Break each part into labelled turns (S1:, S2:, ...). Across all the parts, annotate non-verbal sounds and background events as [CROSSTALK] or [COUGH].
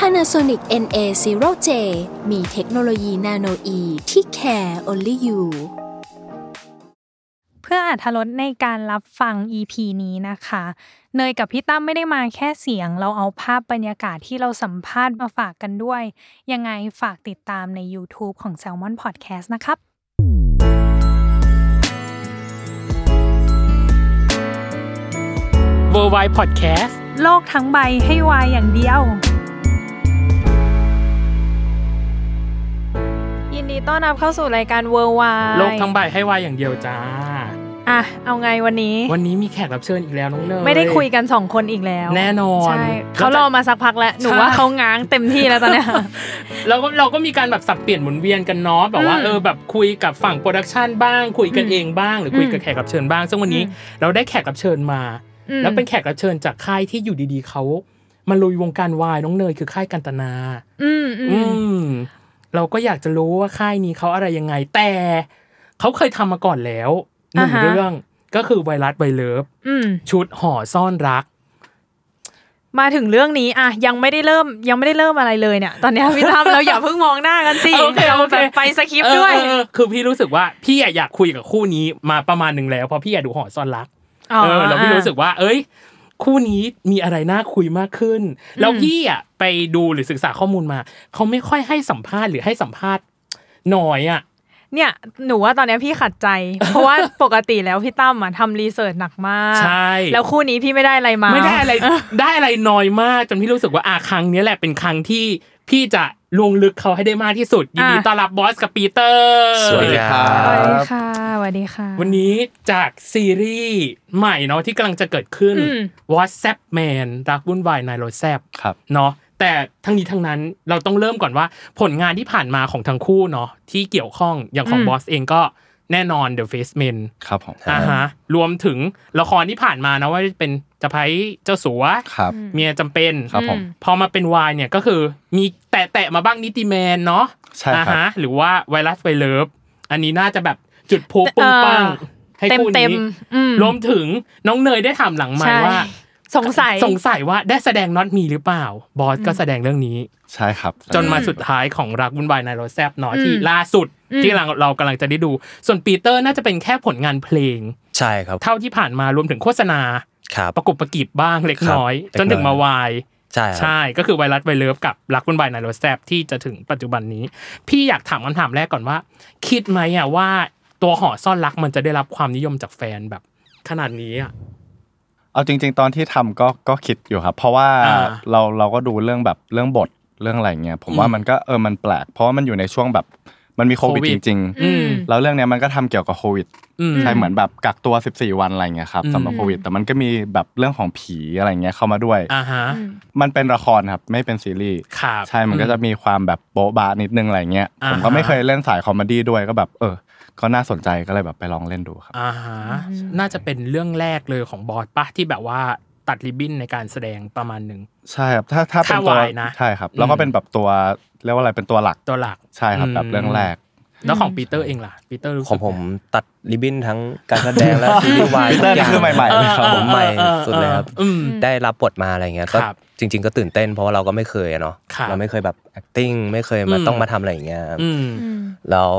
S1: Panasonic NA0J มีเทคโนโลยีนาโนอีที่ care only you
S2: เพื่ออาธรตในการรับฟัง EP นี้นะคะ เนยกับพี่ตั้มไม่ได้มาแค่เสียง เราเอาภาพบรรยากาศที่เราสัมภาษณ์มาฝากกันด้วย ยังไงฝากติดตามใน YouTube ของ Salmon Podcast นะครับ
S3: เวอร์ไวพอดแคสต์
S2: โลกทั้งใบให้วายอย่างเดียว ยินดีต้อนรับเข้าสู่รายการเวอร์วาย
S3: โลกทั้งใบให้วายอย่างเดียวจ้า
S2: อ่ะ เอาไงวันนี้
S3: วันนี้มีแขกรับเชิญอีกแล้วน้องเนย
S2: ไม่ได้คุยกันสองคนอีกแล้ว
S3: แน่นอน
S2: ใช่เขารอมาสักพักแล้ว หนู
S3: ใช่
S2: ว่าเขาง้างเต็มที่แล้วตอนเนี้ย
S3: เราก็เราก็มีการแบบสับเปลี่ยนหมุนเวียนกันเนาะแบบว่า
S2: อืม
S3: เออแบบคุยกับฝั่งโปรดักชันบ้าง คุยกัน
S2: อืม
S3: เองบ้าง หรือคุยกับ
S2: อืม
S3: แขกรับเชิญบ้าง ซึ่งวันนี้
S2: อืม
S3: เราได้แขกรับเชิญมา
S2: อืม
S3: แล้วเป็นแขกรับเชิญจากค่ายที่อยู่ดีๆเขามาลุยวงการวายน้องเนยคือค่ายกันตนา
S2: อืมอื
S3: อื
S2: ม
S3: มเราก็อยากจะรู้ว่าค่ายนี้เขาอะไรยังไง แต่เขาเคยทำมาก่อนแล้วหนึ่ง
S2: อ่าฮะ
S3: เรื่องก็คือไวรัสไวเลิฟ
S2: อืม
S3: ชุดห่อซ่อนรัก
S2: มาถึงเรื่องนี้อะยังไม่ได้เริ่มยังไม่ได้เริ่มอะไรเลยเนี่ย ตอนเนี้ยพี่ตั้มเราอย่าเพิ่งมองหน้ากันสิ
S3: โอเค
S2: รา
S3: โอเค
S2: แบบไปสคริปต์ด้วย
S3: เออเออคือพี่รู้สึกว่าพี่อะอยากคุยกับคู่นี้มาประมาณหนึ่งแล้วเพราะพี่อยากดูห่อซ่อนรัก
S2: อ
S3: เออแล้วพี่รู้สึ
S2: อ่ะ
S3: กว่า เอ้ย คู่นี้มีอะไรน่าคุยมากขึ้น แล้วพี่อะไปดูหรือศึกษาข้อมูลมาเขาไม่ค่อยให้สัมภาษณ์หรือให้สัมภาษณ์น้อยอะ
S2: เนี่ยหนูว่าตอนเนี้ยพี่ขัดใจ เพราะว่าปกติแล้วพี่ตั้มอะทำรีเสิร์ชหนักมาก
S3: ใช่
S2: แล้วคู่นี้พี่ไม่ได้อะไรมา
S3: ไม่ได้อะไรได้อะไรน้อยมากจนพี่รู้สึกว่าอาครั้งเนี้ยแหละเป็นครั้งที่พี่จะลวงลึกเขาให้ได้มากที่สุดยินดีต้อนรับบอสกับปีเตอร์
S4: สวัสดีครั
S2: สวัสดี
S4: บ
S2: ค่ะสวัสดีค่ะ
S3: วันนี้จากซีรีส์ใหม่เนาะที่กำลังจะเกิดขึ้น
S2: อืม
S3: WhatsApp Man รักวุ่นวายนายรถแซบ
S4: ครับ
S3: เนาะแต่ทั้งนี้ทั้งนั้นเราต้องเริ่มก่อนว่าผลงานที่ผ่านมาของทั้งคู่เนาะที่เกี่ยวข้องอย่างของ
S2: อืม
S3: บอสเองก็แน่นอน The Face Man
S4: ครับผม
S3: อ่าฮะรวมถึงละครที่ผ่านมานะว่าจะเป็นจะไพเจ้าสัว
S4: ครับ
S3: เมียจำเป็น
S4: ครับผม
S3: พอมาเป็นวายเนี่ยก็คือมีแตะแตะๆมาบ้างนิติแมนเนาะ
S4: ใช่
S3: อ่า
S4: ครับ
S3: ฮะหรือว่าไวรัสไวเลิฟอันนี้น่าจะแบบจุดพลุปุ้งปังให้
S2: เต็ม
S3: คู่
S2: เต็
S3: นี้
S2: มๆอืม
S3: รวมถึงน้องเนยได้ถามหลังไมา
S2: ใช่
S3: ว่า
S2: สงสัย
S3: สงสัยว่าได้แสดงน็อตมีหรือเปล่า บอสก็แสดงเรื่องนี้
S4: ใช่ครับ
S3: จนมาสุดท้ายของรักวุ่นวายนายโรแซบเนาะ
S2: อืม
S3: ที่ล่าสุด
S2: อืม
S3: ที่เราเรากำลังจะได้ดู ส่วนปีเตอร์น่าจะเป็นแค่ผลงานเพลง
S4: ใช่ครับ
S3: เท่าที่ผ่านมารวมถึงโฆษณา
S4: ครับ
S3: ประกบประกีบบ้างเล็กน้อย
S4: ครับ
S3: จนถึง
S4: เล็กน้
S3: มา
S4: อย
S3: วาย
S4: ใช่ครับ
S3: ใช่ก็คือไวรัสไวเลิฟกับรักวุ่นวายในรถแซบที่จะถึงปัจจุบันนี้ พี่อยากถามคำถามแรกก่อนว่า คิดไหมอะว่าตัวห่อซ่อนรักมันจะได้รับความนิยมจากแฟนแบบขนาดนี้อะ
S4: เอาจริง ๆ ตอนที่ทำก็ก็คิดอยู่ครับ เพราะว่า
S3: อ่า
S4: เราเราก็ดูเรื่องแบบเรื่องบทเรื่องอะไรเงี้ยผมว่า
S3: อืม
S4: มันก็เออมันแปลก เพราะว่ามันอยู่ในช่วงแบบมันมีโควิด
S3: โควิ
S4: จ
S3: ด
S4: ริง
S2: อืม
S4: ๆ แล้วเรื่องเนี้ยมันก็ทำเกี่ยวกับโควิด
S3: อืม
S4: ใช่เหมือนแบบกักตัว 14 วันอะไรเงี้ยครับ
S3: อืม
S4: สำหรับโควิด แต่มันก็มีแบบเรื่องของผีอะไรเงี้ยเข้ามาด้วย
S3: อ่าฮะ
S4: มันเป็นละครครับไม่เป็นซีรีส์
S3: ครับ
S4: ใช่ มันก็จะมีความแบบโบ๊ะบะนิดนึงอะไรเงี้ย
S3: อ่า
S4: ผมก็
S3: ฮะ
S4: ไม่เคยเล่นสายคอมเมดี้ด้วยก็แบบ เออ ก็น่าสนใจก็เลยแบบไปลองเล่นดูครับ
S3: อ่าฮะน่าจะเป็นเรื่องแรกเลยของบอสปะที่แบบว่าตัดริบบิ้นในการแสดงประมาณหนึ่ง
S4: ใช่ครับ ถ้าถ้าเป็น
S3: ถ้า
S4: ตัว
S3: วายนะ
S4: ใช่ครับ
S3: อืม
S4: แล้วก็เป็นแบบตัวเรียกว่าอะไร เป็นตัวหลัก
S3: ตัวหลัก
S4: ใช่ครับ
S3: อืม
S4: แบบเรื่องแรก
S3: แล้วของปีเตอร์เองล่ะปีเตอร์รู้
S5: ข
S3: สึ
S5: อง
S3: ก
S5: ผมตัดริบบิ้นทั้งการแสดง
S3: [LAUGHS]
S5: และซีรีส์วาย
S4: ปีเตอร์นี่คือใหม่ๆเลยครับ
S5: ผมใหม่สุดเลยครับ
S3: อืม
S5: ได้รับบทมาอะไรเงี้ยก็
S3: ครับ
S5: จริง ๆ ก็ตื่นเต้นเพราะว่าเราก็ไม่เคยอะเนาะ
S3: ครับ
S5: เราไม่เคยแบบ acting ไม่เคยมา
S3: อืม
S5: ต้องมาทำอะไรอย่างเงี้ย
S3: อืม
S5: แล้ว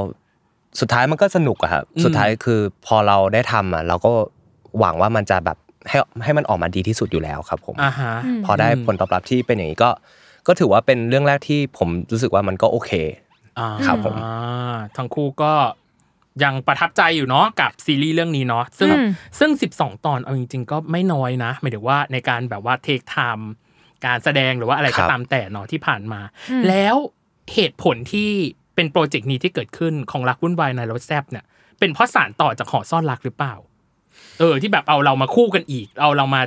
S5: สุดท้ายมันก็สนุกอะครับ
S3: อืม
S5: สุดท้ายคือพอเราได้ทำอะเราก็หวังว่ามันจะแบบให้ให้มันออกมาดีที่สุดอยู่แล้วครับผม
S3: อ่าฮะ
S5: พอได้ผลตอบรับที่เป็นอย่างนี้ก็ ก็ถือว่าเป็นเรื่องแรกที่ผมรู้สึกว่ามันก็โอเค
S3: อ่า
S5: ครับผม
S3: อ่าทั้งคู่ก็ยังประทับใจอยู่เนาะกับซีรีส์เรื่องนี้เนาะซึ่ง
S2: อืม
S3: ซึ่ง 12 ตอนเอาจริง ๆ ก็ไม่น้อยนะหมายถึงว่าในการแบบว่าเทคไทม์การแสดงหรือว่าอะไรก็ตามแต่เนาะที่ผ่านมา แล้วเหตุผลที่เป็นโปรเจกต์นี้ที่เกิดขึ้นของรักวุ่นวายในรถแซบเนี่ย เป็นเพราะสารต่อจากหอซ่อนรักหรือเปล่า เออ ที่แบบเอาเรามาคู่กันอีก เอาเรามา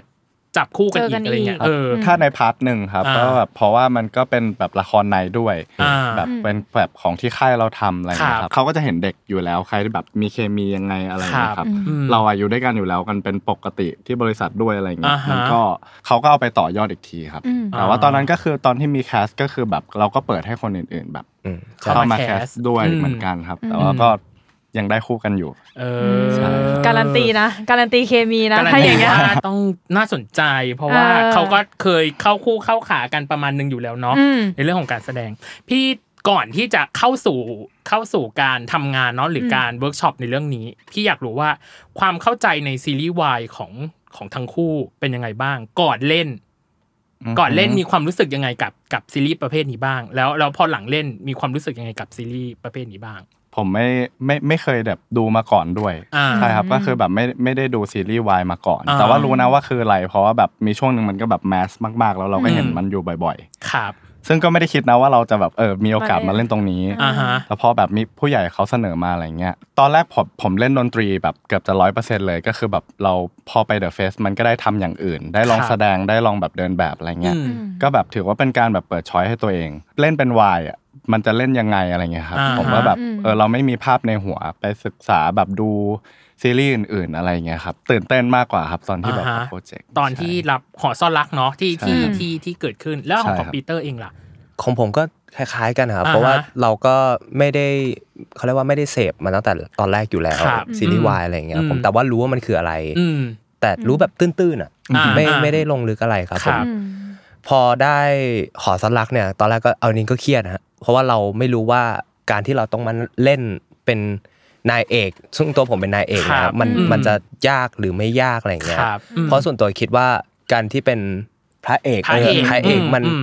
S3: จับคู่กันอี
S2: เจอกั
S3: ก
S2: น
S3: อะไรเงี้ย
S2: อีก
S3: เออ
S4: ถ้าในพาร์ทหนึ่งครับ
S3: อ่า
S4: ก็แบบเพราะว่ามันก็เป็นแบบละครในด้วย
S3: อ่า
S4: แบบเป็นแบบของที่ค่ายเราทำอะไรอย่างเงี้ย
S3: ค
S4: ค
S3: รั
S4: รั
S3: บบ
S4: เขาก็จะเห็นเด็กอยู่แล้วใครที่แบบมีเคมียังไงอะไรอย่างเงี้ย
S3: ค
S4: ค
S3: รั
S4: รับ บ
S3: อืม
S4: เราอะอยู่ด้วยกันอยู่แล้วกันเป็นปกติที่บริษัทด้วยอะไรเงี้ย
S3: อ่าฮะ
S4: มันก็เขาก็เอาไปต่อยอดอีกทีครับ
S2: อืม
S3: อ่า
S4: แต่ว่าตอนนั้นก็คือตอนที่มีแคสก็คือแบบเราก็เปิดให้คนอื่นๆ แบบ
S5: อืมใช่
S4: เข้ามา
S3: เข้ามาแค
S4: แค
S3: ส
S4: สด้วย
S3: อืม
S4: เหมือนกันครับ
S2: อืม
S4: แต่ว่าก็ยังได้คู่กันอยู่
S3: เอ
S2: ใช่
S3: อ
S6: การันตีนะ การันตีเคมีนะ
S3: การัน
S6: ถ้า
S3: ตี
S6: อย่างเงี้ย
S3: ว่ต้องน่าสนใจ เพราะว่า
S6: เออ
S3: เขาก็เคยเข้าคู่เข้าขากันประมาณหนึงอยู่แล้วเนาะ
S6: อืม
S3: ในเรื่องของการแสดง พี่ก่อนที่จะเข้าสู่เข้าสู่การทำงานเนาะหรืออ
S2: ม
S3: การเวิร์กช็อปในเรื่องนี้ พี่อยากรู้ว่าความเข้าใจในซีรีส์วายของของทั้งคู่เป็นยังไงบ้าง ก่อนเล่น
S4: อือฮึ
S3: ก่อนเล่นมีความรู้สึกยังไงกับกับซีรีส์ประเภทนี้บ้าง แล้วแล้วพอหลังเล่นมีความรู้สึกยังไงกับซีรีส์ประเภทนี้บ้าง
S4: ผมไม่ไม่ไม่เคยแบบดูมาก่อนด้วย
S3: อ่า
S4: ใช่ครับก็คือแบบไม่ไม่ได้ดูซีรีส์วายมาก่อน
S3: อ่า
S4: แต่ว่ารู้นะว่าคืออะไร เพราะว่าแบบมีช่วงหนึ่งมันก็แบบแมสมากๆ แล้วเราก็เห็น
S3: อืม
S4: มันอยู่บ่อย
S3: ครับ
S4: ๆ ซึ่งก็ไม่ได้คิดนะว่าเราจะแบบเออมีโอกาสมาเล่นตรงนี้
S3: อ่าฮะ
S4: แล้วพอแบบมีผู้ใหญ่เขาเสนอมาอะไรเงี้ย ตอนแรกผมผมเล่นดนตรีแบบเกือบจะร้อยเปอร์เซ็นเลย ก็คือแบบเราพอไปเดอะเฟสมันก็ได้ทำอย่างอื่น ได้ลอง
S3: ครับ
S4: แสดงได้ลองแบบเดินแบบอะไรเงี้ย
S3: อืม
S4: ก็แบบถือว่าเป็นการแบบเปิดช้อยให้ตัวเอง เล่นเป็นวายอ่ะมันจะเล่นยังไงอะไรเงี้ยครับ
S3: อ่าฮะ
S4: ผมว่าแบบ
S2: อืม
S4: เออเราไม่มีภาพในหัวไปศึกษาแบบดูซีรีส์อื่นๆอะไรเงี้ยครับตื่นเต้นมากกว่าครับตอนที่แบบ
S3: อ่าฮะ
S4: โปรเจกต์
S3: ตอนที่รับหอซ่อนรักเนาะที่ที่
S4: ใช่ครับ
S3: ที่ที่เกิดขึ้นแล้วของข
S4: ใช่
S3: อง
S4: ครับ
S3: ปีเตอร์เองล่ะ
S5: ของผมก็คล้าย ๆ กันครับ
S3: อ่าฮะ
S5: เพราะว่าเราก็ไม่ได้เขาเรียกว่าไม่ได้เสพมาตั้งแต่ตอนแรกอยู่แล้ว
S3: ครับ
S5: ซีรีส์
S3: อืม
S5: วายอะไรอย่างเงี้ย
S3: อืม
S5: ผมแต่ว่ารู้ว่ามันคืออะไร
S3: อืม
S5: แต่รู้แบบตื้นๆอ่ะ
S3: อ่า
S5: ไม่
S3: อ่า
S5: ไม่ได้ลงลึกอะไรครับ
S3: ค
S5: ผ
S3: รั
S5: ม
S3: บ
S2: อืม
S5: พอได้หอสลักเนี่ย ตอนแรกก็เอานิ้งก็เครียดฮะเพราะว่าเราไม่รู้ว่าการที่เราต้องมาเล่นเป็นนายเอก ซึ่งตัวผมเป็นนายเอก
S3: ครั
S5: นะ
S3: บ
S5: มัน
S3: อืม
S5: มันจะยากหรือไม่ยากอะไรอย่างเงี้
S3: ค
S5: ย
S3: รับอืม
S5: เพราะส่วนตัวคิดว่าการที่เป็นพระเอก
S3: พระเอก
S5: พระเอก
S3: อืม
S5: มัน
S3: อืม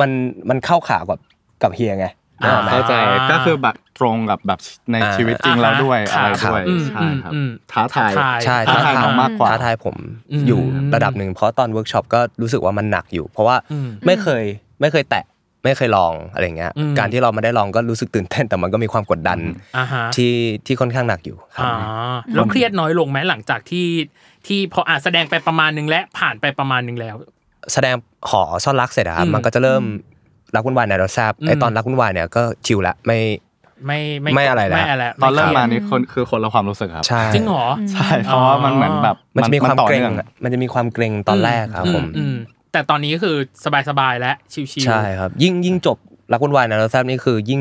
S5: มันมันเข้าขากับกับเฮียไง
S3: อ่า
S5: ได้
S4: เข้า
S5: ไหม
S4: ใจก็คือแบบตรงกับแบบใน
S5: อ่า
S4: ชีวิตจริงเราด้วย
S3: ค
S4: อะ
S3: บ
S4: ไรด้วย
S3: อืม
S4: ใช่ครับ
S3: อืม
S4: ท้าทาย
S3: ท้าทาย
S5: ใช่
S4: ท้าทายเรามากกว่า
S5: ท้าทายผม
S3: อืม
S5: อยู่ระดับหนึ่งเพราะตอนเวิร์กช็อปก็รู้สึกว่ามันหนักอยู่ เพราะว่า
S3: อืม
S5: ไม่เคยไม่เคยแตะไม่เคยลองอะไรเงี้ย
S3: อืม
S5: การที่เรามาได้ลองก็รู้สึกตื่นเต้นแต่มันก็มีความกดดัน
S3: อ่าฮะ
S5: ที่ที่ค่อนข้างหนักอยู่ครับ
S3: อ่าแล้วเครียดน้อยลงไหมหลังจากที่ที่พออ่ะแสดงไปประมาณนึงและผ่านไปประมาณนึงแล้ว
S5: แสดงหอซ่อนรักเสร็จอะครับ
S3: อืม
S5: มันก็จะเริ่มรักวุ่นวายในเราทราบไอ
S3: อืม
S5: ตอนรักวุ่นวายเนี่ยก็ชิลละไม่
S3: ไม่
S5: ไม่อะไรแล้ว
S3: ไม่อะไร
S4: ตอนเริ่ม
S3: ไคยด
S4: มานี่คนคือคนละความรู้สึกครับ
S5: ใช่
S3: จริงเหรอ
S4: ใช่เพราะว่ามันเหมือนแบบ
S5: มันจะมีความ
S4: ต่อ
S5: เกรง
S4: นื่อง
S5: อะมันจะมีความเกรงตอนแรกครับ
S3: อื
S5: ผม
S3: อืแต่ตอนนี้ก็คือสบายๆและชิวๆ
S5: ใช่ครับ ยิ่งยิ่งจบรักวุ่นวายนะเราทราบนี่คือยิ่ง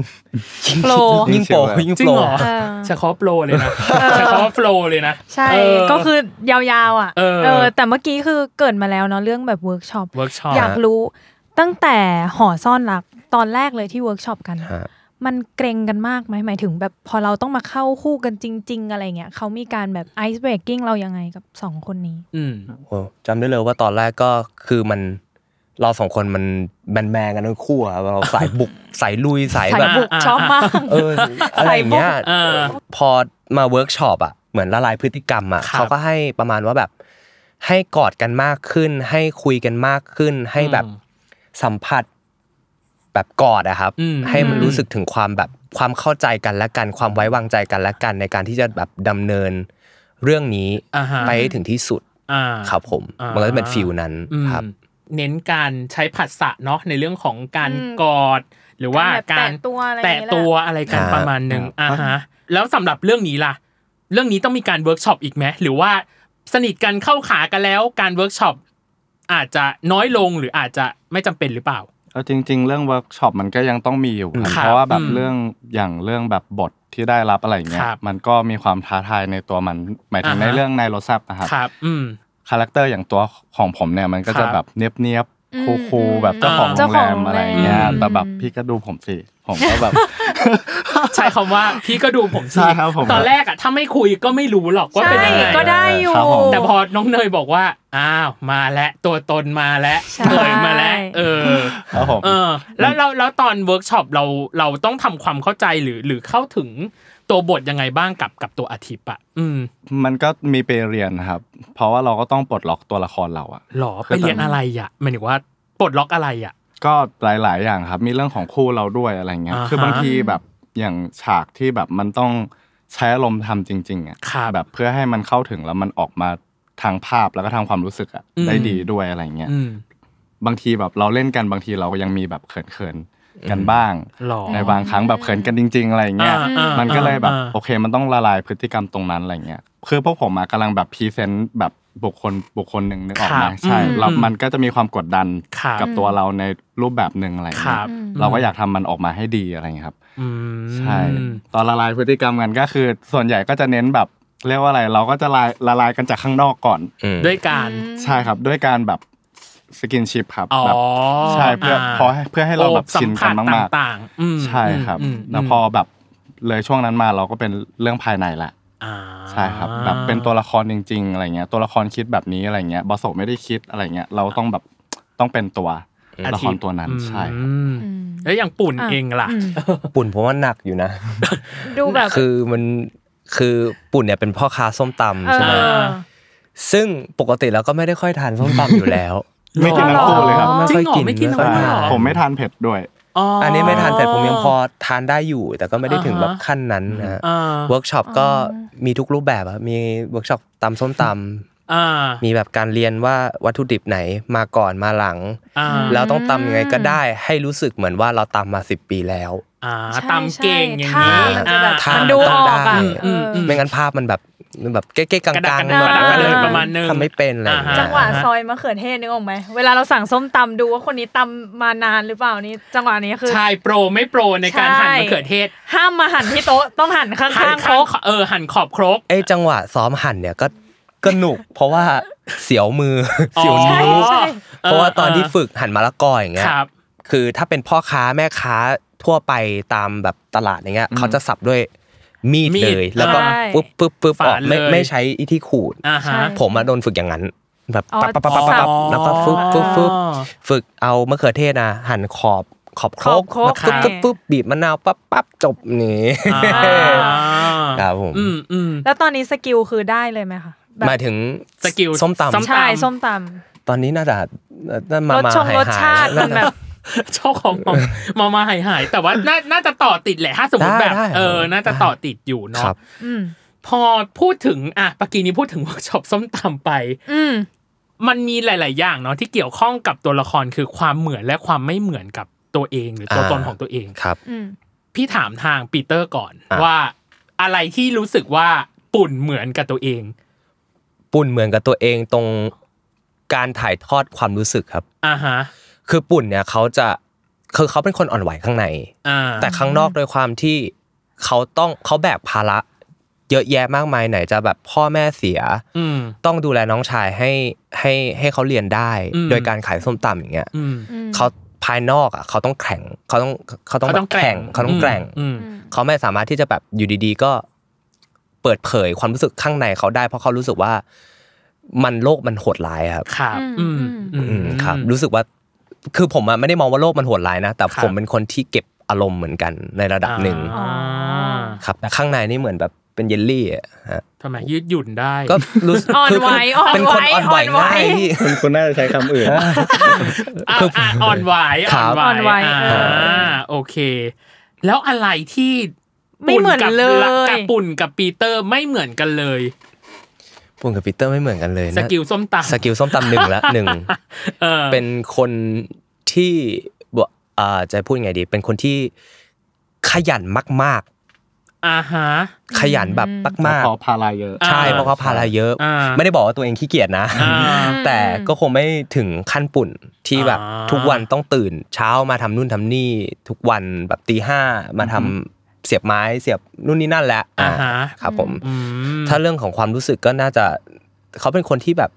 S5: ยิ่ง
S6: โปร
S5: ยิ่งโปรยิ่ง
S3: จริ
S5: โป
S3: ง
S5: ร
S3: เหรอ
S6: เออ
S3: เฉพาะโปรเลยนะเฉพาะโปรเลยนะ
S6: ใช่
S3: เ
S6: ก็คือยาวๆอ่ะ
S3: เออ
S6: แต่เมื่อกี้คือเกริดมาแล้วเนาะเรื่องแบบเวิร์กช็อป
S3: เวิร์กช็อป
S6: อยากรู้ตั้งแต่หอซ่อนรักตอนแรกเลยที่เวิร์กช็อปกัน
S5: ฮะ
S6: มันเกรงกันมากไหมหมายถึงแบบพอเราต้องมาเข้าคู่กันจริง ๆ อะไรเงี้ยเขามีการแบบไอซ์เบรกกิ้งเรายังไงกับสองคนนี้
S3: อืม
S5: โอ้จำได้เลยว่าตอนแรกก็คือมันเราสองคนมันแมนแมนๆกันทั้งคู่อะเราสายบุก สายลุยสาย
S6: ใส่
S5: แบบ
S6: บุก
S3: อ่า
S6: ชอบมาก
S5: เอออะไรอย่างเงี้ย
S3: เออ
S5: พอมาเวิร์กช็อปอ่ะเหมือนละลายพฤติกรรมอ่ะ
S3: ครับ
S5: เขาก็ให้ประมาณว่าแบบ ให้กอดกันมากขึ้น ให้คุยกันมากขึ้น ให้แบบ
S3: อืม
S5: สัมผัสแบบกอดอะครับ
S3: อืม
S5: ให้มันรู้สึกถึงความแบบความเข้าใจกันและกันความไว้วางใจกันและกันในการที่จะแบบดำเนินเรื่องนี้
S3: อ่าฮะ
S5: ไปให้ถึงที่สุด
S3: อ่า
S5: ครับผม
S3: อ่ามั
S5: มันก็จะเป็นฟิลนั้น
S3: อืม
S5: ครับ
S3: เน้นการใช้ผัสสะเนาะในเรื่องของการ
S6: อืม
S3: กอด หรือว่า
S6: การ
S3: กา
S6: แตะ
S3: ร
S6: ตัวอะไรอย่าง
S3: แตะตัวอะไร
S6: เงี้ย
S3: กัน
S5: ครับ
S3: ประมาณหนึ่ง
S4: ครับ
S3: อ่าฮะแล้วสำหรับเรื่องนี้ล่ะ เรื่องนี้ต้องมีการเวิร์กช็อปอีกไหมหรือว่าสนิทกันเข้าขากันแล้วการเวิร์กช็อปอาจจะน้อยลงหรืออาจจะไม่จำเป็นหรือเปล่า
S4: เอาจริง ๆ เรื่องเวิร์กช็อปมันก็ยังต้องมีอยู่ครับ
S3: ครับ
S4: เพราะว่าแบบ
S3: อืม
S4: เรื่องอย่างเรื่องแบบบทที่ได้รับอะไรอย่างเงี้
S3: ค
S4: ย
S3: รับ
S4: มันก็มีความท้าทายในตัวมันหมายถึงใน
S3: อ่าฮะ
S4: เรื่องในรสแซบนะครับ
S3: ครับ อืม
S4: คาแรคเตอร์อย่างตัวของผมเนี่ยมันก็
S3: ครั
S4: จะ
S3: บ
S4: แบบเนียบ
S6: อืม
S4: ๆคูล
S6: อืม
S4: ๆแบบเจ้าของ
S3: อ่า
S4: โรงแรม
S6: เจ้าของโรงแรม
S4: อะไรอย่างเงี้ย
S3: อืม
S4: แต่แบบพี่ก็ดูผมสิผมก็แบบ
S3: ใช้คำว่าพี่ก็ดูผมสิ
S4: ใช่ครับผม
S3: ตอนแรกอะถ้าไม่คุยก็ไม่รู้หรอกว่า
S6: ใช่
S3: เป็นยังไง
S6: ก็ได้อยู่
S4: ครับผม
S3: แต่พอน้องเนยบอกว่า อ้าว มาแล้วตัวตนมาแล้ว
S6: ใช่
S3: เผยมาแล้ว เออ
S4: ครับผม
S3: เออ แล้วเราแล้วตอนเวิร์กช็อปเราเราต้องทำความเข้าใจหรือหรือเข้าถึงตัวบทยังไงบ้างกับกับตัวอาทิตย์อ่ะ อืม
S4: มันก็มีไปเรียนครับ เพราะว่าเราก็ต้องปลดล็อกตัวละครเราอะ
S3: หรอไปเรียนอะไรอ่ะหมายถึงว่าปลดล็อกอะไรอ่ะ
S4: ก็หลาย ๆ อย่างครับ มีเรื่องของคู่เราด้วยอะไรเงี้ย
S3: อ่าฮะ
S4: คือบางทีแบบอย่างฉากที่แบบมันต้องใช้อารมณ์ทำจริง ๆอ่ะ
S3: ครับ
S4: แบบเพื่อให้มันเข้าถึงแล้วมันออกมา ทางภาพแล้วก็ทางความรู้สึกอะ
S3: อืม
S4: ได้ดีด้วยอะไรอย่างเงี้ย
S3: อืม
S4: บางทีแบบเราเล่นกันบางทีเราก็ยังมีแบบเขินๆกันบ้าง
S3: หล่อ
S4: ในบางครั้งแบบเขินกันจริง ๆ อะไรอย่างเงี้ย
S3: อ่าอ่า
S4: มันก็เลยแบบ
S3: อ่า
S4: โอเคมันต้องละลายพฤติกรรมตรงนั้นอะไรเงี้ยคือพวกผมอะกำลังแบบพรีเซนต์แบบบุคคลบุคคลหนึ่งนึกออก
S3: ค
S4: ไหม
S3: รับ
S4: ใช่
S3: อืม
S4: แล้ว
S3: อืม
S4: มันก็จะมีความกดดัน
S3: ครับ
S4: กับตัวเราในรูปแบบหนึ่งอะไร
S3: ครั
S4: เงี้
S3: บ
S4: ยเราก็อยากทำมันออกมาให้ดีอะไรเงี้ยครับ
S3: อืม
S4: ใช่ตอนละลายพฤติกรรมกันก็คือ ส่วนใหญ่ก็จะเน้นแบบเรียกว่าอะไรเราก็จะละละลายกันจากข้างนอกก่อน
S5: อืม
S3: ด้วยการ
S4: ใช่ครับ ด้วยการแบบสกินชิพครับ
S3: อ๋อ
S4: แบบใช่เพื่ออา พอให้เพื่อให้เราแบบ
S3: โอ้สั
S4: ชินกันมาก
S3: ต่างๆอืม
S4: ๆใช่ครับ
S3: อืมอืม
S4: แล้วพอแบบเลยช่วงนั้นมาเราก็เป็นเรื่องภายในละ
S3: อ่า
S4: ใช่ครับแบบเป็นตัวละครจริง ๆ อะไรเงี้ย ตัวละครคิดแบบนี้อะไรเงี้ยบอสโซไม่ได้คิดอะไรเงี้ยเราต้องแบบต้องเป็นตัว
S3: อา
S4: ละค
S3: ทิต
S4: รตัวนั้นใช่ครับ
S3: อืม
S6: อืม
S3: แล้วอย่างปุ่น
S6: อ่ะ
S3: เองล่ะ
S5: ปุ่นผมว่าหนักอยู่นะ
S6: ดูแบบ
S5: คือมันคือปุ่นเนี่ยเป็นพ่อค้าส้มตำใช่ไหม
S6: เออ
S5: ซึ่งปกติเราก็ไม่ได้ค่อยทานส้มตำอยู่แล้ว
S4: ไม่กินทั้งคู่เลยครับ
S3: จริงเหรอไม่
S5: ไม่
S3: กิน
S5: กิน
S3: ทั้งคู่
S5: ไม่
S3: เลย
S5: ค่
S3: เหรอ
S5: อยทาน
S4: ผมไม่ทานเผ็ดด้วย
S5: อันนี้ไม่ทานแต่ผมยังพอทานได้อยู่ แต่ก็ไม่ได้ถึงแบบ
S3: อ่าฮะ
S5: ขั้นนั้นนะฮะ
S3: อ่า
S5: เวิร์กช็อปก็มีทุกรูปแบบอะมีเวิร์กช็อปตำส้มต
S3: อ่า
S5: ำมีแบบการเรียนว่าวัตถุดิบไหนมาก่อนมาหลัง
S3: อ่า
S5: เราต้องตำยังไงก็ได้ให้รู้สึกเหมือนว่าเราตำมา 10 ปีแล้ว
S3: อ่า
S6: ใช่
S3: ตามเก่งอย่าง
S6: ใช่
S3: นี้
S6: ท่ามันจะแบบ
S3: อ่
S6: มันดูออกอะ
S3: ตาม
S6: เออ
S3: อืมอืม
S5: ไม่งั้นภาพมันแบบมันแบบเก๊กๆกลาง
S3: กระดัก
S5: ๆ
S3: กระดักกระ
S5: แบบ
S3: ดักกระเดิน
S5: เออ
S3: ประมาณนึง
S5: ทำไม่เป็นอะไรอย่าเย
S3: อ่าฮะ
S6: จังหวะซอยมะเขือเทศนึกออกไหมเวลาเราสั่งส้มตำดูว่าคนนี้ตำมานานหรือเปล่านี่จังหวะนี้คือ
S3: ชายโปรไม่โปรในการ
S6: ใช่
S3: หั่นมะเขือเทศ
S6: ห้ามมาหันที่โต๊ะต้องหันข้
S3: หั่น
S6: าง
S3: ค
S6: ๆ
S3: ร
S6: โต๊ะ
S3: กเออหั่นขอบครก
S5: ไอ้จังหวะซ้อมหั่นเนี่ยก็ก็หนุก เพราะว่าเสียวมือ เสียวนิ้ว
S3: อ๋อใช่
S5: เพราะว่าตอนที่
S3: เออ
S5: ฝึกหั่นมะละกออย่างเงี้
S3: ค
S5: ย
S3: รับ
S5: คือถ้าเป็นพ่อค้าแม่ค้าทั่วไปตามแบบตลาดอย่างเงี้ยเขาจะสับด้วยมีด
S3: มีด
S5: เลย แล้วก็
S6: ใช่
S5: ปุ๊บปุ๊บปุ๊บอ
S3: ฝา
S5: อก
S3: น
S5: ไม่
S3: เลย
S5: ไม่ใช้อีที่ขูด
S3: อ่าฮะ
S5: ผมมาโดนฝึกอย่างนั้น แบบ
S6: อ๋อ
S5: ปั๊บปั๊บปั๊บปั๊บปั๊บ
S6: สับ
S5: แล้วก็ฟึบฟึบฟึบฝึกเอามะเขือเทศนะหั่นขอบขอบครก
S6: ขอบครก
S5: แล้วปุ๊บปุ๊บปุ๊บบีบมะนาวปั๊บปั๊บจบนี่
S3: อ่า
S5: ครับผม
S3: อืมอืม
S6: แล้วตอนนี้สกิลคือได้เลยไหมคะแบบ
S5: หมายถึง
S3: สกิล
S5: ส้ม
S3: ส้
S5: ตำ
S6: ใช่
S3: ตำ
S6: ส้มต
S5: ตอนนี้น่าจะน่า
S6: ำ
S5: มาร
S6: ส
S5: มา
S6: ชง
S5: หาย
S6: รสชาติ
S5: หาย
S6: มันแบบ
S3: เจ้าของมอมมามาหายหายแต่ว่า [LAUGHS] น่าน่าจะต่อติดแหละถ้าสมมติ
S5: ได้
S3: แบบ
S5: ได้
S3: เออน่าจะต่อติดอยู่เนาะ
S5: ครับ
S6: อืม
S3: พอพูดถึงอ่ะปกีนี้พูดถึงเวิร์ก [LAUGHS] ช็อปส้มตำไป
S6: อืม
S3: มันมีหลาย ๆ อย่างเนาะที่เกี่ยวข้องกับตัวละครคือความเหมือนและความไม่เหมือนกับตัวเองหรือตัว
S5: อ่า
S3: ตนของตัวเอง
S5: ครับ
S6: อืม
S3: พี่ถามทางปีเตอร์ก่อน
S5: อ่ะ
S3: ว่าอะไรที่รู้สึกว่าปุ่นเหมือนกับตัวเอง
S5: ปุ่นเหมือนกับตัวเองตรงการถ่ายทอดความรู้สึกครับ
S3: อ่าฮะ
S5: คือปุ่นเนี่ยเขาจะคือเขาเป็นคนอ่อนไหวข้างใน
S3: อ่า
S5: แต่ข้างนอกโดยความที่เขาต้องเขาแบกภาระเยอะแยะมากมายไหนจะแบบพ่อแม่เสีย
S3: อืม
S5: ต้องดูแลน้องชายให้ให้ให้เขาเรียนได้
S3: อืม
S5: โดยการขายส้มตำอย่างเงี้ย
S3: อืม
S5: เขาภายนอกอ่ะเขาต้องแข็งเขาต้องเขาต้องแบบแข่งเขาต้องแกร่ง
S3: อืม
S5: เขาไม่สามารถที่จะแบบอยู่ดีๆ ก็เปิดเผยความรู้สึกข้างในเขาได้ เพราะเขารู้สึกว่ามันโลกมันโหดร้ายครับ
S3: ครับอื
S6: อื
S3: ม
S6: ม
S3: อื
S5: อื
S3: ม
S5: มครับ
S3: รู้
S5: รู้สึกว่าคือผมอะไม่ได้มองว่าโลกมันโหดร้ายนะแต่
S3: ครับ
S5: ผมเป็นคนที่เก็บอารมณ์เหมือนกันในระดับหนึ่ง
S3: อ่า
S5: ครับแต่ข้างในนี่เหมือนแบบเป็นเยลลี่อะฮะ
S3: ทำไมยืดหยุ่นได้
S6: [LAUGHS]
S5: ก็รู้สึก
S6: อ่อนไหวอ่อนไหว
S5: เป็นคนอ่อน
S6: อ่อนไห
S5: ไหว
S6: ว
S5: ง่ายที่
S4: คุณคุณน่าจะใช้คำอื่น
S3: อ่ะ
S5: คืออ่
S3: ะอ่อนไหว
S5: ครั
S3: อ่อบ นไหว
S6: อ่อนไหวเออ
S3: อ่าโอเค แล้วอะไรที่
S6: ไม่เหมือน
S3: ปุ่กับ
S6: เลย
S3: กับปุ่นกับปีเตอร์ไม่เหมือนกันเลย
S5: ปุ่นกับปีเตอร์ไม่เหมือนกันเลยนะ
S3: สกิลส้มตำ
S5: สกิลส้มตำหนึ่ง
S6: [LAUGHS]
S5: ละหนึ่ง
S3: เออ
S5: เป็นคนที่บอ่าจะพูดยังไงดี เป็นคนที่ขยันมาก
S3: อ่าฮะ
S5: ๆ ขยันแบบมาก
S4: พอภาระเยอะ
S5: ๆ ใช่เพราะเขาภาระเยอะ
S3: อ่า
S5: ไม่ได้บอกว่าตัวเองขี้เกียจนะ
S3: อ่า
S5: แต่ก็คงไม่ถึงขั้นปุ่นที่แบบ
S3: อ่า
S5: ทุกวันต้องตื่น เช้ามาทำนู่นทำนี่ทุกวันแบบตีห้ามาทำเสียบไม้เสียบนู่นนี่นั่นแหละ
S3: อ่า
S5: อ่า
S3: ฮะ
S5: ครับผม
S3: อืม
S5: ถ้าเรื่องของความรู้สึกก็น่าจะเขาเป็นคนที่แบบ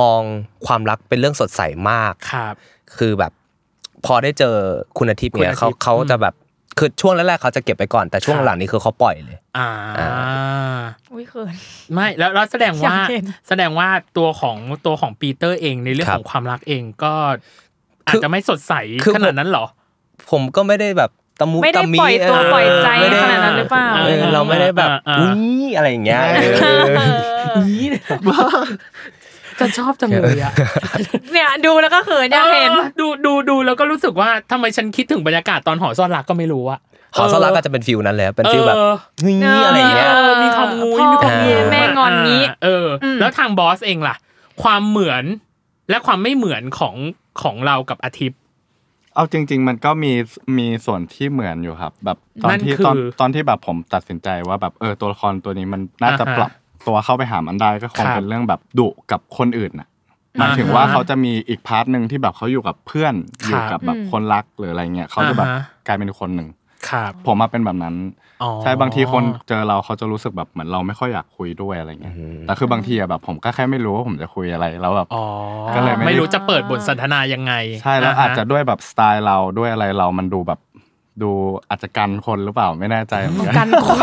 S5: มองความรักเป็นเรื่องสดใสมาก
S3: ครับ
S5: คือแบบพอได้เจอคุณอาทิตย์
S3: คุณ
S5: เนี่ย
S3: อาทิ
S5: เขา
S3: ตย์
S5: เขา
S3: อืม
S5: จะแบบคือช่วงแรกๆเขาจะเก็บไปก่อนแต่ช่วง
S3: ครับ
S5: หลังนี้คือเขาปล่อยเลย
S3: อ่า
S5: อ่
S6: อุ้ยเขิน
S3: ไม่แล้วแล้วแสดงว่า
S6: อยากเห็น
S3: แสดงว่าตัวของตัวของปีเตอร์เองในเรื่อง
S5: ครับ
S3: ของความรักเองก็อา
S5: คื
S3: จ
S5: อ
S3: จะไม่สดใส
S5: คือ
S3: ขนาดนั้นเหรอ
S5: ผมก็ไม่ได้แบบตะมุ
S6: ไม่ได้
S5: ตะมี
S6: ปล่อยตัว
S5: เ
S6: ปล่อยใจ
S5: ไม่ได้
S6: ขนาดนั้นหรือเปล่า
S5: ออเราไม่ได้แบบ
S3: อ่าอ่า
S5: อุ้ยอะไรอย่างเงี้ย
S4: ใช่
S5: เออ
S3: นี่ ฉันช [LAUGHS] อบจังเลยอ่ะ
S6: เนี่ยดูแล้วก็เขินอยากเห็น
S3: ออดูดูดูแล้วก็รู้สึกว่าทำไมฉันคิดถึงบรรยากาศตอนหอซ่อนรักก็ไม่รู้อะ
S5: หอสลักก็จะเป็นฟิลนั้นเลยเป็นฟิลแบบ
S3: เออ
S5: งี้อะไรอย่างเงี้ย
S3: เออมีความงูยมีความเงี้ย
S6: แม่งอนงี้
S3: เอออ
S6: ม
S3: แล้วทางบอสเองล่ะ ความเหมือนและความไม่เหมือนของของเรากับอาทิตย์
S4: เอาจริง ๆ มันก็มีมีส่วนที่เหมือนอยู่ครับ แบบตอนที่
S3: นั่นคือ
S4: ตอนตอนที่แบบผมตัดสินใจว่าแบบเออตัวละครตัวนี้มันน่าจะ
S3: อ่าฮะ
S4: ปรับตัวเข้าไปหามันได้ก็คง
S3: ครับ
S4: เป็นเรื่องแบบดุกับคนอื่นน่ะหมายถึงว่า
S3: อ่าฮะ
S4: เขาจะมีอีกพาร์ทหนึ่งที่แบบเขาอยู่กับเพื่อน
S3: ครับ
S4: อยู่กับแบบคนรักหรืออะไรเงี้ยเขาจะแบบ
S3: อ่าฮะ
S4: กลายเป็นคนหนึ่ง
S3: ครับ
S4: ผมมาเป็นแบบนั้น ใช่บางทีคนเจอเราเขาจะรู้สึกแบบเหมือนเราไม่ค่อยอยากคุยด้วยอะไรเงี้ย
S5: อือหือ
S4: แต่คือบางทีอะแบบผมก็แค่ไม่รู้ว่าผมจะคุยอะไรแล้วแบบ
S3: อ๋อ
S4: ก็เลยไม่ได้
S3: ไม่รู้จะเปิดบทสนทนายังไง
S4: ใช่แล้ว
S3: ฮ
S4: อาจจะด้วยแบบสไตล์เราด้วยอะไรเรามันดูแบบ ดูอาจจะกันคนหรือเปล่าไม่แน่ใจเหมือนกัน
S6: กันคน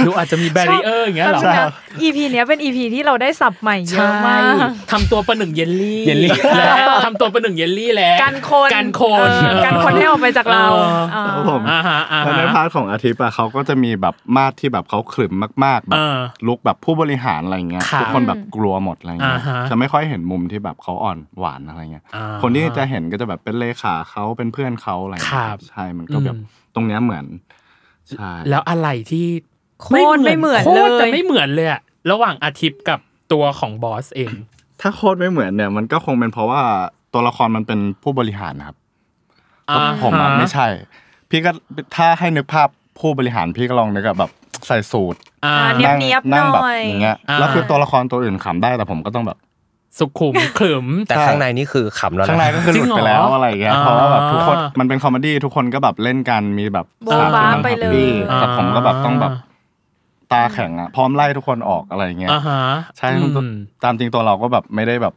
S4: [LAUGHS]
S3: ดูอาจจะมีแบรีเออร์อย่างเงี้ยเหรอ
S6: แป๊บนึงนะ EP เนี้ยเป็น EP ที่เราได้สับใหม่เย
S3: ใช่
S6: อะมาก
S3: ทำตัวประหนึ่งเยลลี่
S5: เยลลี่
S3: และทำตัวประหนึ่งเยลลี่แล้ว
S6: กันคน
S3: กันคน
S6: เออกันคนให้ออกไปจากเรา
S3: เออ
S6: เออ
S4: ผม
S3: อ่าฮะอ่า
S4: แล้ว
S3: ฮะ
S4: ในพาร์ทของอาทิตย์อะเขาก็จะมีแบบมาดที่แบบเขาขรึมมากๆแบ
S3: เอบ อ
S4: ลุกแบบผู้บริหารอะไรเงี้ย
S3: ครับ
S4: ทุกคนแบบกลัวหมดอะไรเงี้ย
S3: อ่าฮะ
S4: จะไม่ค่อยเห็นมุมที่แบบเขาอ่อนหวานอะไรเงี้ย
S3: อ่า
S4: คนที่จะเห็นก็จะแบบเป็นเลขาเขาเป็นเพื่อนเขาอะไรเงี้
S3: ครั
S4: ย
S3: บ
S4: ใช่มันก็แบบ
S3: อืม
S4: ตรงเนี้ยเหมือนใช่
S3: แล้วอะไรที่
S6: โคตรไม่เหมือน
S3: โคตรจะ
S6: เลย
S3: ไม่เหมือนเลยอะระหว่างอาทิตย์กับตัวของบอสเอง
S4: ถ้าโคตรไม่เหมือนเนี่ยมันก็คงเป็นเพราะว่าตัวละครมันเป็นผู้บริหารนะครับ ผมอะไม่ใช่ พี่ก็ถ้าให้นึกภาพผู้บริหารพี่ก็ลองนึกอะแบบใส่สูตร
S3: อ่า
S6: อ่า
S4: นั่ง
S6: เนียบๆ
S4: นั่งแบบ
S6: หน่อย
S4: อย่างเงี้ย
S3: อ่า
S4: แล้วคือตัวละครตัวอื่นขำได้แต่ผมก็ต้องแบบ
S3: สุขุมขรึม
S5: แต่ข้างในนี่คือขำแล้ว
S4: ข้างใน
S5: นะ
S4: ก็คือหลุด
S3: จ
S4: ไป
S3: ริงเหรอ
S4: แล้วอะไรอย่างเงี้ย
S3: อ่า
S4: เพราะว่าแบบทุกคนมันเป็นคอมเมดี้ทุกคนก็แบบเล่นกันมีแบบ
S6: โบ๊ะบ๊ะไปเลย
S4: สามคนแฮปปี้แต่ผมก็แบบต้องแบบตาแข็งอะพร้อมไล่ทุกคนออกอะไรอย่างเงี้ย
S3: อ่าฮะ
S4: ใช่
S3: อืม
S4: ตามจริงตัวเราก็แบบไม่ได้แบบ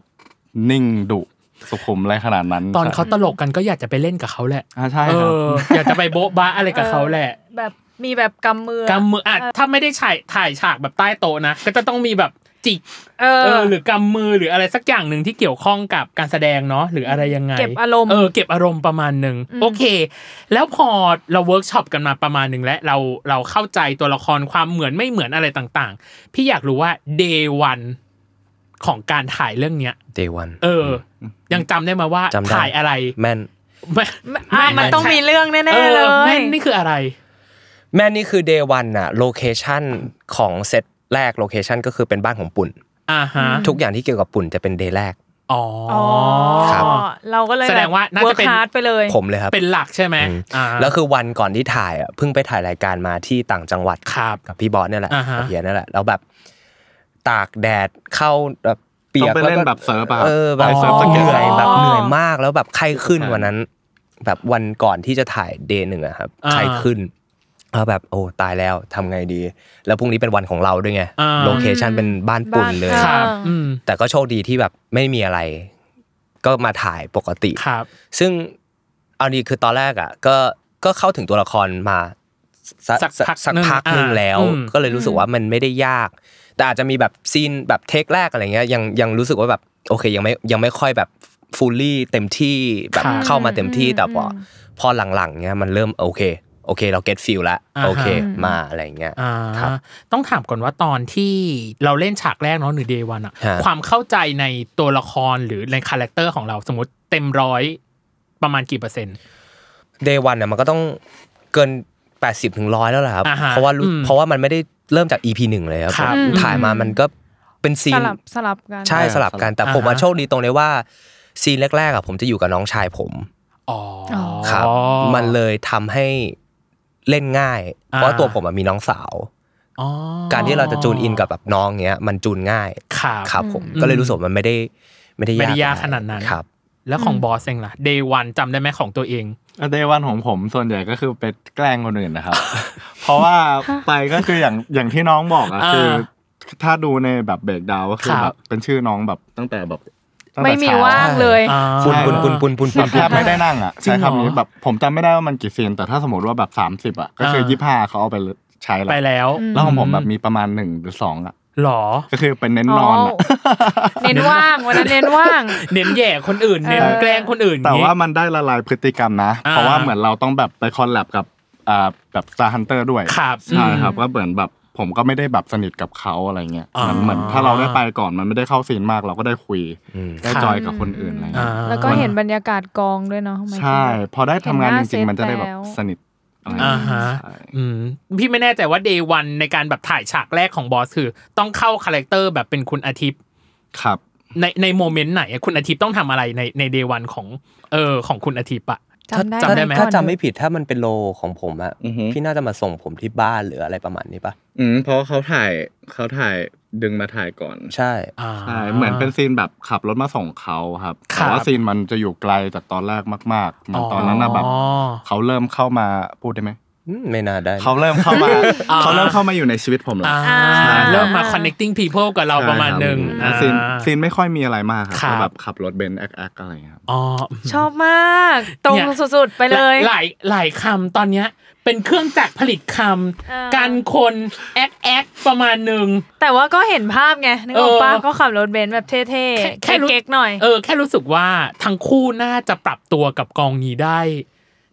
S4: นิ่งดุสุขุมอะไรขนาดนั้น
S3: ตอนเขาตลกกันก็อยากจะไปเล่นกับเขาแหละ
S4: อ่าใช่
S3: เอ
S4: ครับ
S3: ออยากจะไปโบ๊ะบ้าอะไรกับเขาแหละ
S6: แบบมีแบบกำมือก
S3: ำมืออ่ะถ้าไม่ได้ถ่ายถ่ายฉากแบบใต้โต๊ะนะ ก็จะต้องมีแบบจิก
S6: เอ
S3: เอ
S6: อ
S3: อหรือกำมือหรืออะไรสักอย่างหนึ่งที่เกี่ยวข้องกับการแสดงเนาะหรืออะไรยังไง
S6: เก็บอารมณ์
S3: เออเก็บอารมณ์ประมาณหนึ่งโอเค แล้วพอเราเวิร์กช็อปกันมาประมาณหนึ่งและเราเราเข้าใจตัวละครความเหมือนไม่เหมือนอะไรต่างๆ พี่อยากรู้ว่า day one ของการถ่ายเรื่องเนี้ย
S5: day one
S3: เอออ ยังจำได้ไหมาว่า
S5: จำได้
S3: ถ่ายอะไร
S5: แม่น
S3: แม่
S6: อ่ะมันต้องมีเรื่องแน่ๆเล
S3: ออย แม่นนี่คืออะไร
S5: แม่นนี่คือ day one อะโลเคชันของเซตแรกโลเคชันก็คือเป็นบ้านของปุ่น
S3: อ่าฮะ
S5: ทุกอย่างที่เกี่ยวกับปุ่นจะเป็น day แรก
S3: อ๋ออ
S6: อ๋อ
S5: ครับ
S6: เราก็เลย
S3: แสดงว่าน่าจะเป็น
S6: วิร์คฮาร์ดไปเลย
S5: ผมเลยครับ
S3: เป็นหลักใช่ไหม
S5: อืม
S3: อ่า
S5: แล้วคือวันก่อนที่ถ่ายอ่ะเพิ่งไปถ่ายรายการมาที่ต่างจังหวัด
S3: ครับ
S5: กับพี่บอสเนี่ยแหละ
S3: อ่าฮะ
S5: กับเฮียนั่นแหละแล้วแบบ ตากแดดเข้าแบบเปีย
S4: ต้อ
S5: ก
S4: งไป
S5: ล้ว
S4: เล่
S5: ก็
S4: นแบบเซิร์ฟอะครับ
S5: เออแบบ
S4: ไปเซิร์ฟสเก็ต
S5: เหนื่อยแบบเหนื่อยมากแล้วแบบไข้ขึ้นวันนั้น แบบวันก่อนที่จะถ่ายเดย์หนึ่งอะครับ
S3: อ่า
S5: ไข้ขึ้นแล้วแบบโอ้ตายแล้วทำไงดี แล้วพรุ่งนี้เป็นวันของเราด้วยไง
S3: อ่า
S5: โลเคชันเป็นบ้านปุ่นเลย
S6: บ้า
S3: ครับ
S6: ออ
S3: อืม
S5: แต่ก็โชคดีที่แบบไม่มีอะไร ก็มาถ่ายปกติ
S3: ครับ
S5: ซึ่งเอาดีคือตอนแรกอ่ะก็ก็เข้าถึงตัวละครมาสัก
S3: สักพัก
S5: สักพัก
S3: ห
S5: ห
S3: นึ่ง
S5: นึ่ง
S3: อ่า
S5: แล้ว
S3: อืม
S5: ก็เลยรู้สึกว่ามันไม่ได้ยาก แต่อาจจะมีแบบซีนแบบเทคแรกอะไรเงี้ยยังยังรู้สึกว่าแบบโอเคยังไม่ยังไม่ค่อยแบบฟูลลี่เต็มที่แบบเข้ามาเต็มที่แต่พออพอหลังๆเนี้ยมันเริ่มโอเค โอเค เราเก็ตฟิลละโอเคมาอะไรเงี้ย
S3: อ่า
S5: ครับ
S3: ต้องถามก่อนว่าตอนที่เราเล่นฉากแรกเนาะหรือเดวันอะ
S5: ฮะ
S3: ความเข้าใจในตัวละครหรือในคาแรคเตอร์ของเราสมมติเต็มร้อยประมาณกี่เปอร์เซ็นต์
S5: เดย์วันเนี่ยมันก็ต้องเกิน 80ถึงร้อยแล้วแหละครับ
S3: อ่าฮะ
S5: เพราะว่ารู้
S3: อืม
S5: เพราะว่ามันไม่ได้เริ่มจาก EP หนึ่งเลยครับ
S3: ครับ
S5: ผม
S3: อืม
S5: ถ่ายมามันก็เป็นซี
S6: ส
S5: น
S6: ลับสลับกัน
S5: ใช่สลับกันแต่
S3: อ่าฮะ
S5: ผมว่าโชคดีตรงเลยว่า ซีนแรกๆอ่ะผมจะอยู่กับน้องชายผม
S3: อ๋อ
S5: ครับ มันเลยทำให้เล่นง่าย เพราะว่าตัวผมอะมีน้องสาว
S3: อ๋อ
S5: การที่เราจะจูนอินกับแบบน้องเงี้ย มันจูนง่าย
S3: ครับ
S5: ครับผม
S3: อืม
S5: ก็เลยรู้สึกว่ามันไม่ได้ไม่ได้
S3: ไม่ได้ยาย
S5: าก
S3: ขนาดนั้น
S5: ครับ
S3: แล้วของบอสเองล่ะเดวันจำได้ไหมของตัวเอง
S4: เดวันของผมส่วนใหญ่ก็คือไปแกล้งคนอื่นนะครับ เพราะว่าไปก็คืออย่างอย่างที่น้องบอกอะ
S3: อ่า
S4: คือ ถ้าดูในแบบเบรกดาวก็คือ
S3: ค
S4: แบ
S3: รั
S4: บบ เป็นชื่อน้องแบบตั้งแต่แบบตั้งแต่
S6: ไม่มี
S4: เช้
S6: ว่างเลย
S3: อ่า
S5: ปุนปุนปุนปุนปุน
S4: แบ
S5: ปุน
S4: บแทบไม่ได้นั่งอ่ะ
S3: จริ
S4: ใช้
S3: งเหรอ
S4: คำนี้แบบผมจำไม่ได้ว่ามันกี่ซีนแต่ถ้าสมมติว่าแบบ 30อ่ะก็คือ
S3: อ่า
S4: ยี่ห้าเขาเอาไปใช้แล้
S3: ไป
S4: ว
S3: แล้ว
S4: แล้วของผมแบบมีประมาณหนึ่งหรือสองอ่ะ
S3: หรอ
S4: ก็คือเป็นเน้นนอนอะ
S6: เน้นว่างวันนั้นเน้นว่าง
S3: เน้นแย่คนอื่น เน้น
S6: เออ
S3: แกล้งคนอื่นอย่
S4: แต่
S3: งงี้
S4: ว่ามันได้ละลายพฤติกรรมนะ
S3: อ่า
S4: เพราะว่าเหมือนเราต้องแบบไปคอลแลบกับอ่าแบบ Star Hunter ด้วย
S3: ครับ
S4: ใช่
S3: อืม
S4: ครับก็เหมือนแบบ ผมก็ไม่ได้แบบสนิทกับเขาอะไรเงี้ย
S3: อ่ามั
S4: นเหมือนถ้าเราได้ไปก่อนมันไม่ได้เข้าซีนมาก เราก็ได้คุยได้จอยกับคนอื่นอะไร
S3: อ่า
S4: เงี้ย
S6: แล้วก็เห็นบรรยากาศกองด้วยเนาะหมายถึง
S4: ใช่
S6: แบบ
S4: พอได้ทำงานจริงๆ มันจะได้แบ
S6: เห็
S4: บ
S6: นหน้าเซตแล้ว
S4: สนิทอะไร
S3: อ่า
S4: เงี้ย
S3: ฮะ
S4: ใช่
S3: อืมพี่ไม่แน่ใจว่า day one ในการแบบถ่ายฉากแรกของบอสคือ ต้องเข้าคาแรคเตอร์แบบเป็นคุณอาทิตย์
S4: ครับ
S3: ในในโมเมนต์ไหนอะคุณอาทิตย์ต้องทำอะไรในในเดวันของเออของคุณอาทิตย์อะ
S6: จำได้
S3: จำได้ไหม
S6: ตอน
S5: ถ้าจำไม่ผิดถ้ามันเป็นโลของผมอะ
S4: อือฮึ
S5: พี่น่าจะมาส่งผมที่บ้านหรืออะไรประมาณนี้ปะ
S4: อืมเพราะเขาถ่ายเขาถ่ายดึงมาถ่ายก่อน
S5: ใช่
S3: อ่า
S4: ใช่เหมือนเป็นซีนแบบขับรถมาส่งเขาครับ
S3: ครับ
S4: แต่ว่าซีนมันจะอยู่ไกลจากตอนแรกมากๆเหมือนตอนนั้นนะแบบ
S3: อ๋อ
S4: เขาเริ่มเข้ามาพูดได้ไหม
S5: อืมไม่น่าได้นะ
S4: เขาเริ่มเข้ามา
S3: [LAUGHS]
S4: เขาเริ่มเข้ามาอยู่ในชีวิตผมแล้ว
S3: อ่าเริ่มมา connecting people กับเราประมาณหนึ่ง
S4: ใช่ครับซีน
S3: อ่า
S4: ซีนไม่ค่อยมีอะไรมากครับ
S3: ครับ
S4: ก็แบบขับรถเบนซ์แอ๊กๆอะไรอย่างเงี้ยครับ
S3: อ๋อ
S6: ชอบมาก ตรง
S3: เนี่ย
S6: สุดๆ ไปเลย
S3: หลายหลายคำตอนเนี้ยเป็นเครื่องจักรผลิตค
S6: เออ
S3: ำกันคนแอคแอคประมาณหนึ่ง
S6: แต่ว่าก็เห็นภาพไงนึกออกป้า
S3: เออ
S6: ก็ขับรถเบนซ์แบบเท่
S3: แค่
S6: ๆ
S3: แค่รู้
S6: เก๊กๆหน่อย
S3: เออแค่รู้สึกว่าทั้งคู่น่าจะปรับตัวกับกองนี้ได้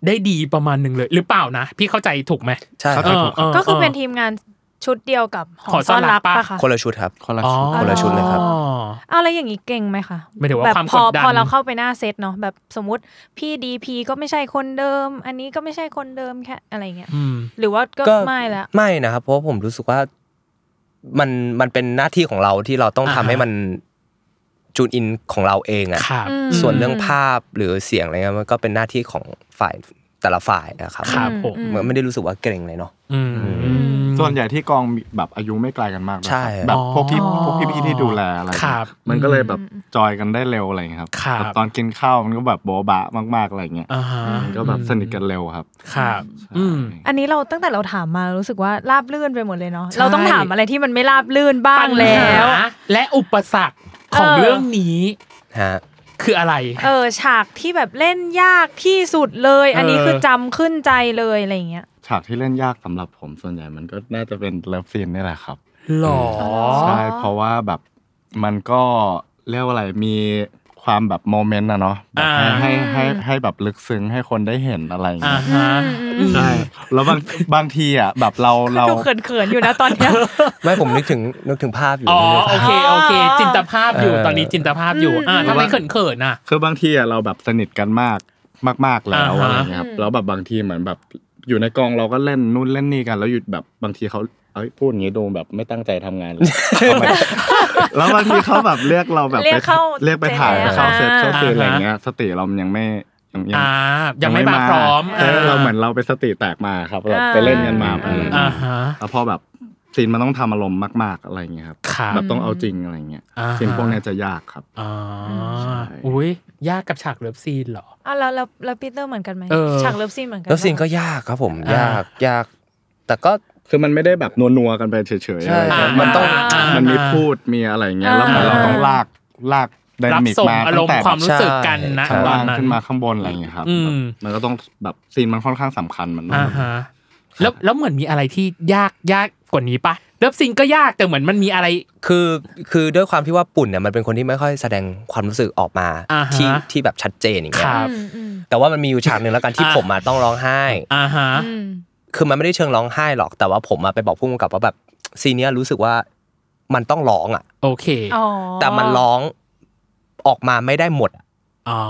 S3: ได้ดีประมาณหนึ่งเลย หรือเปล่านะ พี่เข้าใจถูกไหม
S5: ใช่
S4: เขา
S3: เอ
S4: จะ
S3: อออ
S6: ก็คือเป็นทีมงานชุดเดียวกับหอ
S3: หอซ่
S6: ซ่
S3: อ
S6: อน น
S3: รั
S6: รับ บปะคะ
S5: คนละชุดครับ
S4: คนละ
S3: อ๋อ
S4: ชุด
S5: คนละชุดเลยครับ
S3: อ๋อ
S6: เอาอะไรอย่างนี้เก่งไหมคะ
S3: หมายถึงว่า
S6: แบบ
S3: ความ
S6: พอก
S3: ดดัน
S6: พอเราเข้าไปหน้าเซตเนาะแบบสมมติพี่ดีพีก็ไม่ใช่คนเดิม อันนี้ก็ไม่ใช่คนเดิมแค่อะไรเงี้ย
S3: อืม
S6: หรือว่าก็ไม่ละ
S5: ไม่นะครับเพราะผมรู้สึกว่ามันมันเป็นหน้าที่ของเราที่เราต้อง
S3: อ่า
S5: ทำ
S3: ฮะ
S5: ให้มันจูนอินของเราเองอะ
S3: ครับ
S6: อืม
S5: ส่วนเรื่องภาพหรือเสียงอะไรเงี้ยมันก็เป็นหน้าที่ของฝ่ายแต่ละฝ่ายนะครับ
S3: ครับผม
S6: อืม
S5: มันไม่ได้รู้สึกว่าเกรงเลยเนาะ
S3: อืม
S4: ส่วนใหญ่ที่กองมีแบบอายุไม่ไกลกันมากด้วย
S5: ใช่
S4: ครับแบบพวกพี่พวกพี่ๆที่ดูแลอะไรเงี้ย
S3: ครับ
S4: มันก็เลยแบบจอยกันได้เร็วอะไรเงี้ยครับ
S3: ครับ
S4: แบบตอนกินข้าวมันก็แบบโบ๊ะบะมากๆอะไรเงี้ย
S3: อ่าฮะ
S4: มันก็แบบสนิทกันเร็วครับ
S3: ครับ
S4: ใช่
S3: อืม
S6: อันนี้เราตั้งแต่เราถามมาเรารู้สึกว่าราบลื่นไปหมดเลยเนาะ
S3: ใช่
S6: เราต้องถามอะไรที่มันไม่ราบลื่นบ้าง
S3: ปัญหา
S6: แล้ว
S3: และอุปสรรคของ
S6: เออ
S3: เรื่องนี้
S5: ฮะ
S3: คืออะไร
S6: เออฉากที่แบบเล่นยากที่สุดเลย อันนี้
S3: เออ
S6: คือจำขึ้นใจเลยอะไรอย่างเงี้ย
S4: ฉากที่เล่นยากสำหรับผมส่วนใหญ่มันก็น่าจะเป็นเลิฟซีนนี่แหละครับ
S3: หรอ
S4: ใช่เพราะว่าแบบมันก็เรียกว่าอะไรมีความแบบโมเมนต์นะเนาะแบบให้
S3: อ่า
S4: ให้ให้ให้แบบลึกซึ้งให้คนได้เห็นอะไรอย่าง
S3: อ่า
S4: เงี้ย
S3: ฮะ
S4: ใช่แล้วบาง [LAUGHS] บางทีอ่ะแบบเราเรา
S6: ดูเขินๆอยู่นะตอนเนี้ย
S5: ไม่ผมนึกถึงนึกถึงภาพอยู่
S3: อ๋อ
S5: นึกถึง
S3: โอ
S5: ภาพ
S3: เค โอเค
S6: อ๋อ
S3: จินตภาพอยู่
S5: เออ
S3: ตอนนี้จินตภาพอยู่ อ่าทำไมเขินเขินๆอ่ะ
S4: คือบางทีอะเราแบบสนิทกันมากมาก ๆแล้ว
S3: อ่าฮะ
S4: อะไรเงี้ยครับแล้วแบบบางทีเหมือนแบบอยู่ในกองเราก็เล่นนู่นเล่นนี่กันแล้วหยุดแบบบางทีเขาเอ้ยพูดอย่างนี้ดูแบบไม่ตั้งใจทำงานเลยทำไมแล้วบางทีเขาแบบเรียกเราแบบ
S6: เรียกเข้า
S4: เรียกไปถ่าย
S6: เซต
S4: เขาเซต
S6: อ่า
S4: เขาเซตอะไรเงี้ย สติเรามันยังไม่ยังยัง
S3: อ่า ยังไม่มาพร้อม
S4: เออเราเหมือนเราไปสติแตกมาครับเราไปเล่นกันมาอะไร
S3: อ่า
S4: เงี้ย
S3: ฮะ
S4: แล้วพอแบบซีนมันต้องทำอารมณ์มาก ๆอะไรเงี้ยครับ
S3: ครับ
S4: แบบต้องเอาจริงอะไรเงี้ย
S3: อ่าฮะ
S4: ซีนพวกเนี้ยจะยากครับ
S3: อ๋อ
S4: ใช่
S3: อุ้ย ยากกับฉากเลิฟซีนเหรอ
S6: อ่ะแล้วแล้วแล้วปีเตอร์เหมือนกันไหม
S3: เออ
S6: ฉากเลิฟซีนเหมือนกัน
S5: แล้วสิ่งก็
S6: ปะ
S5: ยากครับผม
S3: อ่าย
S5: ยากยาก แต่ก็
S4: คือมันไม่ได้แบบนัวๆกันไปเฉยๆอะไร
S5: ใช่
S4: เงี้ย
S5: มันต้อง
S3: อ่ามั
S4: มันมีพูดมีอะไรเงี้ย แล้วเหมือนเราต้องลากลากได
S3: รั
S4: นา
S3: บ
S4: มิก
S3: ส่ง
S4: มา
S3: อา
S4: ตั้
S3: รง ม
S4: แต่
S3: ณ์ความรู้สึกกันนะ
S4: ชั้น
S3: ตอน
S4: ล่าง
S3: นั้น
S4: ขึ้นมาข้างบนอะไรเงี้ยครับ
S3: อืม
S4: แบบมันก็ต้องแบบซีนมันค่อนข้างสำคัญมันต้อง
S3: อ่าฮะ แล้วแล้วเหมือนมีอะไรที่ยากยากกว่านี้ปะเลิฟซีนก็ยากแต่เหมือนมันมีอะไร
S5: คือคือด้วยความที่ว่าปุ่นเนี่ยมันเป็นคนที่ไม่ค่อยแสดงความรู้สึกออกมา
S3: อ่าฮะ
S5: ที่ที่แบบชัดเจนอย่าง
S3: ค
S5: เงี้ย
S3: รับ
S5: แต่ว่ามันมีอยู่ฉากหนึ่งแล้วกันที่
S3: อ่า
S5: ผมมาต้องร้องไห้
S3: อ่าฮะ
S5: คือมันไม่ได้เชิงร้องไห้หรอกแต่ว่าผมมาไปบอกผู้กำกับว่าแบบซีนเนี้ยรู้สึกว่ามันต้องร้องอ่ะ
S3: โอเค
S6: อ๋อ
S5: แต่มันร้องออกมาไม่ได้หมดอะ
S3: อ๋อ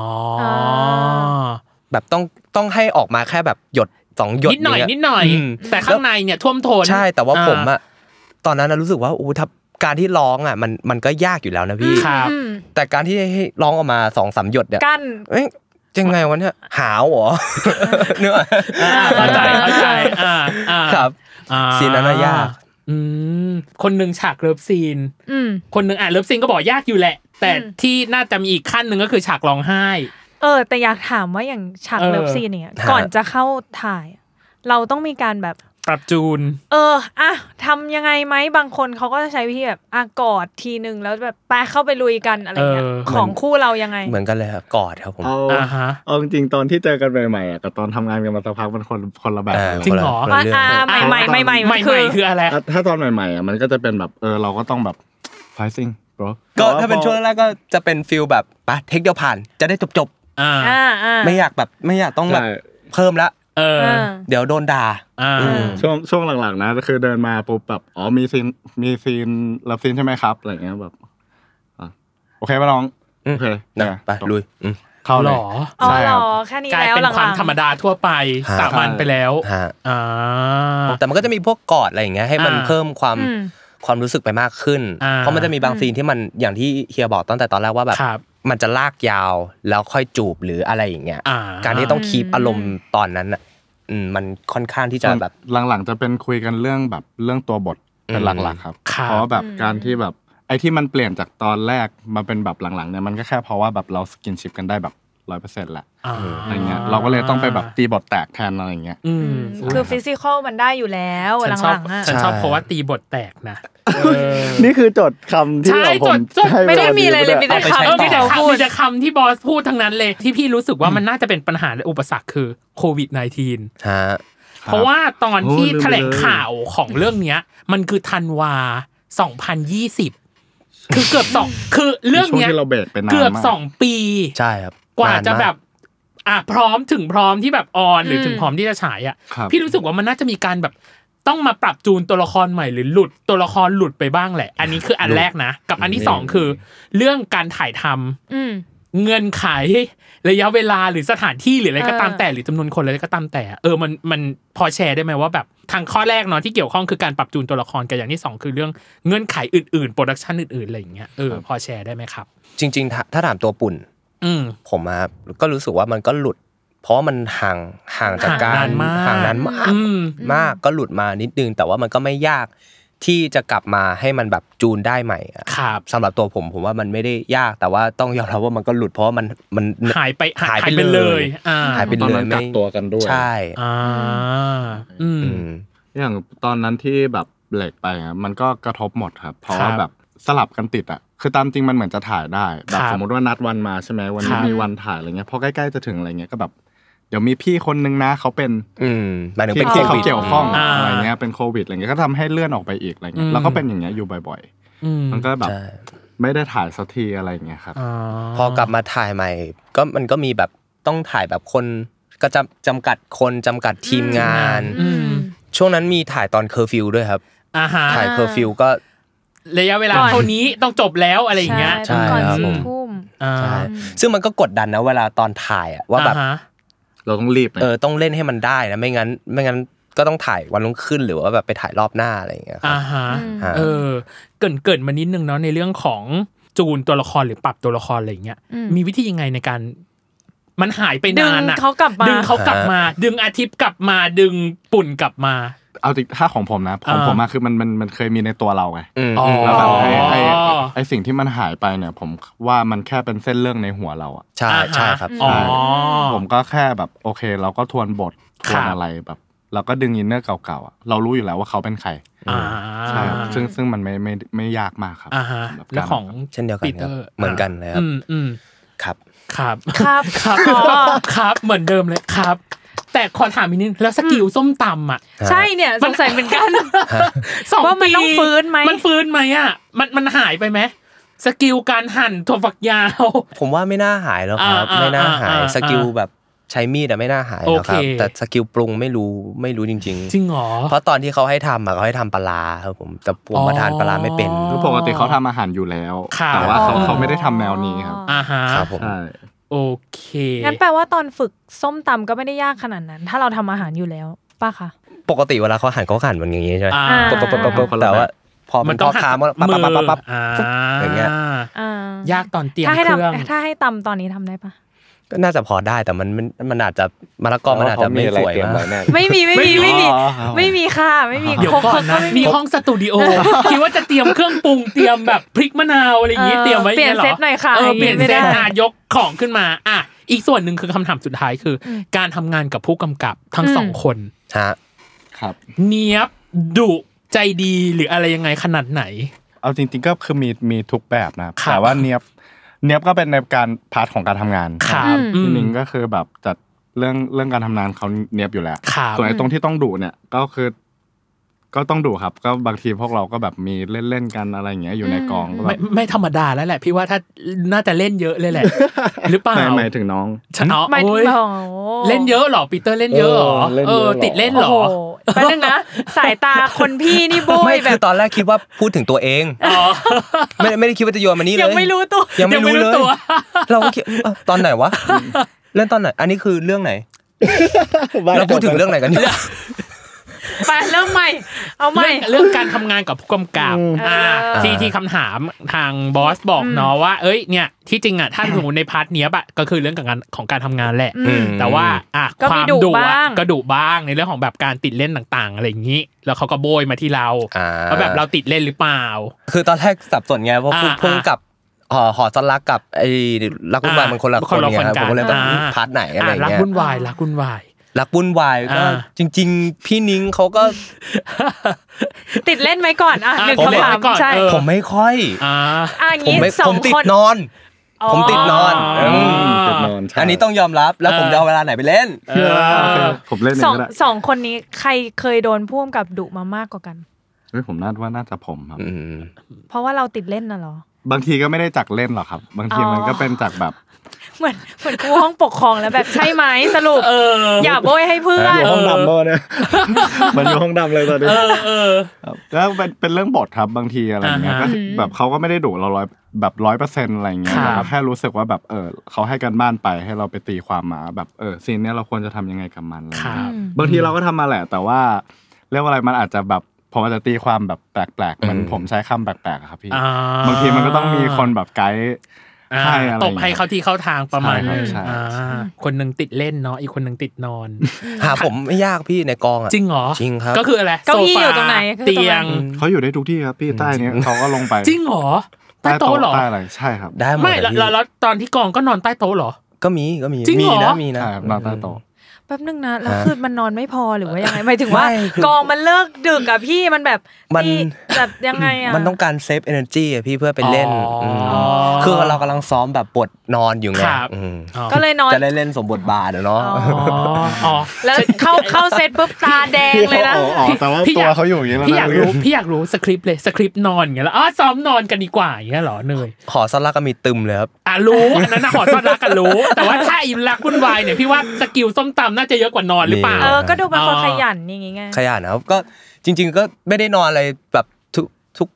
S5: แบบต้องต้องให้ออกมาแค่แบบหยดสองหยด
S3: นิดหน่อย
S5: เ
S3: นิดหน่อย
S5: ม
S3: แต่ข้างในเนี่ยท่วมท้น
S5: ใช่แต่ว่า
S3: อ่
S5: ผมอะตอนนั้นนะรู้สึกว่าอู้ถ้าการที่ร้องอะมันมันก็ยากอยู่แล้วนะพี่
S3: ครับ
S5: แต่การที่ให้ร้องออกมาสองสามหยดเนี่ย
S6: กั้น
S5: เอ้ยยังไงวะเนี่ยหาว
S3: [LAUGHS]
S5: เหรอ เนื้อ
S3: อ่าเข้าใจเข้าใจอ่าอ่า
S5: ครับ
S3: อ่า
S5: ซีนนั้นน่ะยาก
S3: อืมคนหนึ่งฉากเลิฟซีน
S6: อืม
S3: คนหนึ่งอ่านเลิฟซีนก็บอกยากอยู่แหละ แต่
S6: อืม
S3: ที่น่าจะมีอีกขั้นหนึ่งก็คือฉากร้องไห้
S6: เออ แต่อยากถามว่าอย่างฉาก
S3: เออ
S6: เลิฟซีนเนี่ย
S5: ฮะ
S6: ก่อนจะเข้าถ่าย เราต้องมีการแบบ
S3: ปรับจูน
S6: เอออ่ะทำยังไงไหมบางคนเขาก็จะใช้วิธีแบบอ่ะกอดทีนึงแล้วแบบไปเข้าไปลุยกันอะไรเงี้ย
S3: เออ
S6: ของคู่เรายังไง
S5: เหมือนกันเลยครับกอดครับผม
S4: เอา
S3: อ่าฮะ
S4: เอาจริงๆตอนที่เจอกันใหม่ๆอ่ะกับตอนทำงานกันมาสักพักมันคนคนละแบบ
S5: เออ
S3: จริงเหรอ
S5: คน
S3: อ่ะ
S5: ละ
S6: อ่ะอ่ะ
S3: อ่ะ
S6: ใหม่ๆใหม่ๆ
S3: ใหม่
S6: คือ
S3: ๆคืออะไร
S4: อ่ะถ้าตอนใหม่ๆอ่ะมันก็จะเป็นแบบเออเราก็ต้องแบบ fighting bro
S5: ก็
S4: แต่ว่
S5: ถ้าเป็น
S4: พอ
S5: ช่วงแรกๆก็จะเป็นฟิลแบบปะเทคเดียวผ่านจะได้จบ
S3: อ่า
S6: อ่าอ่า
S5: ๆไม่อยากแบบไม่อยากต้องแบบ
S4: ใช่
S5: เพิ่มละ
S3: เอ เออ
S5: เดี๋ยวโดนด่า
S3: อ่า
S5: อืม
S4: ช่วงช่วงหลังๆ นะก็คือเดินมาปุ๊บแบบอ๋อมีซีนมีซีนรับซีนใช่ไหมครับอะไรเงี้ยแบบอ่ะโอเคป่ะน้อง
S5: อืม
S4: โอเค
S5: นะ
S4: เนี่ย
S5: ไปลุยอืม
S4: เข้า
S3: ห
S4: เล
S3: ร
S4: ย
S3: อ
S6: อ๋อ
S4: ใช่
S6: เหร
S4: ครับ
S6: อแค่นี้
S3: กลาย
S6: แล้ว
S3: เป็น
S6: หลังๆ
S3: ความธรรมดาทั่วไป
S5: ฮะ
S3: สามัญไปแล้ว
S5: ฮะ
S3: อ่า
S5: แต่มันก็จะมีพวกกอดอะไรอย่างเงี้ยให้มัน
S3: อ่า
S5: เพิ่มความความรู้สึกไปมากขึ้น
S3: อ่า
S5: เพราะมันจะมีบางซีนที่มันอย่างที่เฮียบอกตั้งแต่ตอนแรกว่าแบบ
S3: ครับ
S5: มันจะลากยาวแล้วค่อยจูบหรืออะไรอย่างเงี้ย
S3: อ่า
S5: การที่ต้องคีปอารมณ์ตอนนั้นอ่ะอืมมันค่อนข้างที่จะแบบ
S4: หลังๆจะเป็นคุยกันเรื่องแบบเรื่องตัวบทเป็น
S5: อืม
S4: หลักๆครับ
S3: ครับ
S4: เพราะแบบการที่แบบไอ้ที่มันเปลี่ยนจากตอนแรกมาเป็นแบบหลังๆเนี่ยมันก็แค่เพราะว่าแบบเราสกินชิปกันได้แบบร้อยเปอร์เซ็นต์ละ
S3: า
S4: อะไรเงี้ยเราก็เลยต้องไปแบบตีบทแตกแทนอะไรเงี้ย
S3: อืม
S6: อืมคือฟิสิกอลมันได้อยู่แล้ว
S3: ฉันช
S6: ห
S3: อบ
S6: ลังๆอ่ะ
S3: ฉันชอบ
S5: ใช่
S3: เพราะว่าตีบทแตกนะ
S4: นี่คือจดคำที่
S3: ใช่
S4: แบบผ
S3: จด
S4: ม
S3: จด
S4: ให้
S3: ไม่ได้
S4: ป
S3: มีอะไรเลยมี
S4: ด้
S3: แต่
S4: ว
S3: คำ
S5: เอาไป
S3: มี
S5: ใช้
S3: แต่
S5: ต่อ
S3: คำมีแต่คำที่บอสพูดทั้งนั้นเลยที่พี่รู้สึกว่ามันน่าจะเป็นปัญหาและอุปสรรคคือโควิด -19
S5: ฮะ
S3: เพราะว่าตอนที่
S4: โอ้ลืมไปเลย
S3: แถลงข่าวของเรื่องเนี้ย มันคือธันวา 2020 คือเกือบสองคือเรื่อง
S4: ช่วง
S3: เนี้ย
S4: ที่เราเบรกไปนานมาก
S3: เกือบสองปี
S5: ใช่ครับ
S3: กว่าจะ
S5: นนม
S3: แบบอ่ะพร้อมถึงพร้อมที่แบบออนหรือถึงพร้อมที่จะฉายอ่ะ
S4: ครับ
S3: พี่รู้สึกว่ามันน่าจะมีการแบบต้องมาปรับจูนตัวละครใหม่หรือหลุดตัวละครหลุดไปบ้างแหละ อันนี้คืออันแรกนะ กับอันที่สองคือ เรื่องการถ่ายทำ
S6: อืม
S3: เงื่อนไขระยะเวลาหรือสถานที่หรืออะไรก็ตาม
S6: เออ
S3: แต่หรือจำนวนคนอะไรก็ตามแต่เออมันมันพอแชร์ได้ไหมว่าแบบทางข้อแรกเนาะที่เกี่ยวข้องคือการปรับจูนตัวละครกับอย่างที่สองคือเรื่องเงื่อนไขอื่นๆโปรดักชันอื่นๆอะไรอย่างเงี้ยเออพอแชร์ได้ไหมครับ
S5: จริงๆถ้าถ้าถามตัวปุ่น
S3: อืม
S5: ผมอะก็รู้สึกว่ามันก็หลุด เพราะว่ามันห่างห่างจากการ
S3: ห่างนานมาก
S5: ห่างนั้นมาก
S3: อืม
S5: มากก็หลุดมานิดนึง แต่ว่ามันก็ไม่ยากที่จะกลับมาให้มันแบบจูนได้ใหม่อะ
S3: ครับ
S5: สำหรับตัวผมผมว่ามันไม่ได้ยากแต่ว่าต้องยอมรับว่ามันก็หลุดเพราะว่ามันมัน
S3: หายไป
S5: หายไป
S3: เล
S5: เลย ย
S3: อ่า
S5: หายไป
S4: ตอน
S5: เล
S4: นั้
S5: ย
S4: นกั
S5: ไม่
S4: กตัวกันด้วย
S5: ใช่
S3: อ่าอืม
S5: อืม
S4: อย่างตอนนั้นที่แบบเบรกไปอะมันก็กระทบหมดครับ เพราะ
S3: ครับ
S4: ว่าแบบสลับกันติดอ่ะคือตามจริงมันเหมือนจะถ่ายได้
S3: ค
S4: แบบ
S3: รับ
S4: สมมติว่านัดวันมาใช่ไหมวัน
S3: ครั
S4: นี้
S3: บ
S4: มีวันถ่ายอะไรเงี้ยพอใกล้ๆจะถึงอะไรเงี้ยก็แบบเดี๋ยวมีพี่คนนึงนะเขาเป็น
S5: อืมหมายถึง
S4: ที่
S5: เป็นโค
S4: ที่เขา
S5: วิด
S4: เกี่ยวข้อง
S3: อ่า
S4: อะไรเงี้ยเป็นโควิดอะไรเงี้ยก็ทำให้เลื่อนออกไปอีกอะไรเงี้
S3: อื
S4: ย
S3: ม
S4: แล้วก็เป็นอย่างเงี้ยอยู่บ่อย
S3: อืม
S4: ๆ มันก็แบบ
S5: ใช่
S4: ไม่ได้ถ่ายสักทีอะไรเงี้ยครับ
S3: อ่า
S5: พอกลับมาถ่ายใหม่ ก็มันก็มีแบบต้องถ่ายแบบคนก็จำจำกัดคนจำกัดทีมงาน
S3: อืม
S5: ช่วงนั้นมีถ่ายตอนเคอร์ฟิวด้วยครับ
S3: อ่าฮะ
S5: ถ่ายเคอร์ฟิวก็
S3: ระยะเวลา
S6: ก่อน
S3: เท่านี้ต้องจบแล้วอะไรอย่างเงี้ย
S6: ใช่ต้องก่อน
S5: ใช่ครับ
S6: สี่ทุ่ม
S3: อ่า
S5: ใช่ซึ่งมันก็กดดันนะเวลาตอนถ่ายอะว่าแบบ
S3: อ่ฮะ
S4: เราต้องรีบนะ
S5: เออต้องเล่นให้มันได้นะไม่งั้น ไม่งั้นก็ต้องถ่ายวันรุ่งขึ้นหรือว่าแบบไปถ่ายรอบหน้าอะไรอย่างเงี้ยครับ
S3: อ่าฮะ
S5: อืม
S3: เออเกรินเกรินมานิดนึงเนาะในเรื่องของจูนตัวละครหรือปรับตัวละครอะไรอย่างเงี้ย
S6: อืม
S3: มีวิธียังไงในการ มันหายไป
S6: ดึง
S3: นานอะ
S6: เขากลับมา
S3: ดึงเขากลับมา ดึงอาทิตย์กลับมาดึงปุ่นกลับมา
S4: เอาจริงถ้าของผมนะของ
S3: อ่า
S4: ผมอะคือมันมันมันเคยมีในตัวเราไง
S5: ืม
S3: อ๋อ
S4: แล้วแบบไอ้ไอ้
S3: อ๋อ
S4: ไอ้สิ่งที่มันหายไปเนี่ย ผมว่ามันแค่เป็นเส้นเรื่องในหัวเราอะ
S5: ใช่ใช่ครับ
S3: อ๋อ
S4: ผมก็แค่แบบโอเค เราก็ทวนบทท
S3: ครั
S4: วน
S3: บ
S4: อะไรแบบ เราก็ดึงอินเนอร์เก่าๆอะเรารู้อยู่แล้วว่าเขาเป็นใคร
S3: อ่า
S4: ใช่ครับซึ่งซึ่งมันไม่ไม่ไม่ยากมากครับ
S3: อ่าฮะ
S4: สำหรับ
S3: แล้วของ
S4: การ
S5: เช่นเดียวกัน
S3: ปี
S5: ค
S3: เต
S5: รั
S3: อบ ร์
S5: เหมือนกันเลยครับ
S3: อืมอืม
S5: ครับ
S3: ครับ
S6: ครับ
S3: ครับ
S6: อ๋อ
S3: ครับเหมือนเดิมเลยครับ แต่ขอถามอีกนิดนึงแล้วสกิลส้มตำอ่ะ
S6: ใช่เนี่ยสงสัยเหมือนกัน
S3: สอง
S6: ว่ามัน
S3: ปี
S6: ต้องฟื้นไหม
S3: มันฟื้นไหมอ่ะมันมันหายไปไหมสกิลการหั่นถั่วฝักยาว
S5: ผมว่าไม่น่าหายแล้วครับ
S3: อ่า
S5: ไม่น่าหาย
S3: อ่าอ่า
S5: สกิลแบบใช้มีดอะไม่น่าหายแล้วครับ
S3: โอเค
S5: แต่สกิลปรุงไม่รู้ไม่รู้จริง ๆ
S3: จริงเหรอ
S5: เพราะตอนที่เขาให้ทำอะเขาให้ทำปลาร้าครับผมแต่ผมมาทานปลาร้าไม่เป็น
S3: อ๋อ
S4: คือปกติเขาทำอาหารอยู่แล้ว
S3: ครับ
S4: แต่ว่าเขา
S5: อ๋อ
S4: เขาไม่ได้ทำแนวนี้ครับ
S3: อ่าฮะ
S5: ครับผม
S4: ใช่
S3: โอเค
S6: งั้นแปลว่าตอนฝึกส้มตำก็ไม่ได้ยากขนาดนั้น ถ้าเราทำอาหารอยู่แล้วป่ะคะ
S5: ปกติเวลาเขาหั่นเขาหั่นมันอย่างนี้ใช่ไหม
S3: อ่า
S5: ปุ๊บปุ๊บปุ๊บปุ๊บแต่ว่าพอมันพ่อค้ามันปั๊บปั๊บปั๊บปั๊บ
S3: อ่า
S5: อย่างเงี้ย
S6: อ่าย
S3: ากตอนเตรียม
S6: ถ้าให้
S3: เครื่อง
S6: ทำถ้าให้ตำตอนนี้ทำได้ปะ
S5: ก็น่าจะพอได้แต่มันมันมันอาจจะมะละกอมันอาจจะไม่สวย
S4: เตรีย
S5: มาก
S4: ไแน่
S6: ไม่มีไม่มีไม่มี
S4: อ๋ออ๋อ
S6: ไม่มีค่ะไม่มี
S3: เดี๋ยวก่อนนะ
S6: ไม่
S3: มีห้องสตู
S6: [LAUGHS]
S3: ดิโอ คิดว่าจะเตรียมเครื่องปรุงเตรียมแบบพริกมะนาวอะไรอย่างงี้เตรียมไว้
S6: เปลี่ยน
S3: งี้หรอ
S6: เซตหน่อย
S3: เออ
S6: ค่ะาง
S3: เปลี่ยน
S6: ไม่
S3: เซ
S6: ได้
S3: ตอ่ะยกของขึ้นมาอ่ะอีกส่วนหนึ่งคือคำถามสุดท้ายคืออการทำงานกับผู้กำกับทั้งสองคน
S5: ฮะ
S4: ครับ
S3: เนียบดุใจดีหรืออะไรยังไงขนาดไหน
S4: เอาจริงๆก็คือมีมีทุกแบบนะครับ
S3: ครับ
S4: แต่ว่าเนียบเนียบก็เป็นในการพาร์ทของการทำงาน
S3: ครับ
S6: อืม
S3: อื
S4: พี่
S3: ม
S4: นิงก็คือแบบจัดเรื่องเรื่องการทำงานเขาเนียบอยู่แล้ว
S3: ครับ
S4: ส่วนไอ้ตรงที่ต้องดุเนี่ยก็คือ ก็ต้องดูครับ ก็บางทีพวกเราก็แบบมีเล่นๆกันอะไรอย่างเงี้ยอยู่ในกองก็แบ
S3: ไม่
S4: บ
S3: ไม่ธรรมดาแล้วแหละ พี่ว่าถ้าน่าจะเล่นเยอะเลยแห
S4: [LAUGHS]
S3: ละ หรือเปล่า
S4: ไม่ไม่ถึงน้อง
S3: ฉันเอา
S6: หมายถึ
S3: โอ้
S6: ง
S3: ย
S6: โอ้โห
S3: เล่นเยอะเหรอปีเตอร์เล่นเยอะเหรอ
S4: เออเล่น
S3: เออติดเล่น
S4: เยอะเหรอ
S3: เหรอ
S6: โโแป๊บนึงนะ สายตาคนพี่นี่โบ
S5: ไม่
S6: ยแบ
S5: คื
S6: บ
S5: อตอนแรกคิดว่าพูดถึงตัวเองไม่ไม่ได้คิดว่าจะโยนมานี่เลย
S6: ยังไม่รู้ตัว
S5: ยังไม่รู้เลย
S3: ตัว
S5: เราก็คิดเอ้าตอนไหนวะ เล่นตอนไหน อันนี้คือเรื่องไหน [LAUGHS] เราพูดถึงเรื่องไหนกันเนี่ย
S6: ไปเริ่มใหม่ เอาใหม่
S3: เรื่องเรื่องการทำงานกับผู้กำกับอ่า
S6: เออ
S3: ที่ที่คำถามทางบอสบอกเนาะว่า เอ้ยเนี่ยที่จริงอ่ะถ้าสมมติในพาร์ทเนี้ยบะก็คือเรื่องกับงานของการทำงานแหละ
S5: อืม
S3: แต่ว่าอ่ะ
S6: ก็
S3: ค
S6: มี
S3: วาม
S6: ดุ
S3: ดุอะ
S6: บ้าง
S3: ก็ดุบ้างในเรื่องของแบบการติดเล่นต่างๆ อะไรอย่างนี้ แล้วเขาก็โบยมาที่เรา
S5: อ่า
S3: ว่าแบบเราติดเล่นหรือเปล่า
S5: คือตอนแรกสับสนไงเพราะ
S3: อ่า
S5: พุ่งพุ่งกับหอหอสลักกับไอ้รักวุ่นวาย
S3: อ่า
S5: มันคนละค
S3: คน นละ
S5: ไง
S3: คน
S5: ครับ
S3: กัน
S5: ผมก็เลยแบบ
S3: อ่า
S5: พาร์ทไหนอะไร
S3: อ่ะรัก
S5: เงี้ย
S3: วุ่นวายรักวุ่นวาย
S5: รักวุ่นวายก็
S3: อ่า
S5: จริง ๆ พี่นิ้งเขาก็
S6: ติดเล่นไหมก่อนอ่ะ
S3: อ่ะ
S6: หนึ่ง
S3: ผมเล่น
S6: คำถาม
S3: ไว้ก่อน
S6: ใช่
S3: เออ
S5: ผมไม่ค่อย
S3: อ่า
S6: อ่ะ
S5: ผม
S6: งี้
S5: ไม่
S6: ส
S5: ผ
S6: อง
S5: มติด
S6: คน
S5: นอน
S6: อ๋อ
S5: ผมติดนอน
S3: อ๋ออื
S5: ม
S4: เจ็ดนอนใช่
S5: อันนี้ต้องยอมรับแล้วผมจะเอาเวลาไหนไปเล่น
S3: เอ
S4: เออโอเค
S3: อ
S4: ผมเล่นเอ
S6: สอง ง
S4: ก็ได้
S6: สองคนนี้ใครเคยโดนพ่วงกับดุมามากกว่ากัน
S4: เฮ้ยผมน่าว่าน่าจะผมครับ
S5: อืม
S6: เพราะว่าเราติดเล่นน่ะเหรอ
S4: บางทีก็ไม่ได้จากเล่นหรอกครับ บางที
S6: อ๋อ
S4: มันก็เป็นจากแบบ
S6: เหมือนเหมือนครูห้องปกครองแล้วแบบใช่ไหมสรุปอย่าโบยให้เพื่อน
S4: อยู่ห้องดำเมื่อเนี่ย มันอยู่ห้องดำเลยตอนนี้ครับแล้วเป็นเป็นเรื่องบทครับบางทีอะไรอย่างเงี้ย
S3: อ่าฮะ
S4: ก็คือแบบเขาก็ไม่ได้ดุเราร้อยแบบร้อยเปอร์เซ็นต์อะไรอย่างเงี้ย
S3: ครับ
S4: แต่ก็แค่รู้สึกว่าแบบเออเขาให้กันบ้านไปให้เราไปตีความมาแบบเออซีนเนี้ยเราควรจะทำยังไงกับมันอะไรอ
S3: ค
S4: ย่าง
S3: รั
S4: เงี้ย
S3: บ
S4: บางทีเราก็ทำมาแหละ แต่ว่าเรียกว่าอะไรมันอาจจะแบบผมอาจจะตีความแบบแปลกๆเหมัน
S5: อืม
S4: ผมใช้คำแปลกๆอะครับพี่
S3: อ่า
S4: บางทีมันก็ต้องมีคนแบบไกด์
S3: อ่า
S4: ให้อะไร
S3: ตบให้เขาที่เข้าทางประมาณนึง
S4: ใช่ครับ
S3: อ่าคนหนึ่งติดเล่นเนาะอีกคนหนึ่งติดนอน
S5: หาผมไม่ยากพี่ในกองอ่ะ
S3: จริงเหรอ
S5: จริงครับ
S3: ก็คืออะไร
S6: เก้าอี้
S3: โซฟ
S6: อยู่ตรงไหน
S3: เตียง
S4: เขาอยู่ได้ทุกที่ครับพี่ใต้เนี้ยเขาก็ลงไป
S3: จริงเหรอใต้โต๊ะเหรอ
S4: ใต้อะไรใช่ครับ
S5: ได้หมด
S3: ไม่
S5: เลย
S3: แล้ว
S5: พี่
S3: แล้วแล้วตอนที่กองก็นอนใต้โต๊ะเหรอ
S5: ก็มีก็มี
S3: จริง
S5: มี
S3: เหร
S5: นะ
S3: อ
S5: มีนะ
S4: ใช่ครับนอนใต้โต๊ะ
S6: แป๊บนึงนะแล้ว
S5: ฮะ
S6: คือมันนอนไม่พอหรือว่ายังไงหมายถึงว่า
S5: ไม่คือก
S6: องมันเลิกดึกอะพี่มันแบบ
S5: มัน
S6: พี่แบบยังไงอะ
S5: มันต้องการเซฟเอเนอร์จีอะพี่เพื่อไปเล่น
S3: อ๋อ
S5: ม
S3: อ๋อ
S5: คือเรากำลังซ้อมแบบบทนอนอยู่ไง
S3: ครับ
S5: อืม
S3: อ๋อ
S6: ก็เลยนอน
S5: จะได้เล่นสมบทบาทอะเนาะ
S6: อ๋อ
S3: อ๋ออ๋อ
S6: แล้วเข้าเข้าเซตปุ๊บตาแดงเลยนะ
S4: อ๋ออ๋อแต่ว่า
S3: พี่
S4: ตัวเขาอยู่อย่างนี้แล้ว
S3: พี่อยาก
S4: นะ
S3: รู้พี่อยากรู้สคริปต์เลยสคริปต์นอนอย่างเงี้ยแล้วอ๋อซ้อมนอนกันดีกว่าอย่างเงี้ยเหรอเนย
S5: หอสลักก็มีตึมเลยครับ
S3: อ่ะรู้อันนั้นนะหอซ่อนรักกันรู้ แต่ว่าถ้าอีรักวุ่นวายเนี่ยพี่ว่าสกิลส้มตำน่าจะเยอะกว่านอนหรือเปล่า
S6: เออ ก็ดูเป็นคน
S3: อ๋อ
S6: ขยันอย่างงี้ไง
S5: ขยันนะครับก็จริง ๆ ก็ไม่ได้นอนอะไรแบบทุกทุก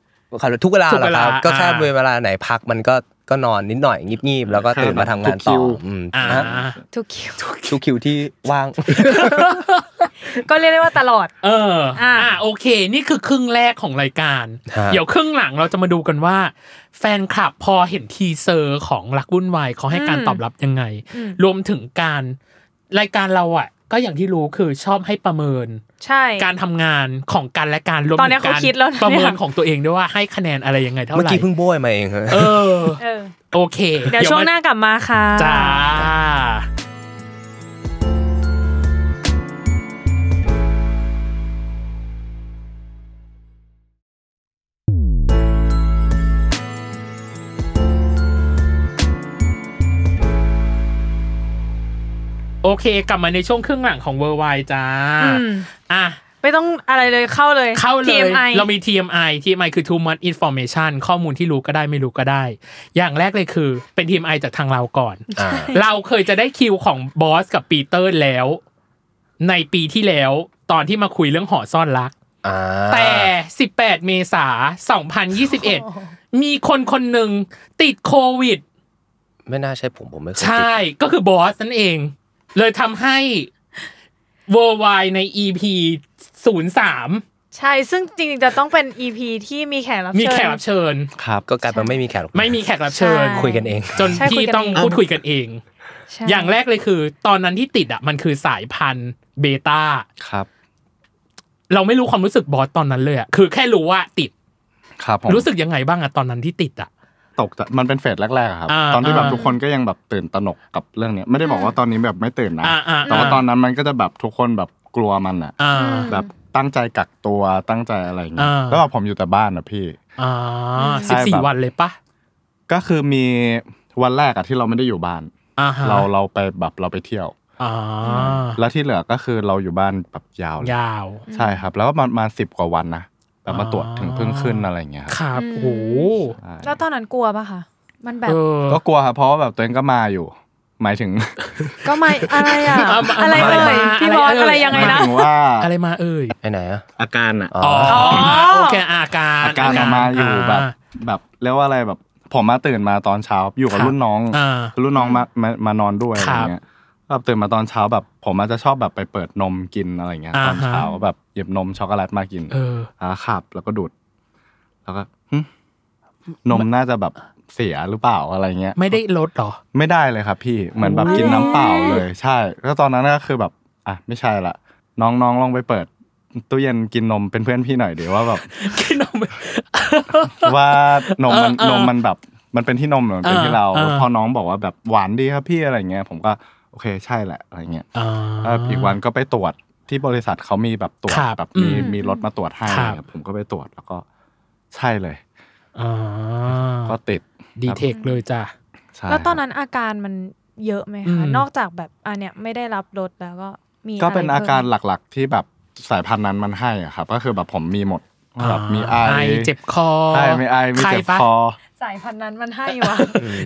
S5: ทุกเวลา
S3: ทุก
S5: หรอก
S3: เว
S5: ค
S3: ลา
S5: รับ ก็แค่
S3: อ่า
S5: เวลาไหนพักมันก็ก็นอนนิดหน่อยงีบๆแล้วก็ตื่นมาทำงานต่อ
S4: ทุกคิว
S5: อืม
S3: อ่า
S5: นะ
S6: ทุกคิว
S5: ทุกคิวที่ว่าง
S3: [LAUGHS]
S6: ก็เรียกได้ว่าตลอด
S3: เออ
S6: อ่ะ
S3: อ่า โอเค นี่คือครึ่งแรกของรายการ
S5: ฮะ
S3: เดี๋ยวครึ่งหลังเราจะมาดูกันว่า แฟนคลับพอเห็นทีเซอร์ของรักวุ่นวายเขาให้การตอบรับยังไง รวมถึงการรายการเราอ่ะ ก็อย่างที่รู้คือชอบให้ประเมิน
S6: ใช่
S3: การทำงานของกันและการรวม
S6: ตอนเนี้ย
S3: ถึงก
S6: เขาคิดแล้วนะ
S3: ประเมิน
S6: เนี่ย
S3: ของตัวเองด้วยว่าให้คะแนนอะไรยังไงเท่าไห
S5: เมื่อ
S3: ร่
S5: กี้เพิ่งโบยมาเองฮะ
S3: เออ
S6: เออ
S3: โอเค
S6: เดี๋ยวช่วงหน้ากลับมาค่ะ
S3: มาจ้า โอเค กลับมาในช่วงครึ่งหลังของเวอร์ไวจ้า
S6: อืม
S3: อ่ะ
S6: ไม่ต้องอะไรเลยเข้าเลย
S3: เข้าเลย
S6: ย
S3: เรามี TMI TMI คือ too much information ข้อมูลที่รู้ก็ได้ไม่รู้ก็ได้ อย่างแรกเลยคือเป็น TMI จากทางเราก่อน
S5: อ่า
S3: [LAUGHS] เราเคยจะได้คิวของบอสกับปีเตอร์แล้ว ในปีที่แล้ว ตอนที่มาคุยเรื่องหอซ่อนรัก
S5: อ่า
S3: แต่ 18 เมษา
S5: [LAUGHS]
S3: 2021 มีคนคนหนึ่งติดโควิด
S5: ไม่น่าใช่ผมผมไม่เคยติด
S3: ใช่ ก็คือบอสนั่นเอง เลยทำให้เวอร์ไวใน EP 03
S6: ใช่ ซึ่งจริงๆจะต้องเป็น EP ที่มีแขกรับเชิญ
S3: มีแขกรับเชิญ
S5: ครับก็กลายเป็นไม่มีแขกหรอก
S3: ไม่มีแขกรับเชิญ
S6: ใช่
S5: คุยกันเอง
S3: จน
S6: ใช่คุ
S3: ที่
S6: ยกัน
S3: ต้อง
S6: เอง
S3: พูดคุยกันเอง
S6: ใช่
S3: อย่างแรกเลยคือ ตอนนั้นที่ติดอ่ะมันคือสายพันธุ์เบต้า
S4: ครับ
S3: เราไม่รู้ความรู้สึกบอสตอนนั้นเลยอ่ะคือแค่รู้ว่าติด
S4: ครับผม
S3: รู้สึกยังไงบ้างอ่ะตอนนั้นที่ติดอ่ะ
S4: ตกใจมันเป็นเฟสแรกๆอะครับ
S3: อ่า
S4: ตอนที่แบบ
S3: อ่า
S4: ทุกคนก็ยังแบบตื่นตระหนกกับเรื่องเนี้ยไม่ได้บอกว่าตอนนี้แบบไม่ตื่นนะ
S3: อ่าอ่า
S4: แต่ว่าตอนนั้นมันก็จะแบบทุกคนแบบกลัวมันอะ
S3: อ่า
S4: แบบตั้งใจกักตัวตั้งใจอะไรอย่างเงี้ย
S3: อ่า
S4: แล้วแบบผมอยู่แต่บ้านอะพี่
S3: อ่า
S4: ใช่
S3: สิบสี่
S4: แบบ
S3: วันเลยปะ
S4: ก็คือมีวันแรกอะที่เราไม่ได้อยู่บ้าน
S3: อ่าฮะ
S4: เราเราไปแบบเราไปเที่ยว
S3: อ่า
S4: แล้วที่เหลือก็คือเราอยู่บ้านแบบยาวเลย
S3: ยาว
S4: ใช่ครับ แล้วก็มามาสิบกว่าวันนะแต่มาตรวจถึงเพิ่งขึ้นอะไรอย่างเงี้ยครั
S3: ครั
S4: บ
S3: บ
S6: อืม
S3: โอ้โห
S4: ใช่
S6: แล้วตอนนั้นกลัวปะคะมันแบบ
S3: เออ
S4: ก็กลัวครับเพราะว่าแบบตัวเองก็มาอยู่ หมายถึง
S6: ก็ไม่อะไรอ่ะ
S3: อ่ะมา
S6: อะไร
S3: มา
S6: เอ่ย
S3: มา
S6: พี่บอส
S3: อะ
S6: อะไร ไร
S3: เอ่ย
S6: ยัง
S4: ห
S6: ไง
S4: มาย
S6: นะ
S4: ถึงว่า
S3: อะไรมาเอ่ย
S5: ไปไหนอะ
S4: อาการอ่ะ
S5: อ๋อ
S3: อ๋อ
S5: อ
S3: โอเคอาการ
S4: อาการออกมาอยู่แบบแบบเรียกว่าอะไรแบบผมมาตื่นมาตอนเช้าอยู่กับ
S3: ครับ
S4: รุ่นน้อง
S3: อ่า
S4: รุ่นน้องมามามานอนด้วยอะ
S3: ค
S4: ไร
S3: รับ
S4: เงี้ยแบบตื่นมาตอนเช้าแบบ ผมอาจจะชอบแบบไปเปิดนมกินอะไรเงี้ย
S3: อ่า
S4: ตอนเช้า
S3: ฮะ
S4: แบบหยิบนมช็อกโกแลตมากิน
S3: เออ
S4: อ่าขับ แล้วก็ดูด แล้วก็หึนมน่าจะแบบเสียหรือเปล่าอะไรเงี้ย
S3: ไม่ได้ลดเหรอ
S4: ไม่ได้เลยครับพี่เหมือนแบบ
S3: โอ้ย
S4: กินน้ำเปล่าเลยใช่แล้วตอนนั้นก็คือแบบอ่ะไม่ใช่ละน้องๆลองไปเปิดตู้เย็นกินนมเป็นเพื่อนพี่หน่อยเดี๋ยวว่าแบบ
S3: กินนม
S4: ว่านมมัน
S3: เออเออน
S4: มมันแบบมันเป็นที่นมหรือมันเป็นที่เรา
S3: เออเออ
S4: พอน้องบอกว่าแบบหวานดีครับพี่อะไรเงี้ยผมก็โอเคใช่แหละอะไรเงี้ย
S3: อ่า
S4: แล้วอีกวันก็ไปตรวจที่บริษัทเขามีแบบตรวจ
S3: ครับ
S4: แบบมี
S3: อืม
S4: มีรถมาตรวจให้
S3: ครับ
S4: อะไรเงี้ยผมก็ไปตรวจแล้วก็ใช่เลย
S3: อ่า
S4: ก็ติด
S3: ดีเทคเลยจ้ะ
S4: ใช่
S6: แล้วตอน
S4: ครับ
S6: นั้นอาการมันเยอะไหม
S3: อื
S6: คะ
S3: ม
S6: นอกจากแบบอันเนี้ยไม่ได้รับรสแล้วก็มี
S4: ก็เป็น
S6: ะไพิ่
S4: อาม การหลักๆที่แบบสายพันธุ์นั้นมันให้อะครับก็คือแบบผมมีหมดแบบมีไอ
S3: เจ็บคอ
S4: ใช่มีไอมีเจ็บ
S3: ไข้ปะ
S4: คอ
S6: สายพันธุ์นั้นมันให้วะ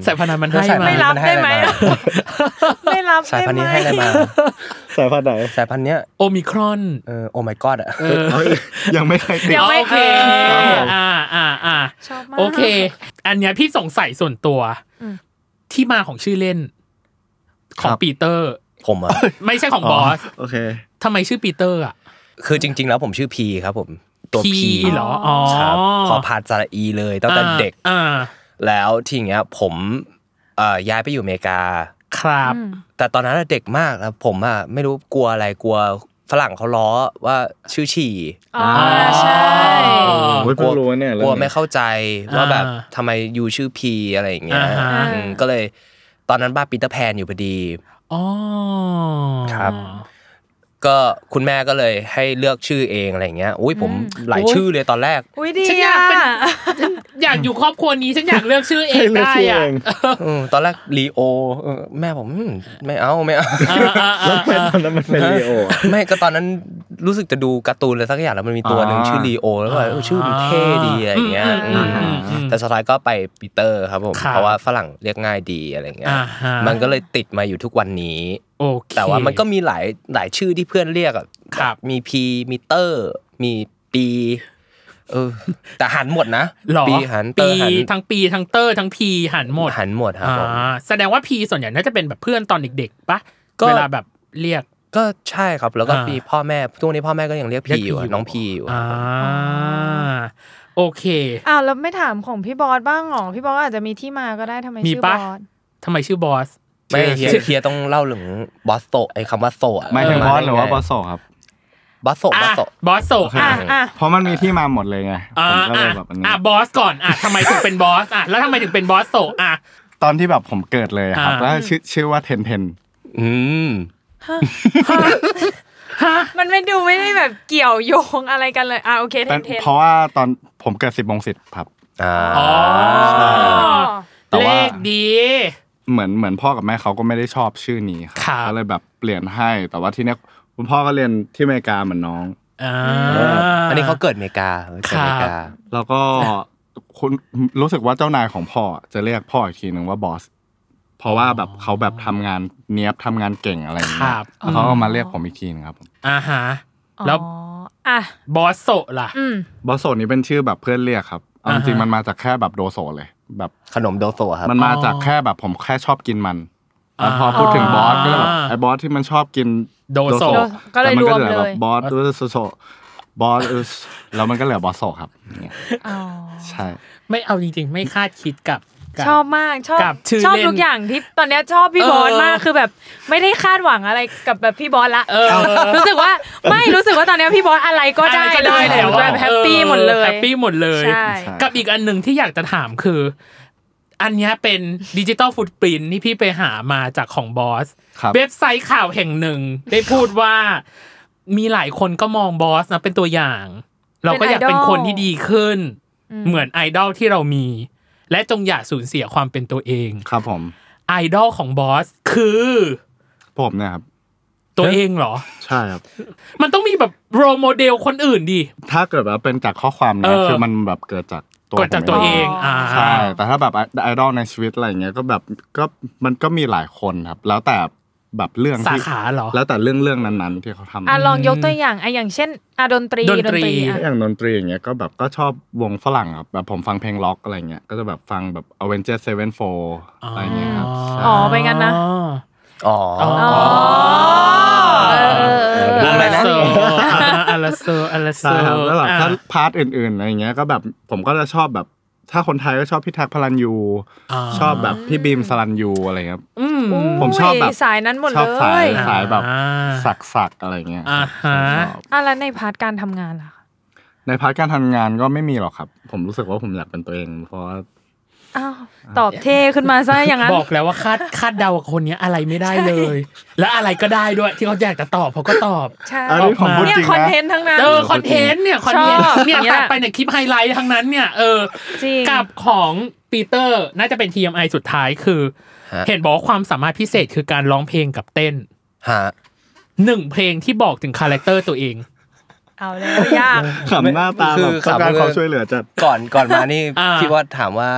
S3: สายพันธุ์นั้นมัน
S5: แล้ว
S3: ให้
S5: สายพัน
S3: มา
S5: ธุ์
S6: ไม่รับได้ไหม
S5: มันให้อะไรมา
S6: ไม่รับ
S5: สายพันธุ์นี้ให้อะไรมา
S4: สายพันธุ์ไหน
S5: สายพันธุ์เนี้ย
S3: โอมิครอน
S5: เออโอ my god อะ
S3: เออ
S4: ยังไม่เคยติด
S6: ยังไม่
S3: โอเค
S6: เคย
S3: อ่าอ่าอ่า
S6: ชอบมาก
S3: โอเค อันเนี้ยพี่สงสัยส่วนตัว
S6: อืม
S3: ที่มาของชื่อเล่น ของ
S4: ครับ
S3: ปีเตอร์
S5: ผมอะ
S3: ไม่ใช่ของบอส
S4: โอเค
S3: ทำไมชื่อปีเตอร์อ่ะ
S5: คือจริง ๆ แล้วผมชื่อพีครับผม ตัวพี
S3: เหรออ๋อ
S5: ครับพอพานจาระอีเลยตั้งแต่เด็ก
S3: อ่า
S5: แล้วทีเนี้ยผมเอ่อย้ายไปอยู่อเมริกา
S3: ครับ
S5: แต่ตอนนั้นเด็กมากแล้วผมอ่ะไม่รู้กลัวอะไรกลัวฝรั่งเขาล้อว่าชื่อฉี่
S6: อ๋อใช่
S4: โอ้ยเพิ่งรู้นะเนี่ยเรื่องนี้
S5: กลัวไม่เข้าใจว่าแบบ
S3: อ่า
S5: ทำไมยูชื่อพีอะไรอย่างเงี้ย
S3: อ่าฮะ
S5: อืมก็เลยตอนนั้นบ้านปีเตอร์แพนอยู่พอดี
S3: อ๋อ
S5: ครับ ก็คุณแม่ก็เลยให้เลือกชื่อเองอะไรอย่างเงี้ยอุ้ยผมหลายชื่อเลยตอนแรก
S6: อุ้ยดี
S3: ฉันอยา
S6: อ่ะ
S3: กเป็นฉันอยากอยู่ครอบครัวนี้ฉันอยากเลือกชื่อเองได้อ่ะ
S5: เออตอนแรกลีโอเออแม่ผมไม่เอาไม่เอา
S3: อ่าอ่าอ่า
S4: ตอนนั้นมันเป็นลีโอ
S5: ไม่ก็ตอนนั้นรู้สึกจะดูการ์ตูนอะไรสักอย่างแล้วมันมีตัวหนึ่ง
S4: อ่า
S5: ชื่อลีโอแล้วก็เออชื่อมันเท่ดีอะไรอย่างเงี้ย
S3: อืมอืมอืม
S5: แต่สุดท้ายก็ไปปีเตอร์ครับผม
S3: ครับ
S5: เพราะว่าฝรั่งเรียกง่ายดีอะไรเงี้ย
S3: อ่าฮะ
S5: มันก็เลยติดมาอยู่ทุกวันนี้
S3: โอเค
S5: แต่ว่ามันก็มีหลายหลายชื่อที่เพื่อนเรียกอะ
S3: ครับ
S5: มีพีมีเตอร์ มีปีเออแต่หันหมดนะ
S3: หรอ
S5: ปีหันเตอ
S3: ปี
S5: ร์หัน
S3: ทั้งปีทั้งเตอร์ทั้งพีหันหมด
S5: หันหมดครับ
S3: อ่า
S5: ผม
S3: แสดงว่าพีส่วนใหญ่น่าจะเป็นแบบเพื่อนตอนเด็กๆปะ
S5: ก็
S3: เวลาแบบเรียก
S5: ก็ใช่ครับแล้วก็
S3: อ่ามี
S5: ปีพ่อแม่ทุกวันนี้พ่อแม่ก็ยังเรียก
S3: เรีย
S5: พี
S3: กพี่
S5: อยู่อะ
S3: อยู่
S5: น้องพีอยู่อะ
S3: อ่าโอเค
S6: อ้าวแล้วไม่ถามของพี่บอสบ้างหรอพี่บอสอาจจะมีที่มาก็ได้ทำไม
S3: มี
S6: ชื่อบ
S3: ปะ
S6: อส
S3: ทำไมชื่อบอส
S5: ไม่เฮียเฮียต้องเล่าถึงบอสโซไอ้คำว่าโซอะ
S4: ไม่ถึงบอสหรือว่า
S5: ไง
S4: บอสโซครับ
S5: บอสโซบอสโซ
S3: บอสโซ
S4: อ่ะ
S3: อ่ะ
S6: อ่ะ
S4: เพราะมันมีที่มาหมดเลยไง
S3: อ่ะ
S4: ผมก็เล
S3: อ่ะ
S4: ยแบบอันนี้
S3: อ่ะบอสก่อนอ่ะทำไมถึงเป็นบอสอ่ะแล้วทำไมถึงเป็นบอสโซอ่ะ
S4: ตอนที่แบบผมเกิดเลยครับ
S3: อ่า
S4: แล้วชื่อชื่อว่าเทนเทน
S5: อืม
S6: มันไม่ดูไม่ได้แบบเกี่ยวโยงอะไรกันเลยอ่ะโอเคเท
S4: เป็น
S6: นเทน
S4: เพราะว่าตอนผมเกิดสิบโมงสิบครับ
S5: อ่า
S3: อ๋อ
S4: แต่
S3: เล
S4: ว่า
S3: ขดี
S4: เหมือนเหมือนพ่อกับแม่เขาก็ไม่ได้ชอบชื่อนี้
S3: ครับ
S4: ก็เลยแบบเปลี่ยนให้แต่ว่าที่เนี้ยคุณพ่อก็เรียนที่อเมริกาเหมือนน้อง
S3: อ่า
S5: อันนี้เขาเกิดอเมริกาเกิดอเมริกา
S4: แล้วก็คุณรู้สึกว่าเจ้านายของพ่อจะเรียกพ่ออีกทีหนึ่งว่าบอส เพราะว่าแบบเขาแบบทำงานเนี้ยบทำงานเก่งอะไรอย่าง
S3: ค
S4: เงี้
S3: รั
S4: ย
S3: บ
S4: แล้วเขาก็มาเรียกผมอีกทีหนึงครับผม
S3: อ่าฮะ
S6: อ๋อ
S3: แล้ว
S6: อ่ะ
S3: บอสโซล่ะ
S6: อืม
S4: บอสโซนี่เป็นชื่อแบบเพื่อนเรียกครับเอาจริง
S3: อ่าฮะ
S4: ๆมันมาจากแค่แบบโดโซเลย แบบ
S5: ขนมโดโซครับ
S4: มันมาจากแค่แบบผมแค่ชอบกินมัน
S3: อ่า
S4: แล้วพอพูดถึงบอสก็เลยแบบ
S3: อ่า
S4: ไอ้บอสที่มันชอบกิน
S3: โดโซ
S6: โดนก็เลยรวม
S4: แต่นก็จะ
S6: เล
S4: แบบ
S6: ย
S4: บอสโดโซโซบอสเออแล้วมันก็เหลือบอสโซครับเนี่ย
S6: อ๋อ
S4: ใช่
S3: ไม่เอาจริง ๆ ไม่คาดคิดกับกับ
S6: ชอบมากชอบ
S3: กับชื่อ
S6: ชอบ
S3: เล่น
S6: ทุกอย่างที่ตอนเนี้ยชอบพี่
S3: เออ
S6: บอสมากคือแบบไม่ได้คาดหวังอะไรกับแบบพี่บอสละ
S3: เออ
S6: รู้สึกว่าไม่รู้สึกว่าตอนเนี้ยพี่บอสอะไรก็ได้
S3: อะไรก็
S6: เล
S3: ได้
S6: ย
S3: แล้วอะ
S6: แบบแฮปปี้
S3: เออ
S6: หมดเลย
S3: แฮปปี้หมดเลย
S6: ใช่
S4: ใช่
S3: กับอีกอันหนึ่งที่อยากจะถามคือ อันเนี้ยเป็นดิจิตอลฟุตปรินที่พี่ไปหามาจากของบอส
S4: ครับ
S3: เว็บไซต์ข่าวแห่งหนึ่ง ได้พูดว่า มีหลายคนก็มองบอสนะเป็นตัวอย่าง เราก็อยากเป็นคนที่ดีขึ้น เหมือนไอดอลที่เรามี และจงอย่าสูญเสียความเป็นตัวเอง
S4: ครับผม
S3: ไอดอลของบอสคือ
S4: ผมเนี่ยครับ
S3: ตัวเองเหรอ
S4: ใช่ครับ
S3: มันต้องมีแบบโรโมเดลคนอื่นดิ
S4: ถ้าเกิดว่าเป็นจากข้อความ
S3: เอ
S4: นะ
S3: อ
S4: คือมันแบบเกิดจากตัว
S3: ก่อนจาก
S4: ผ
S3: ตัว
S4: ม
S3: เองอ่า
S4: ใช่แต่ถ้าแบบไอดอลในชีวิตอะไรเงี้ยก็แบบก็มันก็มีหลายคนครับ แล้วแต่แบบเรื่อง
S3: สา
S4: ที่
S3: ขาเหรอ
S4: แล้วแต่เรื่องเรื่องนั้นๆที่เขาทำ
S6: อ่ะลองยกตัวอย่างอ่ะอย่างเช่นอ่ะดนตรี
S3: ดนตรี
S6: อ่ะ
S4: อย่างดนตรีอย่างเงี้ยก็แบบก็ชอบวงฝรั่งครับแบบผมฟังเพลงล็อกอะไรเงี้ยก็จะแบบฟังแบบ a v e n g e r Sevenfold อะไรเงี้ยครับใช่
S6: อ๋อไปงั้นนะ
S5: อ๋ออ
S3: อ๋อ
S6: อ๋อเออเออเออ
S5: วงอะไรนะ
S3: เซอร์อาลาเซอร์อาลาเซ
S4: ใช่
S3: อร์
S4: ครับแล้วแบบถ้า
S3: อ่ะ
S4: พาร์ทอื่นๆอะไรเงี้ยก็แบบผมก็จะชอบแบบ ถ้าคนไทยก็ชอบพี่แท็กพลันยู
S3: า
S4: ชอบแบบพี่บีมสลันยูอะไรครับ
S3: อืม
S4: ผมชอบแบบ
S6: ยสายนั้นหมด
S4: ชอบ
S6: เล
S4: สาย
S6: ย
S4: ขแบบสักสักๆอะไรเงี้ย
S3: อ่าฮะ
S4: ชอบ
S6: อ่ะแล้วในพาร์ทการทำงานล่ะคะ
S4: ในพาร์ทการทำงานก็ไม่มีหรอกครับ ผมรู้สึกว่าผมอยากเป็นตัวเอง เพราะว่า
S6: อ้าวตอบเทขึ้นมาซะอย่างนั้น
S3: บอกแล้วว่าคาดคาดเดากับคนเนี้ยอะไรไม่ได้เลย แล้วอะไรก็ได้ด้วย ที่เขาอยากจะตอบเขาก็ตอบ
S6: ใช่
S4: อันนี้ผมพูด
S6: เนี่ย
S4: จริง
S6: คอน
S4: นะ
S6: เทนต์ทั้งนั้น
S3: เออคอนเทนต์เนี่ยคอนเทน
S6: ชอบ
S3: ต์เนี่ย
S6: เนี่ย
S3: ตัดไปในยคลิปไฮไลท์ทั้งนั้นเนี่ยเออ
S6: จริง
S3: กับของปีเตอร์น่าจะเป็น TMI สุดท้ายคือ
S5: ฮะ
S3: เห็นบอกว่าความสามารถพิเศษคือการร้องเพลงกับเต้น
S5: ฮะ
S3: หนึ่งเพลงที่บอกถึงคาแรคเตอร์ตัวเอง
S6: เอาแล้วยาก
S4: ขำหน้าตา
S5: คื
S4: แบ
S5: อบ
S4: ต้องการ
S5: ขำเลย
S4: ความช่วยเหลือจัด
S5: ก่อนก่อนมานี่
S3: อ่า
S5: พี่ว่าถามว่า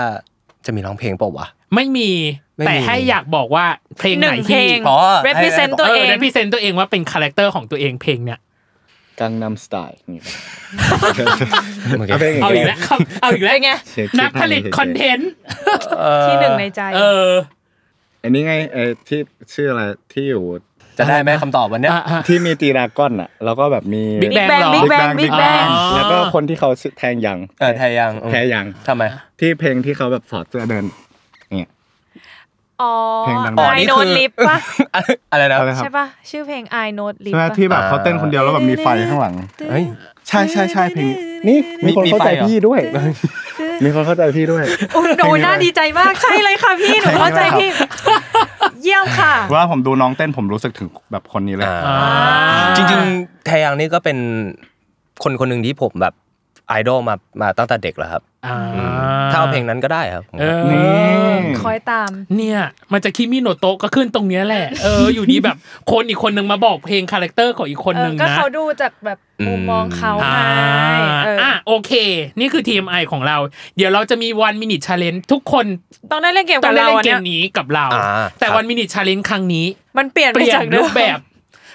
S5: จะมีร้องเพลงเปล่าวะ
S3: ไม่มี
S5: ไม่มี
S3: แต่ให้อยากบอกว่าเพลง
S6: หนึ่
S3: ไหน
S6: งเพล
S3: ที่
S6: ง
S5: อ๋อ
S6: represent ตัวเอง
S3: ได้พิเศษตัวเองว่าเป็นคาแรคเตอร์ของตัวเองเพลงเนี่ย
S4: กังนำสไตล์
S5: เมื่อกี้
S3: เอาอีกแล้วครับเอาอีกแล้วไงนักผลิตคอนเทนต์
S6: ที่หนึ่งในใจ
S3: เออ
S4: อันนี้ไงไอ้ที่ชื่ออะไรที่อยู่
S5: จะได้ไหมคำตอบวันเนี้ย
S3: อ่ะอ่ะ
S4: ที่มีตีรากอนอ่ะ แล้วก็แบบมี
S3: Big Bang เหรอ
S6: Big Bang Big Bang
S3: อ๋อ
S4: แล้วก็คนที่เขาแทงยัง
S5: เออแทงยัง
S4: แทงยัง
S5: ทำไม
S4: ที่เพลงที่เขาแบบถอดเสื้อเดิน
S6: อ๋อ
S4: เพลงดัง
S6: I
S5: นี่
S6: know
S5: คือ
S6: [LAUGHS] live ป่ะ
S5: อะไรนะ
S4: อะไรครับ
S6: ใช่ป่ะ ชื่อเพลง I know
S4: ใช่
S6: live
S4: ไหม
S6: ป่ะ
S4: ที่แบบเขาเต้นคนเดียวแล้วแบบมีไฟข้างหลัง
S5: เฮ้ย
S4: ใช่ใช่ใช่เพลงนี่
S5: มีคนเข้าใจพี่ด้วย
S4: มีคนเข้าใจพี่ด้วย
S6: โอ้โหน่าดีใจมาก ใช่เลยค่ะพี่ หนูเข้าใจพี่ เยี่ยมค่ะ
S4: ว่าผมดูน้องเต้นผมรู้สึกถึงแบบคนนี้เลย
S5: อ่า
S3: อ่า
S5: จริงๆแทยังนี่ก็เป็นคนคนหนึ่งที่ผมแบบไอดอลมามาตั้งแต่เด็กแล้วครับ
S3: อ่า
S5: อืมถ้าเอาเพลงนั้นก็ได้ครับผม
S3: เออ
S4: นี่
S6: คอยตาม
S3: เนี่ยมันจะคิมิโนโตะก็ขึ้นตรงเนี้ยแหละ เออ อยู่ดีแบบคนอีกคนนึงมาบอกเพลงคาแรคเตอร์ของอีกคน
S6: เอ
S3: นึ
S6: อง ก็
S3: นะ
S6: เขาดูจากแบบมุมมองเขา
S3: อ่า
S6: ไงเอออ
S3: อ่ะโอเค นี่คือ TMI ของเรา เดี๋ยวเราจะมีวันมินิช l เลน g e ทุกคน
S6: ต้องได้เล่นเกม
S3: ต้
S6: กั
S3: อบ งได้เล่น
S6: เราอะ
S3: เก
S6: เนี่ย
S3: มนี้กับเรา
S5: อ่า
S3: แต่
S5: ครับ
S3: วันมินิช l เลน g e ครั้งนี้
S6: มันเปลี่ยน
S3: เป
S6: ไป
S3: ลี่ยน
S6: จากเดิ
S3: รู
S6: ม
S3: ปแบบ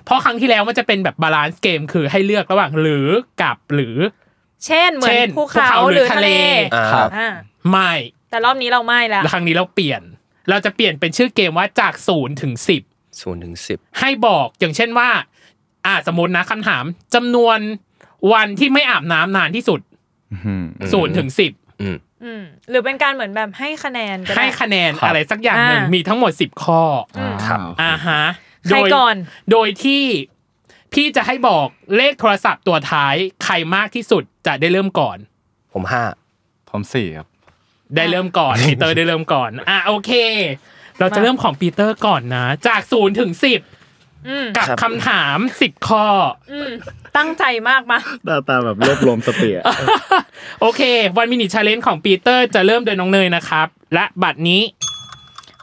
S3: เพราะครั้งที่แล้วมันจะเป็นแบบบาลานซ์เกมคือให้เลือกระหว่างหรือกับหรือ
S6: เช่นเหมือน
S3: เช่นภู
S6: ภูเขา
S3: เขา
S6: หรือ
S3: หรือ
S6: ทะเล
S3: ทะเล
S5: อ่า
S4: ครับ
S6: อ่า
S3: ไม่
S6: แต่รอบนี้เราไม่ละ
S3: แล้วครั้งนี้เราเปลี่ยน เราจะเปลี่ยนเป็นชื่อเกมว่าจากศูนย์ถึงสิบ
S5: ศูนย์ถึงสิบ
S3: ให้บอกอย่างเช่นว่า อ่าสมมตินะคำถามจำนวนวันที่ไม่อาบน้ำนานที่สุด
S4: อืม
S3: ศูนย์ถึงสิบ
S6: อืมหรือเป็นการเหมือนแบบให้คะแนนก็ได้
S3: ให้คะแนนอะไรสักอย่างหนึ่ง
S6: อ่ามี
S3: มีทั้งหมดสิบข้ออ
S4: ครับ
S3: อ่าฮะ
S6: ใครก่อน
S3: โดยที่พี่จะให้บอกเลขโทรศัพท์ตัวท้ายใครมากที่สุดจะได้เริ่มก่อน
S5: ผมห้า
S4: ผมสี่ครับ
S3: ได้เริ่มก่อน ปีเตอร์ได้เริ่มก่อนอ่ะโอเค เราจะ
S6: มา
S3: เริ่มของปีเตอร์ก่อนนะ จากศูนย์ถึงสิบ
S6: อืม
S3: กับ
S5: ครับ
S3: คำถามสิบข้อ
S6: อืมตั้งใจมากมา
S4: หน้าตาแบบรวบรวมสติอะ
S3: โอเค วันมินิชาเลนจ์ของปีเตอร์จะเริ่มโดยน้องเนยนะครับ และบัตรนี้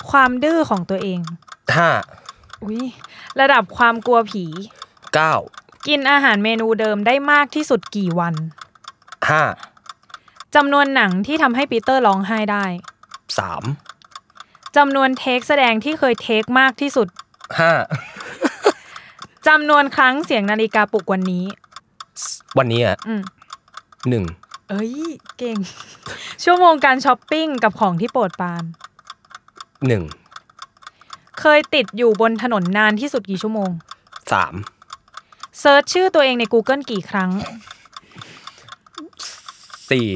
S6: ความดื้อของตัวเอง
S5: ห้า
S6: อุ้ยระดับความกลัวผี
S5: เก้า
S6: กินอาหารเมนูเดิมได้มากที่สุดกี่วัน
S5: ห้า
S6: จำนวนหนังที่ทำให้ปีเตอร์ร้องไห้ได้
S5: สาม
S6: จำนวนเทคแสดงที่เคยเทคมากที่สุด
S5: ห้า
S6: จำนวนครั้งเสียงนาฬิกาปลุกวันนี้
S5: วันนี้อ่ะ
S6: อืม
S5: หนึ่ง
S6: เอ้ย เก่ง [LAUGHS] ชั่วโมงการช้อปปิ้งกับของที่โปรดปราน
S5: หนึ่ง
S6: เคยติดอยู่บนถนนนานที่สุดกี่ชั่วโมง
S5: สาม
S6: เซิร์ชชื่อตัวเองใน Google กี่ครั้ง
S5: สี่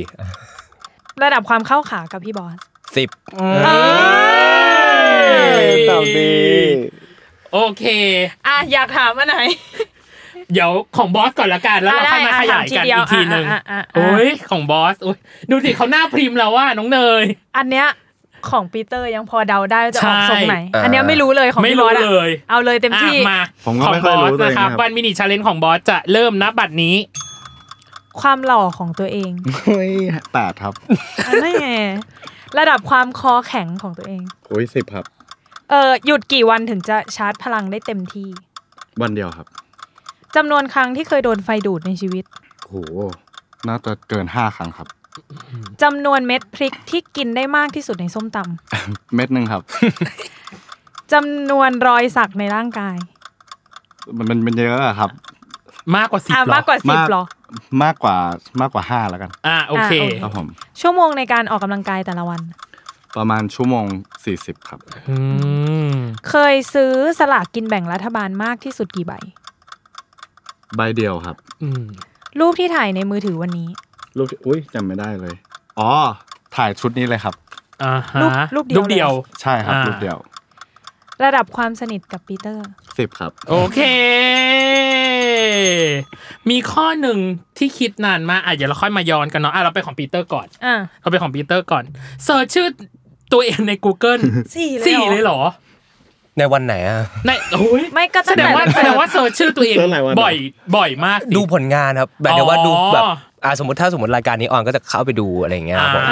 S6: ระดับความเข้าขากับพี่บอส
S5: สิบ
S4: ตอบดี
S3: โอเค
S6: อ่ะ อยากถามอันไหน
S3: เดี๋ยวของบอสก่อนละกันแล้วเรา
S6: อ่ะ
S3: ค่อยมา
S6: ได้
S3: ข
S6: อ่ะ
S3: ยายกัน
S6: ถามทีเดียว
S3: อีกทีหนึ่ง
S6: อ่ะอ่ะอ่ะอ่ะ
S3: โอ้ยของบอสโอ้ยดูสิเขาหน้าพริมแล้วว่าน้องเนย
S6: อันเนี้ยของปีเตอร์ยังพอเดาได้ว่าจะออก
S3: ใช่
S6: ทรงไหน อันเนี้ยไม่รู้เลยของ
S3: ไม่
S6: พี่บ
S3: รู้
S6: อสอะ
S3: เลย
S6: เอาเลยเต็มที่
S3: อ่ะมา
S4: ผมก็
S3: ของ
S4: ไม่ค่
S3: บ
S4: อย
S3: อ
S4: รู้
S3: ส
S4: ตัวเอง
S3: นะครับ
S4: ครับ
S3: วันมินิชาเลนจ์ของบอสจะเริ่มนับบัตรนี้
S6: ความหล่อของตัวเอง
S4: เฮ้ยแปดครับ
S6: อันนี้ไงระดับความคอแข็งของตัวเอง
S4: โอ้ยสิบครับ
S6: เออหยุดกี่วันถึงจะชาร์จพลังได้เต็มที่
S4: วันเดียวครับ
S6: จำนวนครั้งที่เคยโดนไฟดูดในชีวิต
S4: โหน่าจะเกินห้าครั้งครับ
S6: จำนวนเม็ดพริกที่กินได้มากที่สุดในส้มต
S4: เม็ดหนึ่งครับ
S6: ำจำนวนรอยสักในร่างกาย
S4: มันมันมันเยอะอะครับ
S3: มากกว่าสิบ
S6: อ่ะ
S3: หรอ
S6: มากกว่าสิบหรอ
S4: มากมากกว่ามากกว่าห้าแล้วกัน
S3: อ่าโอเค
S4: ครับผม
S6: ชั่วโมงในการออกกำลังกายแต่ละวัน
S4: ประมาณชั่วโมงสี่สิบครับ
S3: อืม
S6: เคยซื้อสลากกินแบ่งรัฐบาลมากที่สุดกี่ใบ
S4: ใบเดียวครับ
S3: อืม
S6: รูปที่ถ่ายในมือถือวันนี้
S4: รูปอุ้ยจำไม่ได้เลย อ๋อ ถ่ายชุดนี้เลยครับ
S3: อ่าฮะ
S6: รูปรูปเดียว
S4: ใช่ครับ
S3: อ่า
S4: รูปเดียว
S6: ระดับความสนิทกับปีเตอร์
S4: สิบครับ
S3: โอเค มีข้อหนึ่งที่คิดนานมากอ่ะเดี๋ยวเราค่อยมาย้อนกันเนาะอ่ะเราไปของปีเตอร์ก่อน
S6: อ่ะ
S3: เราไปของปีเตอร์ก่อนเสิร์ชชื่อตัวเองใน Google
S6: สี่เลย
S3: สี่เลยเหรอ
S5: ในวันไหนอะ
S3: ในโอ้ย
S6: ไม่ก็
S3: แส
S6: ตั้
S3: ดง
S6: งแต่
S3: ว่าแสดงว่าเสิร์ชชื่อตัวเอง
S4: เสิร์ชหลายวัน
S3: บ่อยบ่อยมากสิ
S5: ดูผลงานครับแบบเดียวว่า
S3: อ๋อ
S5: ดูแบบอ่ะสมมติถ้าสมมติรายการนี้ออนก็จะเข้าไปดูอะไรอย่างเงี้ย
S3: อ่า
S5: บ่อย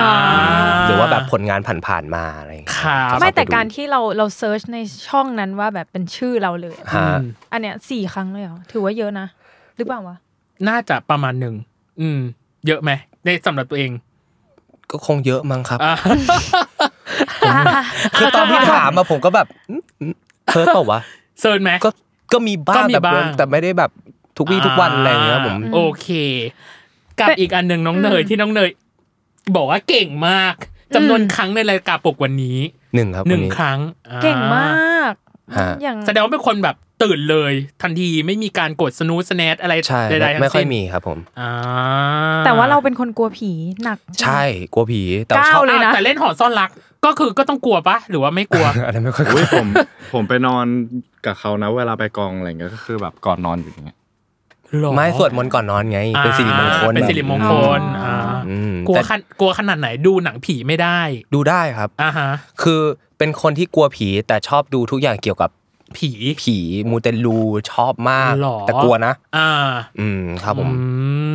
S5: หรือว่าแบบผลงานผ่านๆมาอะไรอย่างเงี้ย
S3: ครับ
S6: ไม่แต่
S5: เข้ไปดู
S6: การที่เราเราเซิร์ชในช่องนั้นว่าแบบเป็นชื่อเราเลย
S5: ฮะ
S6: อันเนี้ยสี่ครั้งเลยเหรอ ถือว่าเยอะนะ หรือเปล่าวะ
S3: น่าจะประมาณหนึ่งอืม เยอะไหมในสำหรับตัวเอง
S5: ก็คงเยอะมั้งครับ
S3: อ่ะ
S5: คือตอนที่ถามมาผมก็แบบอืมอืมเพิร์ตเปล่าวะ
S3: [LAUGHS] เซิร์ชไหม
S5: ก็ก็มีบ้า
S3: ก็
S5: ง
S3: มี
S5: แบบ
S3: บ้าง
S5: แต่ไม่ได้แบบทุกวี่ทุกวันอะไรอย่างเงี้ยผม
S3: โอเค กับอีกอันหนึ่งน้องเนยที่น้องเนย บอกว่าเก่งมากจำนวนครั้งในรายการปลุกวันนี้
S5: หนึ่งครับ
S3: หนึ่ง
S5: วั
S3: ครั้งอ่า
S6: [LAUGHS] เก่งมาก
S5: ฮะ
S6: อย่าง
S3: แสดงว่าเป็นคนแบบตื่นเลย ทันทีไม่มีการกดสนูสแนตอะไร
S5: ใช่
S3: ใดๆทั้งสิ้น
S5: ไม่ไม่ค่อยมีครับผม
S3: อ่า
S6: แต่ว่าเราเป็นคนกลัวผีหนักไหม
S5: ใช่กลัวผีแต่
S6: ก้า
S5: ช
S6: ว
S5: อบ
S6: เลยนะ
S3: อ้าวแต่เล่นหอซ่อนรักก็คือก็ต้องกลัวปะหรือว่าไม่กลัว
S5: [LAUGHS] อันนั้นไม่ค่อยกลั
S4: อุ้
S5: วย
S4: [LAUGHS] ผม ผมไปนอนกับเขานะเวลาไปกองอะไรเงี้ยก็คือแบบก่อนนอนอยู่อย่างเงี้ย
S5: ไม่สวดมนต์ก่อนนอนไง เป็นสิริมงคล
S3: เป็นสิริมงคลอ่า
S5: อืม
S3: กลัว
S5: แต่
S3: ขนกลัวขนาดไหนดูหนังผีไม่ได้
S5: ดูได้ครับ
S3: อ่าฮะ
S5: คือเป็นคนที่กลัวผีแต่ชอบดูทุกอย่างเกี่ยวกับ
S3: ผี
S5: ผีมูเตลูชอบมาก
S3: หรอ
S5: แต่กลัวนะ
S3: อ่า
S5: อืมครับผม
S3: อื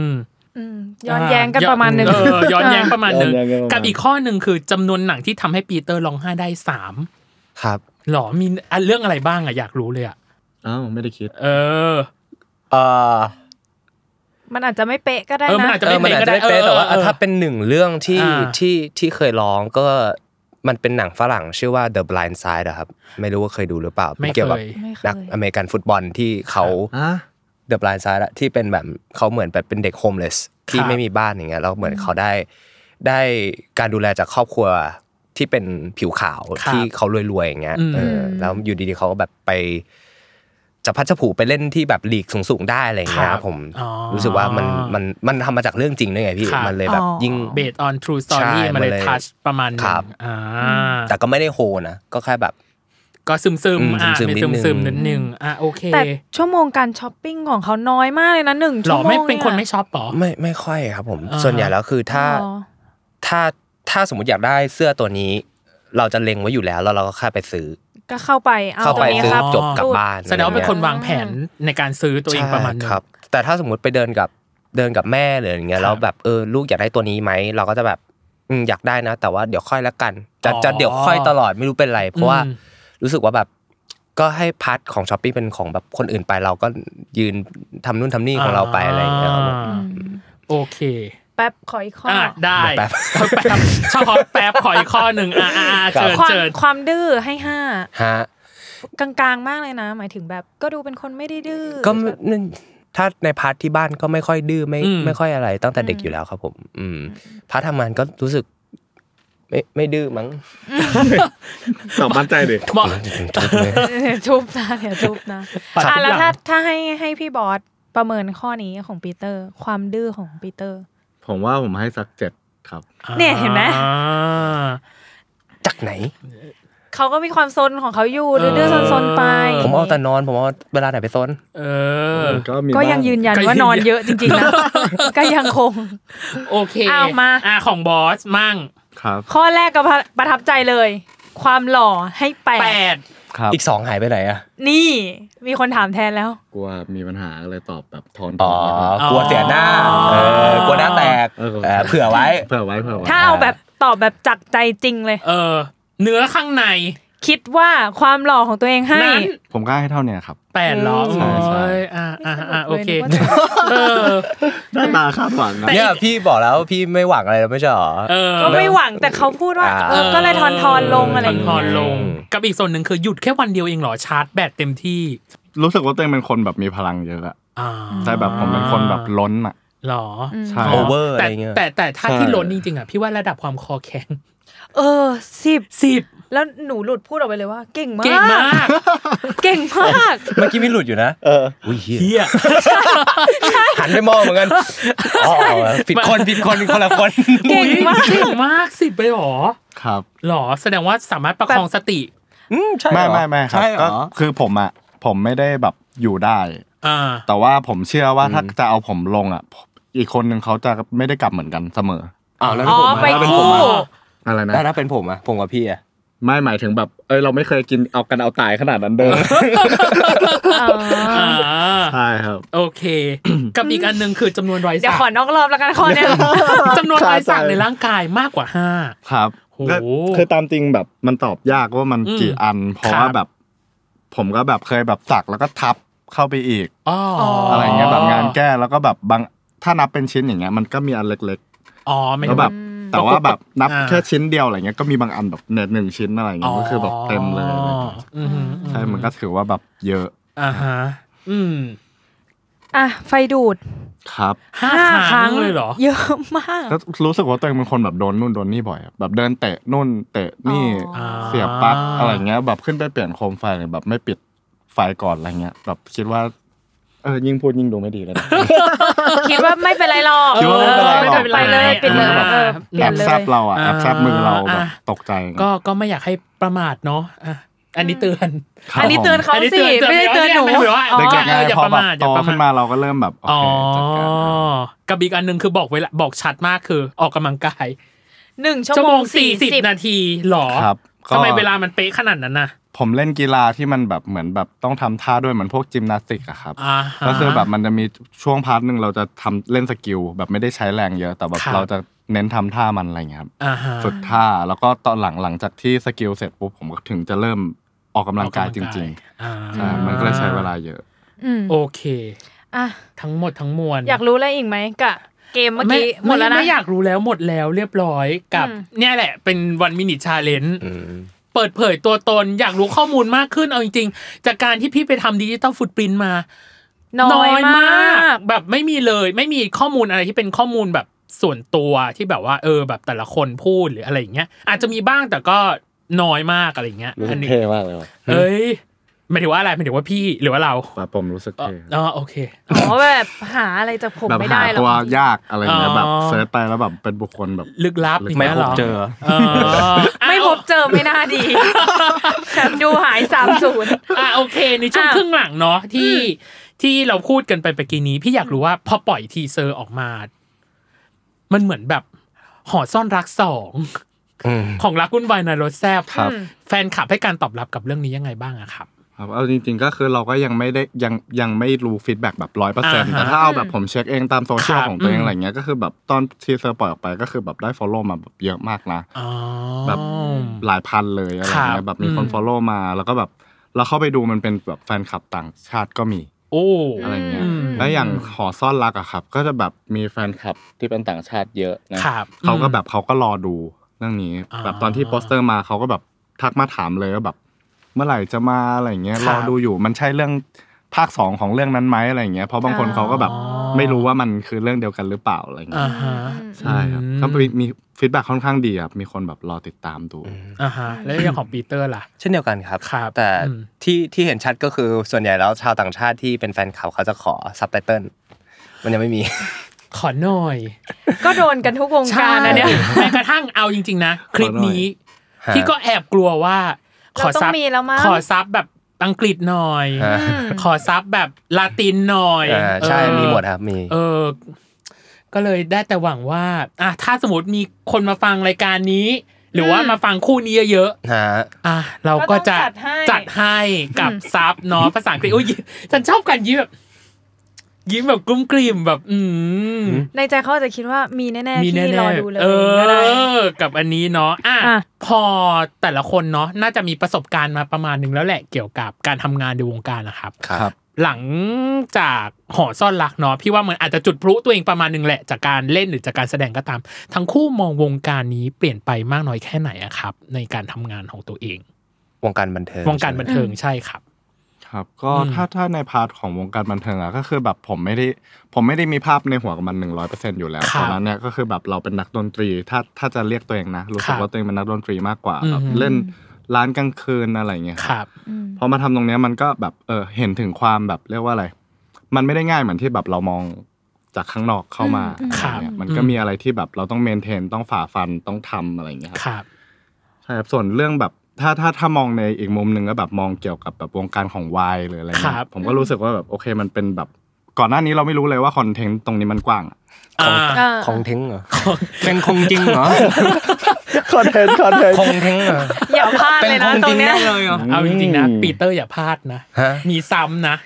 S3: ม
S6: อืมย้อนแย้งกัน
S3: อ่
S6: ประมาณหนึ่ง
S3: เออย้อนแย้งประมาณหนึ่ง
S4: ย้อนแย้งกันประมาณ
S3: กับอีกข้อหนึ่งคือจำนวนหนังที่ทำให้ปีเตอร์ร้องไห้ได้สาม
S5: ครับ
S3: หรอมีอ่ะเรื่องอะไรบ้างอะอยากรู้เลยอะ
S4: อ้าวไม่ได้คิด
S3: เออ
S5: เออ
S6: มันอาจจะไม่เป๊ะก็ได้
S3: เออมัน
S6: นะ
S3: อาจจะ
S5: เอ
S3: ไม่
S5: อมัน
S3: เป๊ะ
S5: อาจ
S3: ก็ได้
S5: จะไม่เป๊ะ
S3: ออ
S5: แต่ว่า
S3: ออ
S5: ถ้าเป็นหนึ่งเรื่องที่
S3: อ่า
S5: ที่ที่เคยร้องก็มันเป็นหนังฝรั่งชื่อว่า The Blind Side อะครับ ไม่รู้ว่าเคยดูหรือเปล่า
S3: ไม่
S5: เป็
S3: เค
S5: นเกี่ยวกับ
S3: ย
S6: ไม่เค
S5: นัก
S6: ย
S5: อเมริกันฟุตบอลที่เขา
S4: อ่ะ
S5: เดอะบลายซ้ายละที่เป็นแบบเขาเหมือนแบบเป็นเด็กโฮมเลสที่
S3: ครับ
S5: ไม่มีบ้านอย่างเงี้ยแล้วเหมือนเขาได้ได้การดูแลจากครอบครัวที่เป็นผิวขาวที่เขารวยๆอย่างเงี้ยเอออแล้วอยู่ดีๆเขาก็แบบไปจะพัดจะผูไปเล่นที่แบบลีกสูงๆได้อะไรอย่างเงี้ยผม
S3: อ๋อ
S5: รู้สึกว่ามันมันมันทำมาจากเรื่องจริงด้วยไงพี่
S3: ครับ
S5: มันเลยแบบยิ่ง
S3: เบสออนทรูสตอรี่
S5: ใช่
S3: มันเลย
S5: มันเลย
S3: ทัชประมาณหนึ
S5: ครั
S3: ง
S5: บ
S3: อ่า
S5: แต่ก็ไม่ได้โฮนะก็แค่แบบ
S3: ก็ซึมซึม
S5: อืม
S3: อ่า
S5: ซึมๆ
S3: ซึมซึมๆ
S5: นิดนึง
S3: นิดนึงอ่ะโอเค
S6: แต่ชั่วโมงการช้อปปิ้งของเขาน้อยมากเลยนะหนึ่ง
S3: หร
S6: ชั่
S3: อ
S6: วโมง
S3: ไม่เป็นคน
S6: ย
S3: ไม่ชอบปอ
S5: ไม่ไม่ค่อยครับผม
S3: อ่าฮะ
S5: ส่วนใหญ่แล้วคือถ้า
S6: อ๋อ
S5: ถ้าถ้าสมมติอยากได้เสื้อตัวนี้ เราจะเล็งไว้อยู่แล้วแล้วเราก็แค่ไปซื้อ
S6: ก็เข้าไปเอา
S5: เข้าไป
S6: ตรงนี้
S5: ซื้อ
S6: ครับ
S5: จบกลับบ้าน
S3: แสดงว่าเป็นคนวางแผนในการซื้อตัวเองประมาณหนึง
S5: ใช่ครับ แต่ถ้าสมมติไปเดินกับเดินกับแม่หรืออย่างเงี้
S3: ครั
S5: ย
S3: บ
S5: แล้วแบบเออลูกอยากได้ตัวนี้ไหมเราก็จะแบบอืมอยากได้นะ แต่ว่าเดี๋ยวค่อยละกันจะ
S3: อ๋อ
S5: จะเดี๋ยวค่อยตลอดไม่รู้เป็นไรเพราะว่า
S3: อืม
S5: รู้สึกว่าแบบก็ให้พาร์ทของช้อปปี้เป็นของแบบคนอื่นไปเราก็ยืนทำนู่นทำนี่ของเราไปอะไรอย่างเงี้ยครับผม
S3: อ่าโอเค
S6: แป๊บขออีกข้ออ
S3: อ่ะได้
S5: แป๊บ
S3: แป๊บชอบแป๊บขออีกข้อหนึ่งอ่ะอ่ะอ่ะเชิญ
S6: ความ
S3: เชิญ
S6: ความดื้อให้ห้า
S5: ฮะ
S6: กลางๆมากเลยนะ หมายถึงแบบก็ดูเป็นคนไม่ได้ดื้อ
S5: ก็
S6: [LAUGHS]
S5: ไม่ถ้าในพาร์ทที่บ้านก็ไม่ค่อยดื้อไม่ไม่ค่อยอะไร ตั้งแต่เด็กอยู่แล้วครับผม อืมพาร์ททำงานก็รู้สึก ไม่ไม่ดื้อมั้ง
S4: ตอบมั่นใจดิ
S3: บอก
S6: ทุบนะเดี๋ยวทุบนะ
S3: ปัด
S6: อ่ะ
S3: ทุกอ
S6: แล้ว
S3: ย่าง
S6: ถ้าถ้าให้ให้พี่บอสประเมินข้อนี้ของปีเตอร์ ความดื้อของปีเตอร์
S4: ผมว่าผมให้สักเจ็ดครับ
S6: เนี่ยเห็นไหม
S3: อ่า
S5: จากไหน
S6: เขาก็มีความซนของเขาอยู่
S3: เออ
S6: ดื้อๆซนๆไป
S5: ผมเอาแต่นอน ผมเอาเวลาไหนไปซน
S3: เออ
S4: ก็มี
S6: ก็ยัง
S4: บ้า
S6: ยืนยันว่านอนเยอะจริงๆนะก็ยังคง
S3: โอเค
S6: เอามา
S3: อ่ะของบอสมั่ง
S4: ครับ
S6: ข้อแรกก็ประทับใจเลย ความหล่อให้แป
S3: แป
S6: ด
S3: ด
S4: ครับ
S5: อีกสองหายไปไหนอะ
S6: นี่มีคนถามแทนแล้ว
S4: กลัวมีปัญหาอะไรตอบแบบทอน
S5: อ๋อ กลัวเสียหน้า เออกลัวหน้าแตกเออเผื่อไว้
S4: เผื่อไว้เผื่อไว้
S6: ถ้าเอาแบบตอบแบบจากใจจริงเลย
S3: เออ เนื้อข้างใน
S6: คิดว่าความหล่อของตัวเองให้
S3: นั้น
S4: ผมก็ให้เท่าเนี้ยครับ
S3: แปดเหรอ
S4: ใช่ใช่
S3: โอ้ยอ่าอ่าอ่าโอเค
S6: ไม่สนุกเลยนึกว่าจะ
S3: เออ
S4: ได้ตาคาดหวังนะ
S5: เนี่ยพี่บอกแล้วว่าพี่ไม่หวังอะไรแล้วไม่ใช่เหรอ
S3: เออ
S6: ก็ไม่หวังแต่เขาพูดว่า
S5: อ่า
S6: เออก็เลยทอนทอนๆลงอะไรอย่า
S3: ท
S6: งเงี้
S3: อน
S6: ย
S3: ๆลง กับอีกส่วนหนึ่งคือหยุดแค่วันเดียวเองเหรอชาร์จแบตเต็มที่
S4: รู้สึกว่าตัวเองเป็นคนแบบมีพลังเยอะอะ
S3: อ่า
S4: ใช่แบบผมเป็นคนแบบล้นอะ
S3: หรอ
S4: ใช่
S5: โอเวอร์อะไร
S3: แต่
S5: เงี้ย
S3: แต่แต่ถ้า
S4: ใช่
S3: ที่ล้นจริงๆอ่ะพี่ว่าระดับความคอแข็ง
S6: เออสิบ
S3: สิบ
S6: แล้วหนูหลุดพูดออกไปเลยว่า เก่งมาก
S3: เก่งมาก
S6: เก่งมาก
S5: เมื่อกี้พี่หลุดอยู่นะอุ้ยเหี้ย
S3: เฮีย
S5: [LAUGHS] หันไปมองเหมือนกันอ๋อผิดคนผิดคนคนละคน
S6: เก่งมาก
S3: เก่งมากสิบไปหรอ
S4: ครับ
S3: หรอแสดงว่าสามารถประคองสติ
S5: อืมใช่เหร
S4: ไม่
S5: อ
S4: ไม่ไม่ครับ
S5: ใช่เหร
S4: ก็
S5: อ
S4: คือผมอะผมไม่ได้แบบอยู่ได้
S3: อ่า
S4: แต่ว่าผมเชื่อว่าถ้าจะเอาผมลงอะอีกคนหนึ่งเขาจะไม่ได้กลับเหมือนกันเสมอ
S5: อ้าวแล้ว
S6: อ๋อไป
S5: เป็นผ
S6: คู่
S5: มอะ
S4: อะไรนะ
S5: แล้วถ้าเป็นผมอะผมกับพี่อะ
S4: ไม่หมายถึงแบบเอ้ยเราไม่เคยกินเอากันเอาตายขนาดนั้นเด้อ
S3: อ่า
S4: ใช่ครับ
S3: โอเค กับอีกอันหนึ่งคือจำนวนรอย
S6: เดี๋ยว
S3: สัก
S6: ขอนอกรอบแล้วกันข้อเนี้ย
S3: จำนวนรอยสักในร่างกายมากกว่าห้า
S4: ครับ
S3: โห
S4: ก็คือตามจริงแบบมันตอบยากว่ามัน
S3: อืม
S4: กี่อัน เพราะ
S3: ครับ
S4: ว่าแบบ ผมก็แบบเคยแบบสักแล้วก็ทับเข้าไปอีก
S3: อ๋อ
S4: อะ
S3: อะไร
S4: เงี้ยแบบงานแก้แล้วก็แบบบางถ้านับเป็นชิ้นอย่างเงี้ยมันก็มีอันเล็ก
S3: อ๋อ
S4: ๆ
S3: ไม่
S4: แล้ว
S3: ได้
S4: แบบแต่ว่าแบบนับ
S3: อ่า
S4: แค่ชิ้นเดียวอะไรเงี้ยก็มีบางอันแบบเน็ตหนึ่งชิ้นอะไรเงี้ยก็คือแบบเต็มเลยอะไรเงี้ย
S3: อืมอืม
S4: ใช่มันก็ถือว่าแบบเยอะ
S3: อ่าฮะอืม
S6: อ่ะไฟดูด
S4: ครับ
S3: ห้าครั้งเลยเหรอ
S6: เยอะมาก
S4: ก็รู้สึกว่าตัวเองเป็นคนแบบโดนนู่นโดนนี่บ่อยอะแบบเดินเตะนู่นเตะนี่
S3: อ๋อ
S4: เสียบปลั๊กอะไรเงี้ย แบบขึ้นไปเปลี่ยนโคมไฟเลยแบบไม่ปิดไฟก่อนอะไรเงี้ย แบบคิดว่าเออยิ่งพูดยิ่งดูไม่ดีเลยนะ
S6: คิดว่าไม่เป็นไรหรอก
S4: คิดว่าไม่เป็นไร
S6: ไป
S4: หรอก
S6: เลยปิดเลย
S3: อ่า
S6: เออเปลี่
S4: แอย
S6: น
S4: บ
S6: เลย
S4: แซบเราอะแอบแซบมือเราแบบตกใจ
S3: ก็ก็ไม่อยากให้ประมาทเนาะอ่ะอันนี้เตือน
S4: ครับ
S6: อันนี้เตือนเขาสิไม่ได้เตือนหนู
S3: ไม่ว่า
S4: เด็กๆไง
S3: อย่า
S4: พ
S3: ป
S4: อ
S3: ระ
S4: แบบ
S3: มาทอ
S4: โต
S3: ย่าประ
S4: ขึ้น
S3: มา
S4: มา
S3: ท
S4: เราก็เริ่มแบบโอ
S3: อ๋อ
S4: เคจัดการ
S3: กับอีกอันหนึ่งคือบอกเวลาบอกชัดมากคือออกกำลังกาย
S6: หนึ่งชั่ว
S3: ชั่ว
S6: โม
S3: โม
S6: ง
S3: ง
S6: สี่
S3: สี่
S6: สิ
S3: สิ
S6: บบ
S3: นาทีหรอ
S4: ครับก็
S3: ทำไมเวลามันเป๊ะขนาดนั้นน่ะ
S4: ผมเล่นกีฬาที่มันแบบเหมือนแบบต้องทำท่าด้วยเหมือนพวกจิมนาสติกอะครับ
S3: อ่าฮะ
S4: ก็คือแบบมันจะมีช่วงพาร์ทหนึ่งเราจะทำเล่นสกิลแบบไม่ได้ใช้แรงเยอะ แต่แบบ
S3: ครับ
S4: เราจะเน้นทำท่ามันอะไรเงี้ยครับ
S3: อ่าฮะ
S4: ฝึกท่าแล้วก็ตอนหลังหลังจากที่สกิลเสร็จปุ๊บผมก็ถึงจะเริ่มออกกำลังกายจริง
S3: อ่า
S4: ๆใช่มันก็เลยใช้เวลาเยอะ
S6: อืม
S3: โอเค
S6: อ่ะ
S3: ทั้งหมดทั้งมวล
S6: อยากรู้อะไรอีกไหมกะเกมเมื่อกี้
S3: ไห
S6: มดแล้วนะ
S3: ไม่อยากรู้แล้วหมดแล้วเรียบร้อยกับ
S6: อืม
S3: เนี่ยแหละ เป็นวันมินิชาเลน
S5: อืม
S3: เปิดเผยตัวตนอยากรู้ข้อมูลมากขึ้นเอาจริงๆ จากการที่พี่ไปทำดิจิตอลฟุตปรินมา
S6: น้อยมาก
S3: แบบไม่มีเลย ไม่มีข้อมูลอะไรที่เป็นข้อมูลแบบส่วนตัวที่แบบว่า เออ แบบแต่ละคนพูดหรืออะไรอย่างเงี้ย อาจจะมีบ้างแต่ก็น้อยมากอะไรอย่างเงี้ยอันนี้
S4: เท่มากเลยว่ะ
S3: เอ้ยหมายถึงว่าอะไรหมายถึงว่าพี่หรือว่าเรา
S4: ป่ะผมรู้สึก
S3: อ๋อ
S4: เท่
S3: อ๋อโอเค
S6: อ๋อแบบหาอะไรจากผม
S4: แบบ
S6: ไม่
S4: หา
S6: ได้หรอ
S4: ตัว
S6: ก
S4: ยากอะไรเงี้ย
S3: อ๋อ
S4: แบบเซิร์ชไปแล้วแบบเป็นบุคคลแบบ
S3: ลึกลับอย่าง
S5: ไม่
S3: เงี้ย
S5: พ
S3: หร
S5: บ
S3: อ
S5: เจอ
S3: อ๋อ
S6: ไม่พบเจอไม่น่าดีฉันดูหายสามศูนย์
S3: อ่ะโอเค ในช่วง
S6: อ่ะ
S3: ครึ่งหลังเนาะที่ที่เราพูดกันไปเมื่อกี้นี้ พี่อยากรู้ว่าพอปล่อยทีเซอร์ออกมา มันเหมือนแบบหอซ่อนรักสอง
S5: อืม
S3: ของรักวุ่นวายในรถแซบ
S4: ครับ
S3: แฟนคลับให้การตอบรับกับเรื่องนี้ยังไงบ้างอะครับ
S4: ครับเอาจริงๆก็คือเราก็ยังไม่ได้ยังยังไม่รู้ฟีดแบ็กแบบร้อยเปอร์เซ็นต์
S3: อ่าฮะ
S4: แต่ถ้าเอาแบบผมเช็คเองตามโซเชียล
S3: ครับ
S4: ของตัวเอ
S3: อื
S4: ง
S3: ม
S4: อะไรเงี้ยก็คือแบบตอนทีเซอร์ปล่อยออกไปก็คือแบบได้ฟอลโล่มาแบบเยอะมากนะ
S3: อ๋อ
S4: แบบ หลายพันเลยอะไร
S3: ครั
S4: เงี้
S3: บ
S4: ยแบบมีคน
S3: อืม
S4: ฟอลโล่มาแล้วก็แบบเราเข้าไปดูมันเป็นแบบแฟนคลับต่างชาติก็มี
S3: โอ้
S4: อะไรเงี้ย
S3: อืม
S4: แล้วอย่างหอซ่อนรักอะครับ ก็จะแบบมีแฟนคลับที่เป็นต่างชาติเยอะนะครับ เขาก็แบบเขาก็รอดูเรื่องนี้
S3: อ่า
S4: แบบตอนที่โปสเตอร์มาเขาก็แบบทักมาถามเลยว่าแบบ เมื่อไหร่จะมาอะไรเงี้ย
S3: ครั
S4: ร
S3: บ
S4: อดูอยู่มันใช่เรื่องภาคสองของเรื่องนั้นไหมอะไรเงี้ยเพราะบางคนเขาก็แบบ
S3: อ๋อ
S4: ไม่รู้ว่ามันคือเรื่องเดียวกันหรือเปล่าอะไร
S3: อ่า
S4: เงี้ย
S3: ฮะ
S4: ใช่ครับ
S3: อืม
S4: ก็มีมีฟีดแบ็ค่อนข้างดีครับมีคนแบบรอติดตามดู
S3: อ่าฮะแล้วอย่างของปีเตอร์ล่ะ
S5: เช่นเดียวกันครับ
S3: ครับ
S5: แต่
S3: อืม
S5: ที่ที่เห็นชัดก็คือส่วนใหญ่แล้วชาวต่างชาติที่เป็นแฟนคลับเขาจะขอซับไตเติลมันยังไม่มี
S3: ขอหน่อย
S6: ก็โดนกันทุกวงการนะเนี่ย
S3: ใช่แม้กระทั่งเอาจริง ๆ นะ คลิปนี้
S5: ฮะ
S3: ที่ก็แอบกลัวว่า ขอ
S6: เราต้
S3: ซั
S6: อบ งมีแล้วมั้ง
S3: ขอซับแบบอังกฤษหน่อย
S5: ฮะ
S3: ขอซับแบบลาตินหน่อย
S5: อ่าใช่
S3: เออ
S5: มีหมดครับมี
S3: เออ ก็เลยได้แต่หวังว่าอ่ะถ้าสมมติมีคนมาฟังรายการนี้ หรือว่ามาฟังคู่นี้เยอะ
S5: ฮะ
S3: ๆอ่ะเราก็จะ
S6: ก็ต้องจัดให้
S3: จัดให้กับซับเนาะภาษาอังกฤษอุ้ยฉันชอบการยิ้มแบบ ยิ้มแบบกุ้มกลิ่มแบบ อืม
S6: ในใจเขาอาจจะคิดว่ามีแน่ๆ
S3: มี
S6: ที่
S3: แน่
S6: รอดูเลย
S3: ๆเอ
S6: ก็ได้
S3: อ กับอันนี้เนาะอ่ะ
S6: อ่ะ
S3: พอแต่ละคนเนาะน่าจะมีประสบการณ์มาประมาณหนึ่งแล้วแหละเกี่ยวกับการทำงานในวงการนะครับ
S4: ครับ
S3: หลังจากหอซ่อนรักเนาะพี่ว่ามันอาจจะจุดพลุตัวเองประมาณหนึ่งแหละ จากการเล่นหรือจากการแสดงก็ตาม ทั้งคู่มองวงการนี้เปลี่ยนไปมากน้อยแค่ไหนอะครับ ในการทำงานของตัวเอง
S5: วงการบันเทิง
S3: วงการบันเทิงใช่ครับ
S4: ครับก็
S3: อืม
S4: ถ้าถ้าในพาร์ทของวงการบันเทิงอะก็คือแบบผมไม่ได้ผมไม่ได้มีภาพในหัวกับมันหนึ่งร้อยเปอร์เซ็นอยู่แล้ว
S3: ครับ
S4: ตอนนั้นเนี่ยก็คือแบบเราเป็นนักดนตรี ถ้าถ้าจะเรียกตัวเองนะ รู้สึ
S3: ค
S4: ก
S3: รับ
S4: ว่าตัวเองเป็นนักดนตรีมากกว่า
S3: อืม
S4: แบบเล่นร้านกลางคืนอะไรอย่างเงี้ย
S3: ค
S4: ครับ
S3: รับ
S4: พอมาทำตรงเนี้ยมันก็แบบเออเห็นถึงความแบบเรียกว่าอะไร มันไม่ได้ง่ายเหมือนที่แบบเรามองจากข้างนอกเข้ามา
S1: อืม
S3: ครับ
S4: อะไรเงี้ยมัน
S3: อืม
S4: ก็มีอะไรที่แบบเราต้องเมนเทนต้องฝ่าฟันต้องทำอะไรอย่างเงี้ยครั
S3: ครั
S4: บ
S3: บ
S4: ใช่ครับส่วนเรื่องแบบถ้าถ้าถ้ามองในอีกมุมหนึ่งก็แบบมองเกี่ยวกับแบบวงการของวายหรืออะไร
S3: ค
S4: เงี้
S3: รับ
S4: ยผมก็รู้สึกว่าแบบโอเคมันเป็นแบบก่อนหน้านี้เราไม่รู้เลยว่าคอนเทนต์ตรงนี้มันกว้างอะ
S3: อ่า
S5: ของเทงเหรอเป็นคงจริงเหรอ
S4: [LAUGHS] คอนเทนต์คอนเทนต์
S5: คงเทงเหรอ
S6: อย่าพลาดเลยนะตรงเนี้ย
S5: เลยเหรอ
S3: เอาจริงๆนะ
S4: อืม
S3: ปีเตอร์อย่าพลาดนะ
S5: ฮะ
S3: มีซ้ำ
S4: [LAUGHS]
S3: นะ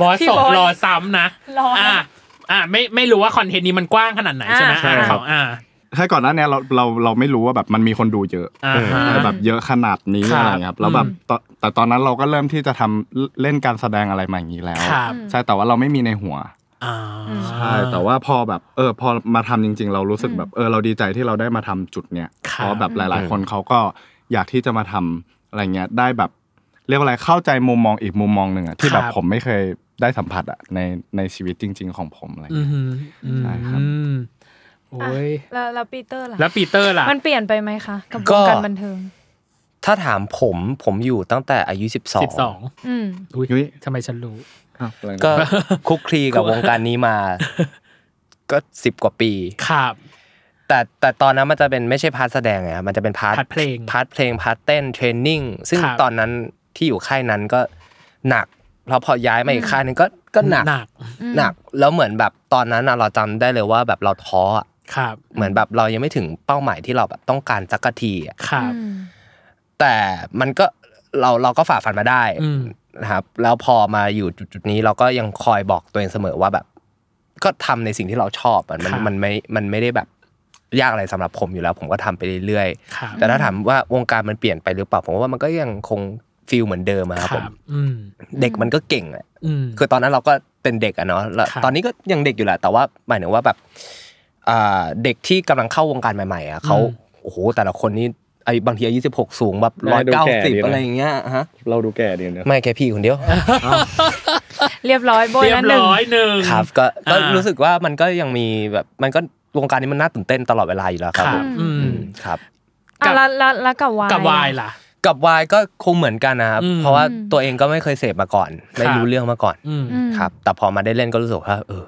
S3: บอส
S6: พี่
S3: สอบ
S6: อส
S3: รอซ้ำนะ
S6: รอนะ
S3: อ่าอ่าไม่ไม่รู้ว่าคอนเทนต์นี้มันกว้างขนาดไหนใช่ไหม
S4: ใช่ครับ
S3: อ่า
S4: ใช่ก่อนหน้าเนี้ยเราเราเราไม่รู้ว่าแบบมันมีคนดูเยอะ
S3: อ่าฮะ
S4: เออแบบเยอะขนาดนี้
S3: ครับ
S4: อะไรเงี้ยครับแล้วแบบตอนแต่ตอนนั้นเราก็เริ่มที่จะทำเล่นการแสดงอะไรมาอย่างนี้แล้ว
S3: ครับ
S4: ใช่แต่ว่าเราไม่มีในหัว
S3: อ่า
S4: ใช่แต่ว่าพอแบบเออพอมาทำจริง ๆ เรารู้สึกแบบเออเราดีใจที่เราได้มาทำจุดเนี้ย
S3: ค
S4: เพ
S3: รับ
S4: ราะแบบหลาย ๆ คนเขาก็อยากที่จะมาทำอะไรเงี้ยได้แบบเรียกว่าอะไรเข้าใจมุมมองอีกมุมมองหนึ่งอะที่แบบ
S3: ครับ
S4: ผมไม่เคยได้สัมผัสอะในในชีวิตจริง ๆ ของผมอะไร
S3: อื
S4: เงี้ย
S3: ม
S4: ใช่ครับ
S3: อืมโอ้ย
S6: แล้วแล้วปีเตอร์ล่ะ
S3: แล้วปีเตอร์ล่ะ
S6: มันเปลี่ยนไปไหมคะกับว
S5: ก็
S6: งการบันเทิง
S5: ถ้าถามผมผมอยู่ตั้งแต่อายุ
S3: สิบสอง
S6: อืม
S3: อุ้ย
S4: ยุ้ย
S3: ทำไมฉันรู้
S4: ครับอะไรนะ
S5: ก็คลุกคลีกับวงการนี้มา ก็สิบกว่าปี
S3: ครับ
S5: แต่แต่ตอนนั้นมันจะเป็นไม่ใช่พาร์ทแสดงไงครับมันจะเป็นพาร์ท
S3: พาร์ทเพลง
S5: พาร์ทเพลงพาร์ทเต้นเทรนนิ่งซึ่ง
S3: ครับ
S5: ตอนนั้นที่อยู่ค่ายนั้นก็หนักแล้วพอย้ายมาอีกค่ายนึงก็ก็หนัก
S3: หนัก
S5: หนัก แล้วเหมือนแบบตอนนั้นน่ะเราจำได้เลยว่าแบบเราท้ออะ
S3: ครับ
S5: เหมือนแบบเรายังไม่ถึงเป้าหมายที่เราแบบต้องการสักทีอะ
S3: ครับ
S5: แต่มันก็เราเราก็ฝ่าฟันมาได้
S3: อืม
S5: นะครับ แล้วพอมาอยู่จุดจุดนี้เราก็ยังคอยบอกตัวเองเสมอว่าแบบ ก็ทำในสิ่งที่เราชอบอะมัน
S3: ครับ
S5: มันไม่มันไม่ได้แบบยากอะไรสำหรับผมอยู่แล้ว ผมก็ทำไปเรื่อย
S3: ครับ
S5: ๆแต่ถ้าถามว่าวงการมันเปลี่ยนไปหรือเปล่าผมว่ามันก็ยังคงฟีลเหมือนเดิมอะครับ
S3: ค
S5: ผ
S3: รั
S5: ม
S3: บอืม
S5: เด็กมันก็เก่งอะ
S3: อืม
S5: คือตอนนั้นเราก็เป็นเด็กอะเนาะแล้ว
S3: ครับ
S5: ตอนนี้ก็ยังเด็กอยู่แหละ แต่ว่าหมายถึงว่าแบบอ่าเด็กที่กำลังเข้าวงการใหม่ ๆอะเขา
S3: อืม
S5: โอ้โหแต่ละคนนี่ไอ้บางทีอายุสิบหกสูงแบบ
S4: ได้
S5: ร้อย
S4: ดู
S5: เก้า
S4: แก่
S5: สิบ
S4: ดีนะ
S5: อะไรอย่างเงี้ยฮะ
S4: เราดูแก่ดีนะ
S5: ไม่แค่พี่คนเดียว
S6: เรียบร้อยโบย
S3: เรียบ
S6: นั้นหนึ่ง
S3: ร้อยหนึ่ง [LAUGHS]
S5: ครับก็ก็
S3: อ่า
S5: รู้สึกว่ามันก็ยังมีแบบมันก็วงการนี้มันน่าตื่นเต้นตลอดเวลาอยู่แล้ว
S3: ค
S5: ครับ
S3: รับ
S5: ผม
S3: อืม
S5: อืมครับ
S3: กั
S6: อ่ะ
S3: บ
S6: แล้วแล้วแล้วกับวาย
S3: กับวายล่ะ
S5: กับวายก็คงเหมือนกันนะครับ
S3: อืม
S5: เพราะว่าตัวเองก็ไม่เคยเสพมาก่อน ไม่
S3: ครับ
S5: รู้เรื่องมาก่อน
S3: อืม
S6: อืม
S5: ครับ แต่พอมาได้เล่นก็รู้สึกว่าเออ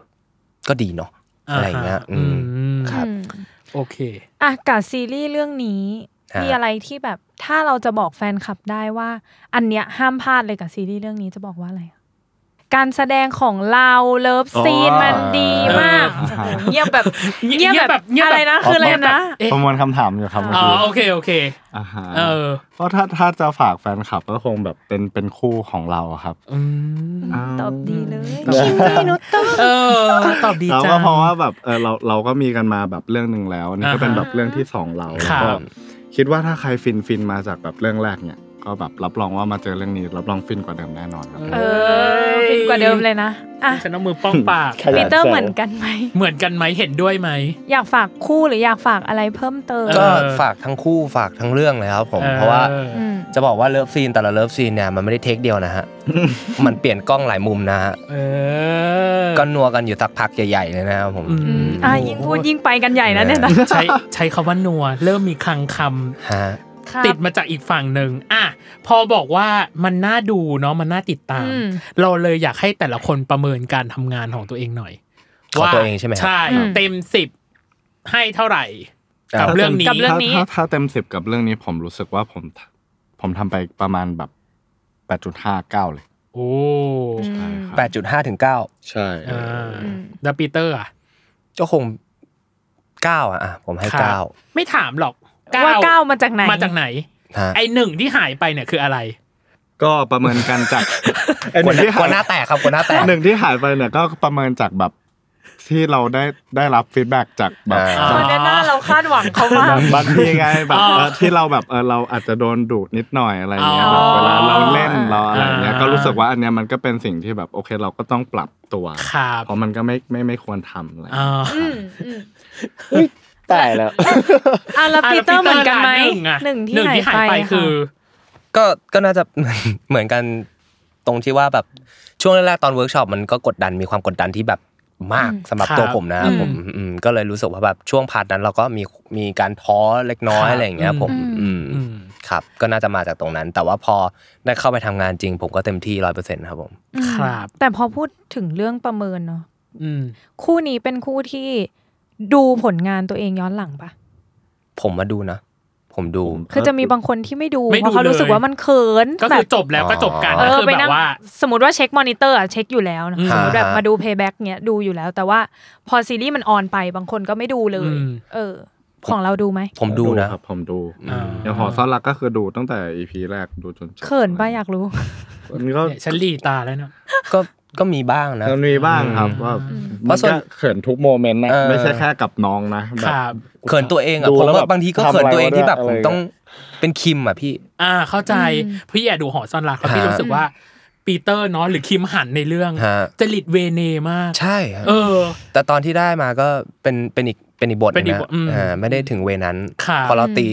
S5: ก็ดีเนาะ อะไรอย่างเงี้ยอื
S3: อื
S5: ม
S3: ม
S5: ครับ
S6: อืม
S3: โอเค
S6: อ่ะกับซีรีส์เรื่องนี้
S5: ฮะ
S6: มีอะไรที่แบบถ้าเราจะบอกแฟนคลับได้ว่า อันเนี้ยห้ามพลาดเลยกับซีรีส์เรื่องนี้จะบอกว่าอะไรอะการแสดงของเราเลิฟซีนมันดีมาก
S3: อ๋อ
S6: โอ้โหเงียบแบบ
S3: เงียบแบบเงียบ
S6: อะ
S3: แบบ
S6: ไรนะคืออะไรนะ
S3: เอ๊ะ
S4: ประมวลคำถามอยู่ครับ
S3: อ๋อ
S4: เมื่อ
S3: โอ
S4: กี้
S3: เคโอเค
S4: อ่าฮะ
S3: เออ
S4: ก็ถ้าถ้าจะฝากแฟนคลับก็คงแบบเป็นเป็นคู่ของเราอะครับ
S3: อืม
S6: ตอบดีเลย
S3: ตอบดี
S6: คิมมี่นุตโต
S3: เออตอบดี
S4: เรา
S3: จั
S4: ก็
S3: ง
S4: เพราะว่าแบบเออเราเราก็มีกันมาแบบเรื่องหนึ่งแล้วอันนี่
S3: อ่า
S4: ก็
S3: ฮะ
S4: เป็นแบบเรื่องที่สองเรา
S3: ค
S4: แล้
S3: รั
S4: ว
S3: บ
S4: ก็คิดว่าถ้าใครฟินฟินมาจากแบบเรื่องแรกเนี่ย ก็แบบรับรองว่ามาเจอเรื่องนี้ รับรองฟินกว่าเดิมแน่นอนครับ
S6: เออผิดกว่าเดิมเลยนะ อ่ะ
S3: ฉันเอามือป้องปาก
S4: ขยั
S6: ปี
S4: น
S6: เตอร์เหมือนกันไหม
S3: เหมือนกันไหมเห็นด้วยไหม
S6: อยากฝากคู่หรืออยากฝากอะไรเพิ่มเติม
S3: เออ
S5: ก็ฝากทั้งคู่ฝากทั้งเรื่องเลยครับผมเพราะว่า
S3: ออ
S6: ม
S5: จะบอกว่าเลิฟซีนแต่ละเลิฟซีนเนี่ยมันไม่ได้เทคเดียวนะฮะ มันเปลี่ยนกล้องหลายมุมนะฮะ
S3: เออ
S5: ก็นัวกันอยู่สักพักใหญ่ๆเลยนะครับผม
S6: อืมอ่ะยิ่งพูดยิ่งไปกันใหญ่นะเนี่ยนะ
S3: ใช้ใช้คำว่านัว เริ่มมีคลังค
S5: ฮะ
S6: ครับ
S3: ำติดมาจากอีกฝั่งหนึ่งอ่ะพอบอกว่ามันน่าดูเนาะมันน่าติดตาม
S6: อืม
S3: เราเลยอยากให้แต่ละคนประเมินการทำงานของตัวเองหน่อย
S5: ของตัวเองใช่ไหมครับ
S3: ใช่เต็มสิบให้เท่าไหร่ กับเรื่องนี้
S6: กับเรื่องนี้
S4: ถ้าถ้าถ้าเต็มสิบกับเรื่องนี้ผมรู้สึกว่าผม ผมทำไปประมาณแบบแปดจุดห้าเก้าเลย
S3: โอ้
S4: ใช่ครับ
S5: 8.5ถึง9
S4: ใช่
S3: เออดาปีเตอร์อ่ะ
S5: ก็คง9อะอ่ะผมให้
S3: ครับ
S5: 9
S3: ไม่ถามหรอก
S6: ว่าก้าวมาจากไหน
S3: มาจากไหน
S5: ฮะ
S3: ไอหนึ่งที่หายไปเนี่ยคืออะไร
S4: ก็ประเมินกันจาก
S5: กลัวหน้า
S4: ที่
S5: กลัวหน้าแตกครับกลัวหน้าแตก
S4: หนึ่งที่หายไปเนี่ยก็ประเมินจากแบบที่เราได้ได้รับฟีดแบ็กจากแบบ
S5: อ่า
S6: ตอนนี้หน้าเราคาดหวังเขามาก
S4: บางทีไงแบบ
S3: อ่า
S4: เออที่เราแบบเออเราอาจจะโดนดุนิดหน่อยอะไรเงี้ยแบบ
S3: อ๋อ
S4: เวลาเราเล่นเราอะไรเงี้ย
S3: อ่า
S4: ก็รู้สึกว่าอันเนี้ยมันก็เป็นสิ่งที่แบบโอเคเราก็ต้องปรับตัว
S3: ครับ
S4: เพราะมันก็ไม่ไม่ไม่ควรทำอะไร
S3: อ่า
S6: อืมอืม
S4: ตายแล้ว
S6: อ่ะแล้วปีเตอร์เหมือนกันไหม
S3: อ่ะ
S6: หนึ่งที่
S3: หนึ่งที่หายไปคือ
S5: ก็ก็น่าจะ [LAUGHS] เหมือนกันตรงที่ว่าแบบช่วงแรกๆตอนเวิร์กช็อปมันก็กดดันมีความกดดันที่แบบมากสำหรับ
S3: ครับ
S5: ตัวผมนะ
S3: อืม
S5: ผมอืมก็เลยรู้สึกว่าแบบช่วงพาร์ทนั้นเราก็มีมีการท้อเล็กน้อย
S3: ครับ
S5: อะไรอย่างเงี้ย ผมอืม
S3: อืม
S5: ครับ ก็น่าจะมาจากตรงนั้น แต่ว่าพอได้เข้าไปทำงานจริง ผมก็เต็มที่ร้อยเปอร์เซ็นต์ครับผม
S6: อืม
S3: ครับ
S6: แต่พอพูดถึงเรื่องประเมินเนาะ
S3: อืม
S6: คู่นี้เป็นคู่ที่ดูผลงานตัวเองย้อนหลังปะ
S5: ผมมาดูนะ ผมดู
S6: คือจะมีบางคนที่ไม่ดู
S3: ไม่
S6: เพ
S3: ดู
S6: ราะเขารู้สึก
S3: เลย
S6: ว่ามันเขิน
S3: ก็
S6: แบ
S3: คื
S6: บ
S3: อจบแล้วก็จบกัน
S6: เอ
S3: ก็
S6: อ
S3: คือ
S6: ไป
S3: แบ
S6: นั่ง
S3: บว่า
S6: สมมติว่าเช็คมอนิเตอร์อะเช็คอยู่แล้วนะ
S3: อืม
S6: สมมติแบบ
S5: ฮะ
S6: มาดูเพย์แบ็กเนี้ยดูอยู่แล้ว แต่ว่าพอซีรีส์มันออนไปบางคนก็ไม่ดูเลย
S3: อืม
S6: เออ ของเราดูไหม
S5: ผมดูนะ
S4: ครับผมดู
S3: อ่า
S4: อย่างหอซ่อนรักก็คือดูตั้งแต่ EP แรกดูจนจบ
S6: เขินปะอยากรู้
S4: มันก็
S3: เนี่ยฉันหลีตาแล้วเนาะ
S5: ก็ก็มีบ้างนะ
S4: มันมีบ้างครับว่า
S5: เพ
S4: มัน
S5: ราะส่ว
S4: ก็
S5: น
S4: เขินทุกโมเมนต์นะ
S5: เออ
S4: ไม่ใช่แค่กับน้องนะแบ
S3: ค
S4: บ
S3: รับ
S5: เขินตัวเองอ่ะ
S4: ดู
S5: ผม
S4: แล้ว
S5: ว่า
S4: แบบ
S5: บางทีก็
S4: ทำอะไร
S5: เขินตัวเองที่แบบ
S4: วะเนี่ย
S5: ผม
S4: อะไร
S5: ต้องเป็นคิมอ่ะพี่
S3: อ่าเข้าใจพี่แอดูหอซ่อนรักครับพี่
S5: ฮะ
S3: รู้สึกว่าปีเตอร์เนาะหรือคิมหันในเรื่อง
S5: ฮะ
S3: จริตเวเนมาก
S5: ใช่ฮะ
S3: เออ
S5: แต่ตอนที่ได้มาก็เป็นเป็นอีกเป็นอีกบท
S3: เป็นอีกบท
S5: หง
S3: อืม
S5: นะอ่าไม่ได้ถึงเวนั้น
S3: ครับ
S5: พอเราตี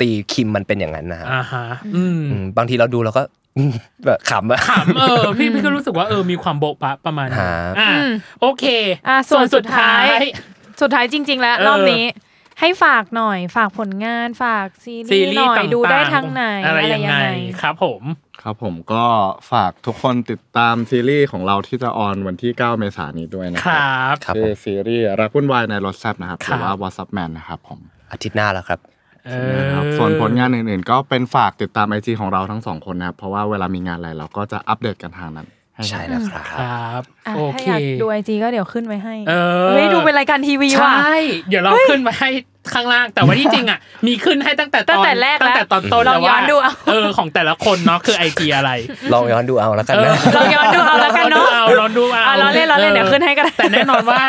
S5: ตีคิมมันเป็นอย่างนั้นนะฮะ
S3: อ่าฮะอืม
S5: อืมบางทีเราดูเราก็ [LAUGHS] แบบขำอะ
S3: ถามเออ พี่พี่ก็รู้สึกว่าเออมีความโบะบะประมาณ
S5: ครั
S3: นั้
S5: บ
S3: นอ่า
S6: อืม
S3: โอเค
S6: อ่ะส่วนสุดท้าย สุดท้ายจริง ๆ แล้ว
S3: เออ
S6: รอบนี้ ให้ฝากหน่อย ฝากผลงานฝากซี
S3: ซี
S6: รีส์
S3: รี
S6: ห
S3: ส์
S6: น่อย
S3: ต่างๆ
S6: ดูได้ทางไหน
S3: อะไรยังไงครับ ผม
S4: ครับผมก็ฝากทุกคนติดตามซีรีส์ของเราที่จะออนวันที่ 9 เมษายนนี้ด้วยนะ
S3: ค
S4: ครั
S3: รั
S4: บ
S3: บ
S5: ครับผ
S4: คือ
S5: ม
S4: ซีรีส์รักวุ่นวายในรถแซบนะครับ
S3: ค
S4: ห
S3: รับ
S4: รือว่าวอ s ั p แมนนะครับผม
S5: อาทิตย์หน้าแล้วครับ
S3: เอ
S4: นะครับส่วนผลงานอื่นๆ ก็เป็นฝากติดตามไอจีของเราทั้งสองคนนะครับเพราะว่าเวลามีงานอะไรเราก็จะอัปเดตกันทางนั้นห้
S5: ใช่แล้วครั
S3: ค
S5: บ
S3: รับ
S6: อ่ะ
S3: โอ
S6: ถ้า
S3: เค
S6: อยากดูไอจีก็เดี๋ยวขึ้นไว้ให้
S3: เออ
S6: เฮ้ยดูเป็นรายการทีวี
S3: ใช
S6: ว่ะ
S3: ่ เดี๋ยวเราขึ้นมาให้ข้างล่าง แต่ว่าที่จริงอ่ะ มีขึ้นให้ตั้งแต่
S6: ตั้
S3: ตอน
S6: งแต่แรกแล้ว
S3: ตั้งแต่ตอนต้น
S6: ลอง
S3: แล้วว่า
S6: ย้อนดูเอา
S3: เออของแต่ละคนเนาะคือไอจีอะไร
S5: ลองย้อนดูเอาแล้วกันนะ
S6: เราย้อนดูเอาแล้วกันเนาะ
S3: ลองดูเอา
S6: อ่ะล้อเล่นล้อเล่นเดี๋ยวขึ้นให้ก็ได้
S3: แต่แน่นอนว่า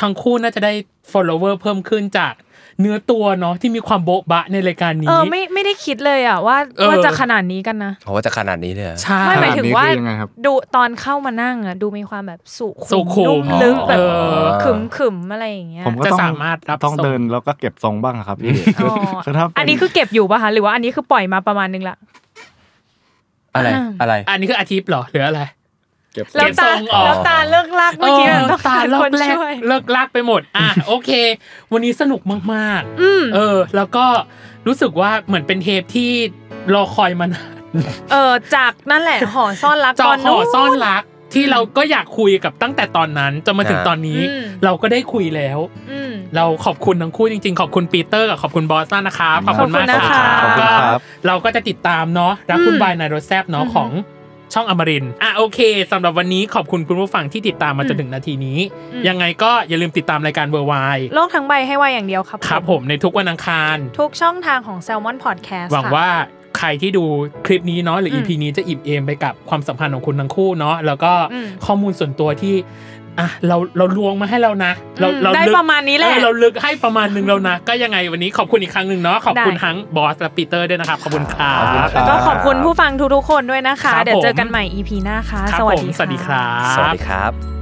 S3: ทั้งคู่น่าจะได้ follower เพิ่มขึ้นจากเนื้อตัวเนาะที่มีความโบ๊ะบะในรายการ
S6: เอ
S3: นี้
S6: อไม่ไม่ได้คิดเลยอ่ะว่า
S3: เออ
S6: ว่าจะขนาดนี้กันนะ
S5: เพราะว่าจะขนาดนี้เลยเหรอ
S3: ใช่
S6: ไม่หมายถึงว่า
S4: ขนดนี้คือยังไงครับ
S6: ดูตอนเข้ามานั่งอ่ะดูมีความแบบสุ
S3: สุขุ
S6: นุ่
S3: ม
S6: มลึกแบบ
S3: เออ
S6: ขึมขึมๆอะไรอย่างเงี้ย
S4: ผมก็
S3: จะ
S4: ต้อง
S3: สามารถรับ
S4: ต้อง
S3: ส่ง
S4: เดินแล้วก็เก็บทรงบ้างครับพี่
S6: อ๋อ
S4: คือถ้าเป็
S6: อันนี้คือเก็บอยู่ป่ะคะหรือว่าอันนี้คือปล่อยมาประมาณนึงละ
S5: อะไรอะไร
S3: อันนี้คืออาทิตย์เหรอหรืออะไร
S6: แล้ว
S3: เก็บท
S6: ตา
S3: รงออก
S6: แล้วตาเลิกลากเมื่อกี้
S3: เอ
S6: แบบ
S3: อ
S6: ต้อง
S3: ตาล
S6: ค
S3: อก
S6: น
S3: แรก
S6: ช่วย
S3: เลิกลากไปหมด อ่ะ [LAUGHS] โอเค วันนี้สนุกมากๆเออ แล้วก็รู้สึกว่าเหมือนเป็นเทปที่รอคอยมานาน
S6: เออจากนั่นแหละหอซ่อนรัก
S3: จ
S6: ต
S3: อ
S6: อน
S3: หอ
S6: นู้น
S3: ซ่อนรักที่เราก็อยากคุยกับตั้งแต่ตอนนั้นจนมาถึง
S5: อ่า
S3: ตอนนี้
S6: อืม
S3: เราก็ได้คุยแล้ว
S6: อืม
S3: เราขอบคุณทั้งคู่จริงๆ ขอบคุณปีเตอร์กับขอบคุณบอสมากนะครับขอบคุณมาก
S6: ขอบคุณนะคะ
S3: รับ
S6: ขอบคุณ
S4: ครับ
S3: เราก็จะติดตามเนาะรักคุณ
S6: อืม
S3: บายนายรถแซบเนาะ
S6: อือฮึ
S3: ของช่องอมรินทร์อ่ะโอเคสำหรับวันนี้ขอบคุณคุณผู้ฟังที่ติดตามมาจนถึงนาทีนี้ ยังไงก็อย่าลืมติดตามรายการเวอร์ไว
S6: โลกทั้งใบให้ไวอย่างเดียวครับ
S3: ครับผมในทุกวันอังคาร
S6: ทุกช่องทางของ Salmon Podcast
S3: หวัง
S6: ค่ะ
S3: ว่าใครที่ดูคลิปนี้เนาะหรือ
S6: ม
S3: EP นี้จะอิ่มเอมไปกับความสัมพันธ์ของคุณทั้งคู่เนาะแล้วก็
S6: อืม
S3: ข้อมูลส่วนตัวที่อ่ะเราเราลวงมาให้เรานะ เรา
S6: อืม
S3: เรา
S6: ได้
S3: ลึก
S6: ประมาณนี้แหละ
S3: เออเราลึกให้ประมาณหนึงแล้วนะ ก็ยังไงวันนี้ขอบคุณอีกครั้งหนึ่งเนาะขอบคุณ
S6: ได้
S3: ทั้งบอสและปีเตอร์ด้วยนะครับขอบคุณครั
S4: ขอบคุณ
S3: บ
S4: ครับ
S6: ก็ขอบคุณผู้ฟังทุกๆคนด้วยนะคะ
S3: ครับ
S6: เดี๋ยวเจ
S3: ผ
S6: อ
S3: ม
S6: กันใหม่ EP หน้าค่ะ
S3: ครับ
S6: สวัส
S3: ผม
S6: ดี
S3: สวัสดีค
S6: ค่ะ
S3: รับ
S5: สวัสดีครับ